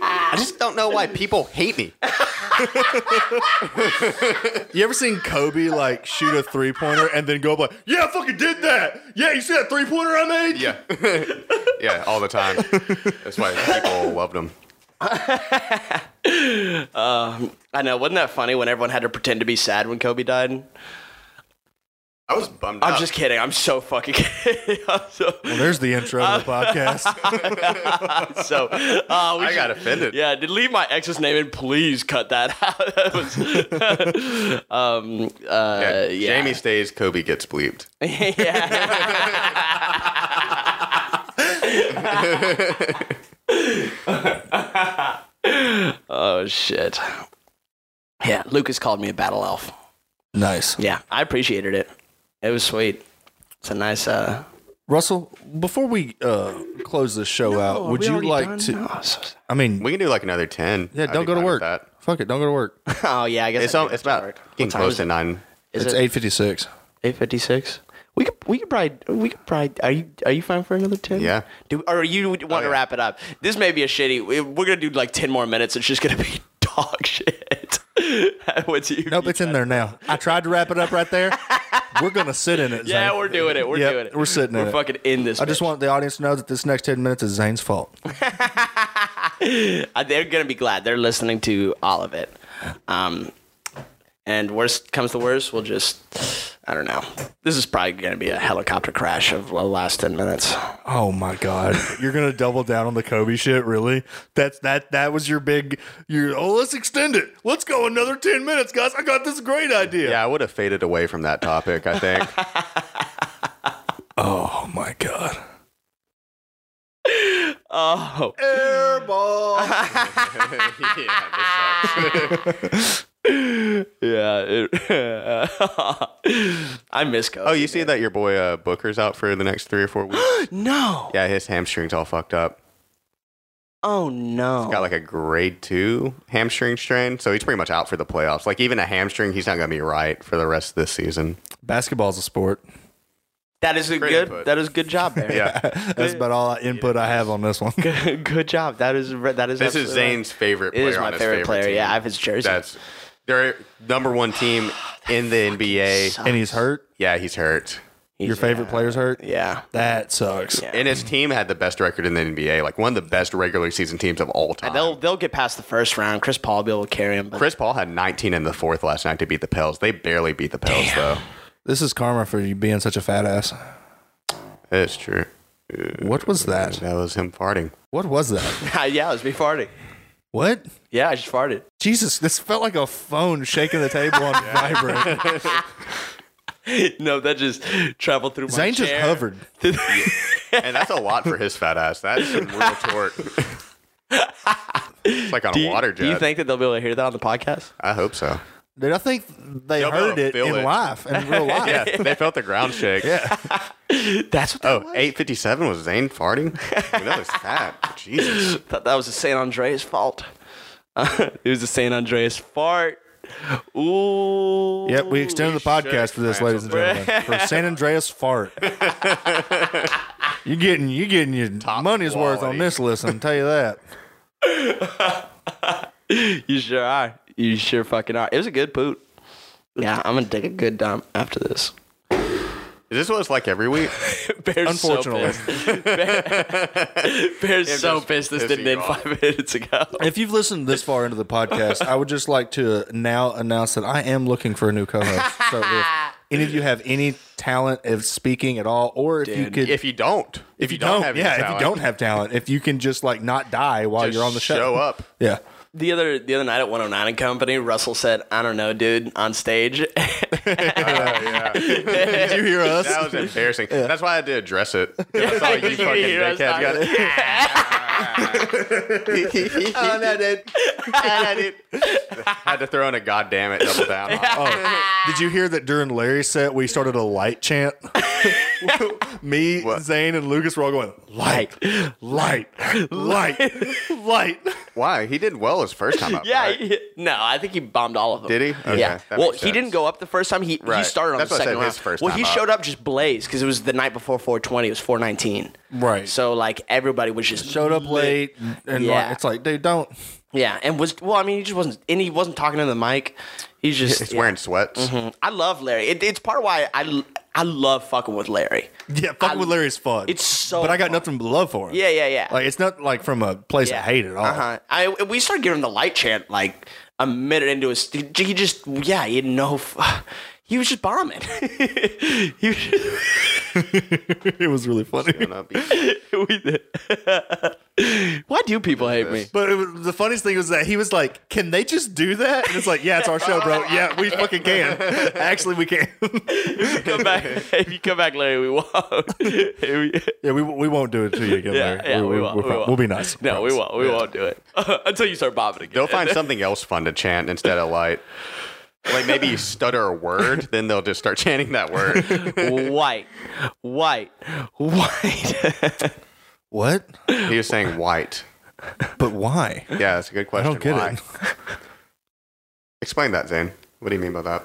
[SPEAKER 3] I just don't know why people hate me.
[SPEAKER 2] you ever seen Kobe like shoot a three pointer and then go up like, "Yeah, I fucking did that. Yeah, you see that three pointer I made?
[SPEAKER 3] Yeah. yeah, all the time. That's why people loved them.
[SPEAKER 1] I know. Wasn't that funny when everyone had to pretend to be sad when Kobe died?
[SPEAKER 2] Uh,
[SPEAKER 3] I was bummed
[SPEAKER 1] I'm
[SPEAKER 3] out.
[SPEAKER 1] just kidding. I'm so fucking kidding. I'm so,
[SPEAKER 2] Well, there's the intro to the podcast.
[SPEAKER 1] so uh, we
[SPEAKER 3] I
[SPEAKER 1] should-
[SPEAKER 3] got offended.
[SPEAKER 1] Yeah, did leave my ex's name in. Please cut that out. That was- um, uh,
[SPEAKER 3] Yeah,
[SPEAKER 1] yeah.
[SPEAKER 3] Jamie stays, Kobe gets bleeped.
[SPEAKER 1] yeah. oh shit. Yeah, Lucas called me a battle elf.
[SPEAKER 2] nice.
[SPEAKER 1] Yeah, I appreciated it. It was sweet. It's a nice. uh
[SPEAKER 2] Russell, before we uh, close this show out, would you like to?
[SPEAKER 1] oh,
[SPEAKER 2] I mean,
[SPEAKER 3] We can do like another 10.
[SPEAKER 2] yeah,
[SPEAKER 3] I'd
[SPEAKER 2] don't
[SPEAKER 3] be
[SPEAKER 2] go to
[SPEAKER 3] fine with
[SPEAKER 2] work.
[SPEAKER 3] That.
[SPEAKER 2] Fuck it, don't go to work.
[SPEAKER 1] Oh yeah, I guess
[SPEAKER 3] It's,
[SPEAKER 1] I
[SPEAKER 3] all,
[SPEAKER 1] do
[SPEAKER 3] it's
[SPEAKER 1] have to
[SPEAKER 3] about
[SPEAKER 1] work.
[SPEAKER 3] getting
[SPEAKER 1] What time
[SPEAKER 3] close
[SPEAKER 1] is
[SPEAKER 3] to
[SPEAKER 1] it?
[SPEAKER 3] nine.
[SPEAKER 1] Is
[SPEAKER 2] it's
[SPEAKER 1] it
[SPEAKER 2] eight fifty six.
[SPEAKER 1] eight fifty six? We could we could probably we could probably are you are you fine for another ten?
[SPEAKER 3] Yeah.
[SPEAKER 1] Do or you want to
[SPEAKER 3] yeah.
[SPEAKER 1] wrap it up? This may be a shitty. we- We're gonna do like ten more minutes. It's just gonna be dog shit. What's you?
[SPEAKER 2] Nope, it's in there now. I tried to wrap it up right there. We're gonna sit in it.
[SPEAKER 1] Yeah,
[SPEAKER 2] Zane.
[SPEAKER 1] we're doing it. We're
[SPEAKER 2] Yep,
[SPEAKER 1] doing it.
[SPEAKER 2] we're sitting in
[SPEAKER 1] We're
[SPEAKER 2] it.
[SPEAKER 1] fucking in this.
[SPEAKER 2] I just
[SPEAKER 1] bitch.
[SPEAKER 2] want the audience to know that this next ten minutes is Zane's fault.
[SPEAKER 1] Uh, They're gonna be glad. They're listening to all of it. Um, and worst comes to worst, we'll just I don't know. This is probably gonna be a helicopter crash of the last ten minutes.
[SPEAKER 2] Oh my god, you're gonna double down on the Kobe shit, really? That's that. That was your big. Your oh, let's extend it. Let's go another ten minutes, guys. I got this great idea.
[SPEAKER 3] Yeah, I would have faded away from that topic, I think.
[SPEAKER 2] Oh my god.
[SPEAKER 1] Oh.
[SPEAKER 2] Airball.
[SPEAKER 1] Yeah. it- I miss Kobe.
[SPEAKER 3] oh, you see that your boy uh, Booker's out for the next three or four weeks?
[SPEAKER 1] No.
[SPEAKER 3] yeah, his hamstring's all fucked up.
[SPEAKER 1] Oh no.
[SPEAKER 3] Got like a grade two hamstring strain, so he's pretty much out for the playoffs. Like even a hamstring, he's not gonna be right for the rest of this season.
[SPEAKER 2] Basketball's a sport.
[SPEAKER 1] That is a
[SPEAKER 3] Great
[SPEAKER 1] good.
[SPEAKER 3] input.
[SPEAKER 1] That is a good job, Barry.
[SPEAKER 3] Yeah.
[SPEAKER 2] That's about all input I have on this one.
[SPEAKER 1] good, good job. That is re- that is.
[SPEAKER 3] This is
[SPEAKER 1] absolutely right.
[SPEAKER 3] Zane's favorite
[SPEAKER 1] It
[SPEAKER 3] player
[SPEAKER 1] is my
[SPEAKER 3] on his
[SPEAKER 1] favorite
[SPEAKER 3] favorite
[SPEAKER 1] player.
[SPEAKER 3] Team.
[SPEAKER 1] Yeah, I have his jersey.
[SPEAKER 3] That's their number one team in the NBA.
[SPEAKER 2] And he's hurt.
[SPEAKER 3] Yeah, he's hurt.
[SPEAKER 1] He's-
[SPEAKER 2] Your favorite player's hurt.
[SPEAKER 1] Yeah.
[SPEAKER 2] That sucks.
[SPEAKER 1] Yeah.
[SPEAKER 3] And his team had the best record in the NBA, like one of the best regular season teams of all time.
[SPEAKER 1] They'll they'll get past the first round. Chris Paul will be able to carry him. But
[SPEAKER 3] Chris Paul had 19 in the fourth last night to beat the Pels. They barely beat the Pels,
[SPEAKER 2] This is karma for you being such a fat ass.
[SPEAKER 3] though. It's true.
[SPEAKER 2] What was that?
[SPEAKER 3] That was him farting.
[SPEAKER 2] What was that?
[SPEAKER 1] yeah, it was me farting.
[SPEAKER 2] What?
[SPEAKER 1] Yeah, I just farted.
[SPEAKER 2] Jesus, this felt like a phone shaking the table on vibrate.
[SPEAKER 1] no, that just traveled through my
[SPEAKER 2] Zane just
[SPEAKER 1] chair.
[SPEAKER 2] hovered.
[SPEAKER 3] And that's a lot for his fat ass. That's some real torque. it's like on
[SPEAKER 1] Do
[SPEAKER 3] a
[SPEAKER 1] you,
[SPEAKER 3] water jet.
[SPEAKER 1] do you think that they'll be able to hear that on the podcast?
[SPEAKER 3] I hope so.
[SPEAKER 2] Dude, I think they
[SPEAKER 3] They'll be able
[SPEAKER 2] heard
[SPEAKER 3] to
[SPEAKER 2] it
[SPEAKER 3] feel
[SPEAKER 2] in
[SPEAKER 3] it.
[SPEAKER 2] life, in real life.
[SPEAKER 3] Yeah, they felt the ground shake.
[SPEAKER 2] Yeah.
[SPEAKER 1] That's what. That
[SPEAKER 3] Oh, 857 was Zane farting? that was fat. Jesus.
[SPEAKER 1] thought that was a San Andreas fault. it was a San Andreas fart. Ooh.
[SPEAKER 2] Yep, we extended the podcast for this, ladies and gentlemen. For San Andreas fart. you're getting you're getting your money's worth on
[SPEAKER 3] quality.
[SPEAKER 2] this listen, I'll tell you that.
[SPEAKER 1] You sure are. You sure fucking are. It was a good poot. Yeah, I'm gonna take a good dump after this.
[SPEAKER 3] Is this what it's like every week?
[SPEAKER 1] Bear's
[SPEAKER 2] Unfortunately.
[SPEAKER 1] so pissed. Bear, Bear's so
[SPEAKER 3] just
[SPEAKER 1] pissed this
[SPEAKER 3] pissing
[SPEAKER 1] didn't
[SPEAKER 3] you
[SPEAKER 1] end
[SPEAKER 3] off.
[SPEAKER 1] five minutes ago.
[SPEAKER 2] If you've listened this far into the podcast, I would just like to now announce that I am looking for a new co-host. So if any of you have any talent of speaking at all, or if you
[SPEAKER 1] Dude,
[SPEAKER 2] could,
[SPEAKER 3] If you don't, if, you don't, have any
[SPEAKER 2] yeah, if
[SPEAKER 3] talent,
[SPEAKER 2] you don't have talent, if you can just like not die while
[SPEAKER 3] just
[SPEAKER 2] you're on the show,
[SPEAKER 3] show up.
[SPEAKER 2] yeah.
[SPEAKER 1] The other the other night at 109 and Company, Russell said, "I don't know, dude," on stage.
[SPEAKER 2] Did you hear us?
[SPEAKER 3] That was embarrassing. That's why I had to address it. I saw you fucking
[SPEAKER 1] hear us
[SPEAKER 3] dickhead. got it. oh, no, dude. Oh, no, dude. Had to throw in a goddamn it double down. on it.
[SPEAKER 1] Oh.
[SPEAKER 2] Did you hear that during Larry's set we started a light chant? Me, Zane, and Lucas were all going light, light, light, light.
[SPEAKER 3] Why? He did well his first time up.
[SPEAKER 1] yeah,
[SPEAKER 3] right?
[SPEAKER 1] he- no, I think he bombed all of them.
[SPEAKER 3] Did he? Okay,
[SPEAKER 1] yeah.
[SPEAKER 3] that
[SPEAKER 1] Well,
[SPEAKER 3] makes
[SPEAKER 1] he didn't
[SPEAKER 3] sense.
[SPEAKER 1] go up the first time. He he
[SPEAKER 3] Right.
[SPEAKER 1] started on
[SPEAKER 3] That's
[SPEAKER 1] the
[SPEAKER 3] what I
[SPEAKER 1] second
[SPEAKER 3] said,
[SPEAKER 1] round.
[SPEAKER 3] his first
[SPEAKER 1] well,
[SPEAKER 3] time
[SPEAKER 1] he
[SPEAKER 3] up.
[SPEAKER 1] showed up just blazed because it was the night before 420. It was 419.
[SPEAKER 2] Right.
[SPEAKER 1] So like everybody was just
[SPEAKER 2] Showed up late, and
[SPEAKER 1] Yeah.
[SPEAKER 2] like, it's like, dude, don't.
[SPEAKER 1] Yeah, and was well. I mean, he just wasn't, and he wasn't talking in the mic. He's just.
[SPEAKER 3] He's wearing sweats.
[SPEAKER 1] I love Larry. It, it's part of why I I love fucking with Larry.
[SPEAKER 2] Yeah, fucking
[SPEAKER 1] I-
[SPEAKER 2] with Larry's fun.
[SPEAKER 1] it's so
[SPEAKER 2] But I got
[SPEAKER 1] fun.
[SPEAKER 2] nothing but love for him.
[SPEAKER 1] Yeah, yeah, yeah.
[SPEAKER 2] Like it's not like from a place I hate at all.
[SPEAKER 1] Uh-huh. I we started giving him the light chant like a minute into his. He he just yeah, he had no. f- He was just bombing. he was just,
[SPEAKER 2] it was really funny.
[SPEAKER 3] Gonna be-
[SPEAKER 1] we did- Why do people hate me?
[SPEAKER 2] But it was, the funniest thing was that he was like, "Can they just do that?" And it's like, "Yeah, it's our show, bro. Yeah, we fucking can. Actually, we can.
[SPEAKER 1] Come back if you come back, Larry. We won't.
[SPEAKER 2] yeah, we, we won't do it to you again.
[SPEAKER 1] yeah,
[SPEAKER 2] Larry.
[SPEAKER 1] yeah, we,
[SPEAKER 2] we,
[SPEAKER 1] won't.
[SPEAKER 2] we're
[SPEAKER 1] we
[SPEAKER 2] fine.
[SPEAKER 1] won't.
[SPEAKER 2] We'll be nice.
[SPEAKER 1] No, we
[SPEAKER 2] Promise.
[SPEAKER 1] won't. We won't do it until you start bombing again.
[SPEAKER 3] They'll find something else fun to chant instead of light. Like maybe you stutter a word, then they'll just start chanting that word.
[SPEAKER 1] white, white, white.
[SPEAKER 2] What?
[SPEAKER 3] He was saying white.
[SPEAKER 2] But why?
[SPEAKER 3] Yeah, that's a good
[SPEAKER 2] I
[SPEAKER 3] question.
[SPEAKER 2] don't get
[SPEAKER 3] Why?
[SPEAKER 2] it.
[SPEAKER 3] Explain that, Zane. What do you mean by that?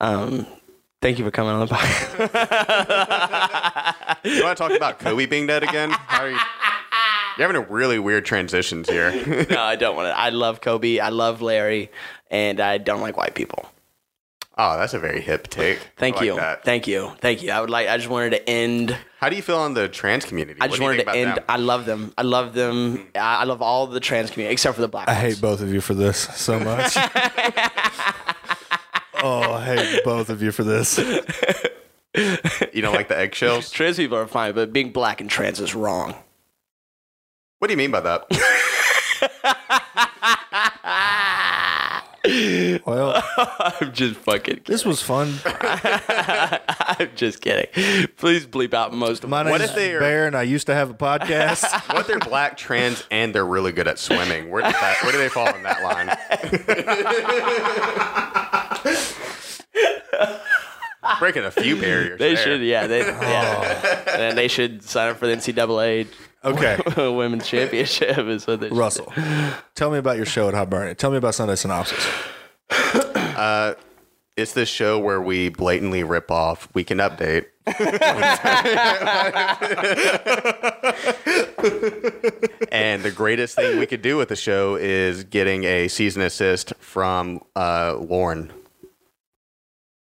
[SPEAKER 1] um, thank you for coming on the podcast.
[SPEAKER 3] You want to talk about Kobe being dead again? How are you? You're having a really weird transitions here.
[SPEAKER 1] no, I don't want to. I love Kobe. I love Larry, and I don't like white people.
[SPEAKER 3] oh, that's a very hip take.
[SPEAKER 1] Thank
[SPEAKER 3] I like
[SPEAKER 1] you,
[SPEAKER 3] that.
[SPEAKER 1] thank you, thank you. I would like. I just wanted to end.
[SPEAKER 3] How do you feel on the trans community?
[SPEAKER 1] I
[SPEAKER 3] What
[SPEAKER 1] just
[SPEAKER 3] do you
[SPEAKER 1] wanted
[SPEAKER 3] think
[SPEAKER 1] to
[SPEAKER 3] about
[SPEAKER 1] end.
[SPEAKER 3] them?
[SPEAKER 1] I love them. I love them. I I love all the trans community except for the black.
[SPEAKER 2] Hmm. I
[SPEAKER 1] ones.
[SPEAKER 2] hate both of you for this so much. oh, I hate both of you for this.
[SPEAKER 3] you don't like the eggshells?
[SPEAKER 1] trans people are fine, but being black and trans is wrong.
[SPEAKER 3] What do you mean by that?
[SPEAKER 2] Well,
[SPEAKER 1] I'm just fucking.
[SPEAKER 2] this was fun.
[SPEAKER 1] I'm just kidding. Please bleep out most of
[SPEAKER 2] My name
[SPEAKER 3] What
[SPEAKER 2] is
[SPEAKER 3] if they are-
[SPEAKER 2] Bear, and I used to have a podcast.
[SPEAKER 3] What if they're black, trans, and they're really good at swimming? Where, does that, where do they fall in that line? Breaking a few barriers.
[SPEAKER 1] They
[SPEAKER 3] there.
[SPEAKER 1] should, yeah. They, yeah. And they should sign up for the NCAA
[SPEAKER 2] Okay,
[SPEAKER 1] Women's Championship. Is what they should
[SPEAKER 2] Russell, tell me about your show at Hibernia. Tell me about Sunday Synopsis.
[SPEAKER 3] it's this show where we blatantly rip off. We can update. and the greatest thing we could do with the show is getting a season assist from uh, Lauren.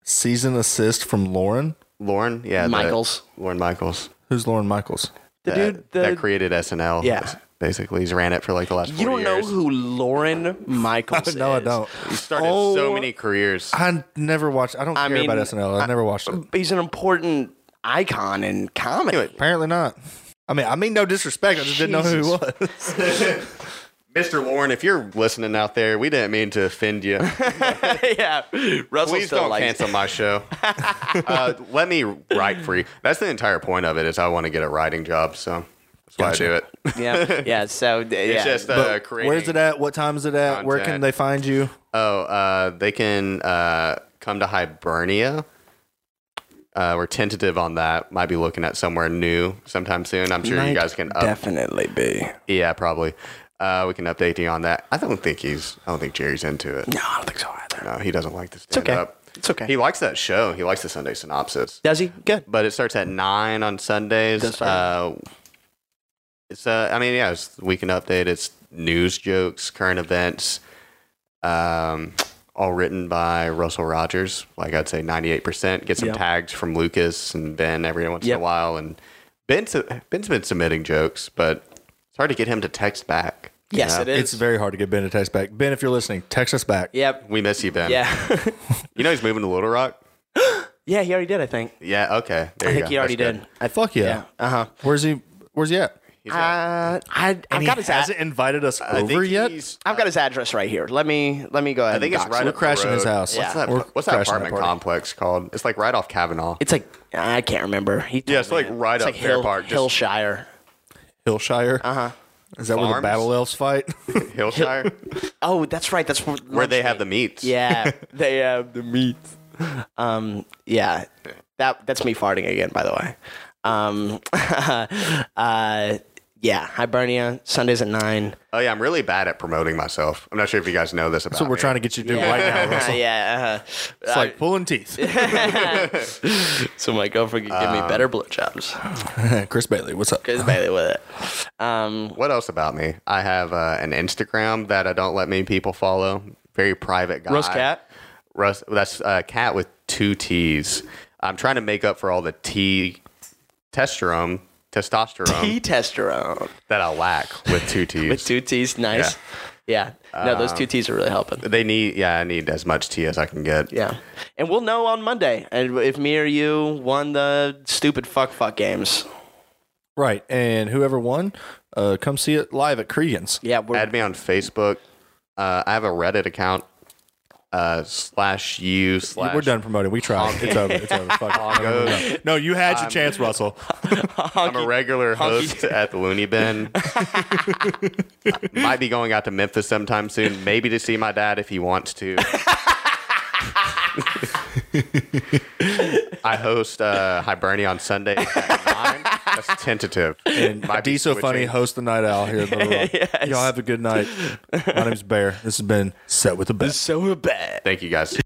[SPEAKER 2] Season assist from Lauren.
[SPEAKER 3] Lauren, yeah, the-
[SPEAKER 1] Michaels.
[SPEAKER 3] Lauren Michaels.
[SPEAKER 2] Who's Lauren Michaels?
[SPEAKER 1] The
[SPEAKER 3] that,
[SPEAKER 1] dude, the,
[SPEAKER 3] that created SNL.
[SPEAKER 1] Yeah.
[SPEAKER 3] basically, he's ran it for like the last.
[SPEAKER 1] you don't
[SPEAKER 3] 40
[SPEAKER 1] know
[SPEAKER 3] years.
[SPEAKER 1] who Lauren Michaels is.
[SPEAKER 2] No, I don't.
[SPEAKER 3] He started
[SPEAKER 1] Oh.
[SPEAKER 3] so many careers.
[SPEAKER 2] I never watched. I don't
[SPEAKER 1] I
[SPEAKER 2] care about
[SPEAKER 1] mean,
[SPEAKER 2] SNL. I, never watched it.
[SPEAKER 1] He's an important icon in comedy.
[SPEAKER 2] Apparently not. I mean, I mean no disrespect. I just didn't know who he
[SPEAKER 1] Jesus.
[SPEAKER 2] was.
[SPEAKER 3] Mr. Lauren, if you're listening out there, we didn't mean to offend you.
[SPEAKER 1] yeah, Russell
[SPEAKER 3] Please
[SPEAKER 1] still
[SPEAKER 3] don't
[SPEAKER 1] likes.
[SPEAKER 3] cancel my show. uh, let me write for you. That's the entire point of it is I want to get a writing job, so that's why
[SPEAKER 2] Gotcha.
[SPEAKER 3] I do it.
[SPEAKER 1] Yeah, yeah. So yeah,
[SPEAKER 3] It's just uh, creating.
[SPEAKER 2] Where's it at? What time is it at? Where can
[SPEAKER 3] content.
[SPEAKER 2] they find you?
[SPEAKER 3] Oh, uh, they can uh, come to Hibernia. Uh, we're tentative on that. Might be looking at somewhere new sometime soon. I'm sure you guys can. Up-
[SPEAKER 1] definitely be.
[SPEAKER 3] yeah, probably. Uh, we can update you on that. I don't think he's. I don't think Jerry's into it.
[SPEAKER 1] No, I don't think so either.
[SPEAKER 3] No, he doesn't like to
[SPEAKER 1] It's
[SPEAKER 3] stand
[SPEAKER 1] okay.
[SPEAKER 3] up.
[SPEAKER 1] It's okay.
[SPEAKER 3] He likes that show. He likes the Sunday synopsis.
[SPEAKER 1] Does he? Good.
[SPEAKER 3] But it starts at nine on Sundays.
[SPEAKER 1] Does start.
[SPEAKER 3] Uh, it's uh, I mean, yeah, it's the weekend update. It's news, jokes, current events, um, all written by Russell Rogers. Like I'd say, ninety-eight percent. Get some
[SPEAKER 1] Yeah.
[SPEAKER 3] tags from Lucas and Ben every once
[SPEAKER 1] Yep.
[SPEAKER 3] in a while. And Ben's Ben's been submitting jokes, but it's hard to get him to text back. you
[SPEAKER 1] Yes,
[SPEAKER 3] know?
[SPEAKER 1] it is.
[SPEAKER 2] It's very hard to get Ben to text back. Ben, if you're listening, text us back.
[SPEAKER 1] Yep.
[SPEAKER 3] We miss you, Ben.
[SPEAKER 1] Yeah.
[SPEAKER 3] You know he's moving to Little Rock.
[SPEAKER 1] yeah. He already did. I think.
[SPEAKER 3] Yeah. Okay. There
[SPEAKER 1] I
[SPEAKER 3] you
[SPEAKER 1] think
[SPEAKER 3] go.
[SPEAKER 1] he already
[SPEAKER 3] That's
[SPEAKER 1] did.
[SPEAKER 3] good.
[SPEAKER 1] I
[SPEAKER 2] Fuck yeah.
[SPEAKER 1] yeah. Uh huh.
[SPEAKER 2] Where's he? Where's he at?
[SPEAKER 3] He's
[SPEAKER 1] Uh,
[SPEAKER 3] at-
[SPEAKER 1] I I've
[SPEAKER 2] he
[SPEAKER 1] got his ad-
[SPEAKER 2] hasn't invited us
[SPEAKER 3] I think
[SPEAKER 2] Ah, over yet.
[SPEAKER 3] he's-
[SPEAKER 1] I've got his address right here. Let me let me go ahead.
[SPEAKER 3] I think
[SPEAKER 1] and
[SPEAKER 3] it's
[SPEAKER 1] dox
[SPEAKER 3] right
[SPEAKER 1] it.
[SPEAKER 3] up the
[SPEAKER 2] crashing his
[SPEAKER 3] road.
[SPEAKER 2] house.
[SPEAKER 1] Yeah.
[SPEAKER 3] What's that,
[SPEAKER 2] We're
[SPEAKER 3] what's that
[SPEAKER 2] crashing that
[SPEAKER 3] apartment
[SPEAKER 2] party.
[SPEAKER 3] complex called? It's like right off Kavanaugh.
[SPEAKER 1] It's like I can't remember. He told
[SPEAKER 3] Yeah, it's
[SPEAKER 1] me
[SPEAKER 3] like
[SPEAKER 1] it.
[SPEAKER 3] right
[SPEAKER 1] it's
[SPEAKER 3] up
[SPEAKER 1] like
[SPEAKER 3] Fair
[SPEAKER 1] Hill,
[SPEAKER 3] Park, just-
[SPEAKER 1] Hillshire.
[SPEAKER 2] Hillshire. Uh
[SPEAKER 1] Uh-huh.
[SPEAKER 2] Is that where the
[SPEAKER 3] Farms?
[SPEAKER 2] battle elves fight?
[SPEAKER 3] Hillshire,
[SPEAKER 1] Oh, that's right. That's where,
[SPEAKER 3] where they have the meats.
[SPEAKER 1] Yeah, they have the meat. Um, yeah, that that's me farting again. By the way, um, uh, yeah, Hibernia Sundays at nine.
[SPEAKER 3] Oh yeah, I'm really bad at promoting myself. I'm not sure if you guys know this about.
[SPEAKER 2] That's what we're
[SPEAKER 3] me.
[SPEAKER 2] trying to get you to do
[SPEAKER 1] Yeah.
[SPEAKER 2] right now, Russell.
[SPEAKER 1] yeah. uh-huh.
[SPEAKER 2] It's like pulling teeth.
[SPEAKER 1] So my girlfriend could give
[SPEAKER 3] Um,
[SPEAKER 1] me better blowjobs.
[SPEAKER 2] Chris Bailey, what's up?
[SPEAKER 1] Goes Bailey with it. Um,
[SPEAKER 3] What else about me? I have uh, an Instagram that I don't let many people follow. Very private guy.
[SPEAKER 1] Russ Cat.
[SPEAKER 3] Russ. That's uh, cat with two T's. I'm trying to make up for all the T testosterone testosterone
[SPEAKER 1] T testosterone
[SPEAKER 3] that I lack with two T's.
[SPEAKER 1] with two T's. Nice. Yeah. No, those
[SPEAKER 3] Um,
[SPEAKER 1] two T's are really helping.
[SPEAKER 3] they need. Yeah, I need as much T as I can get.
[SPEAKER 1] Yeah. And we'll know on Monday and if me or you won the stupid fuck fuck games.
[SPEAKER 2] Right. And whoever won, uh, come see it live at Cregan's.
[SPEAKER 1] Yeah, we're
[SPEAKER 3] add me on Facebook. Uh, I have a Reddit account uh, slash you slash.
[SPEAKER 2] We're done promoting. We tried. It's over. It's over. Fuck it. No, no, no, no. No, you had your chance, Russell.
[SPEAKER 3] I'm a regular host at the Looney Bin. Might be going out to Memphis sometime soon. Maybe to see my dad if he wants to. I host uh, Hibernia on Sunday at 9. That's tentative.
[SPEAKER 2] And
[SPEAKER 3] Might be
[SPEAKER 2] D so funny
[SPEAKER 3] switching.
[SPEAKER 2] host the night out here. At Little Rock. Y'all have a good night. My name's Bear. This has been Set with the Best.
[SPEAKER 1] so bad.
[SPEAKER 3] Thank you guys.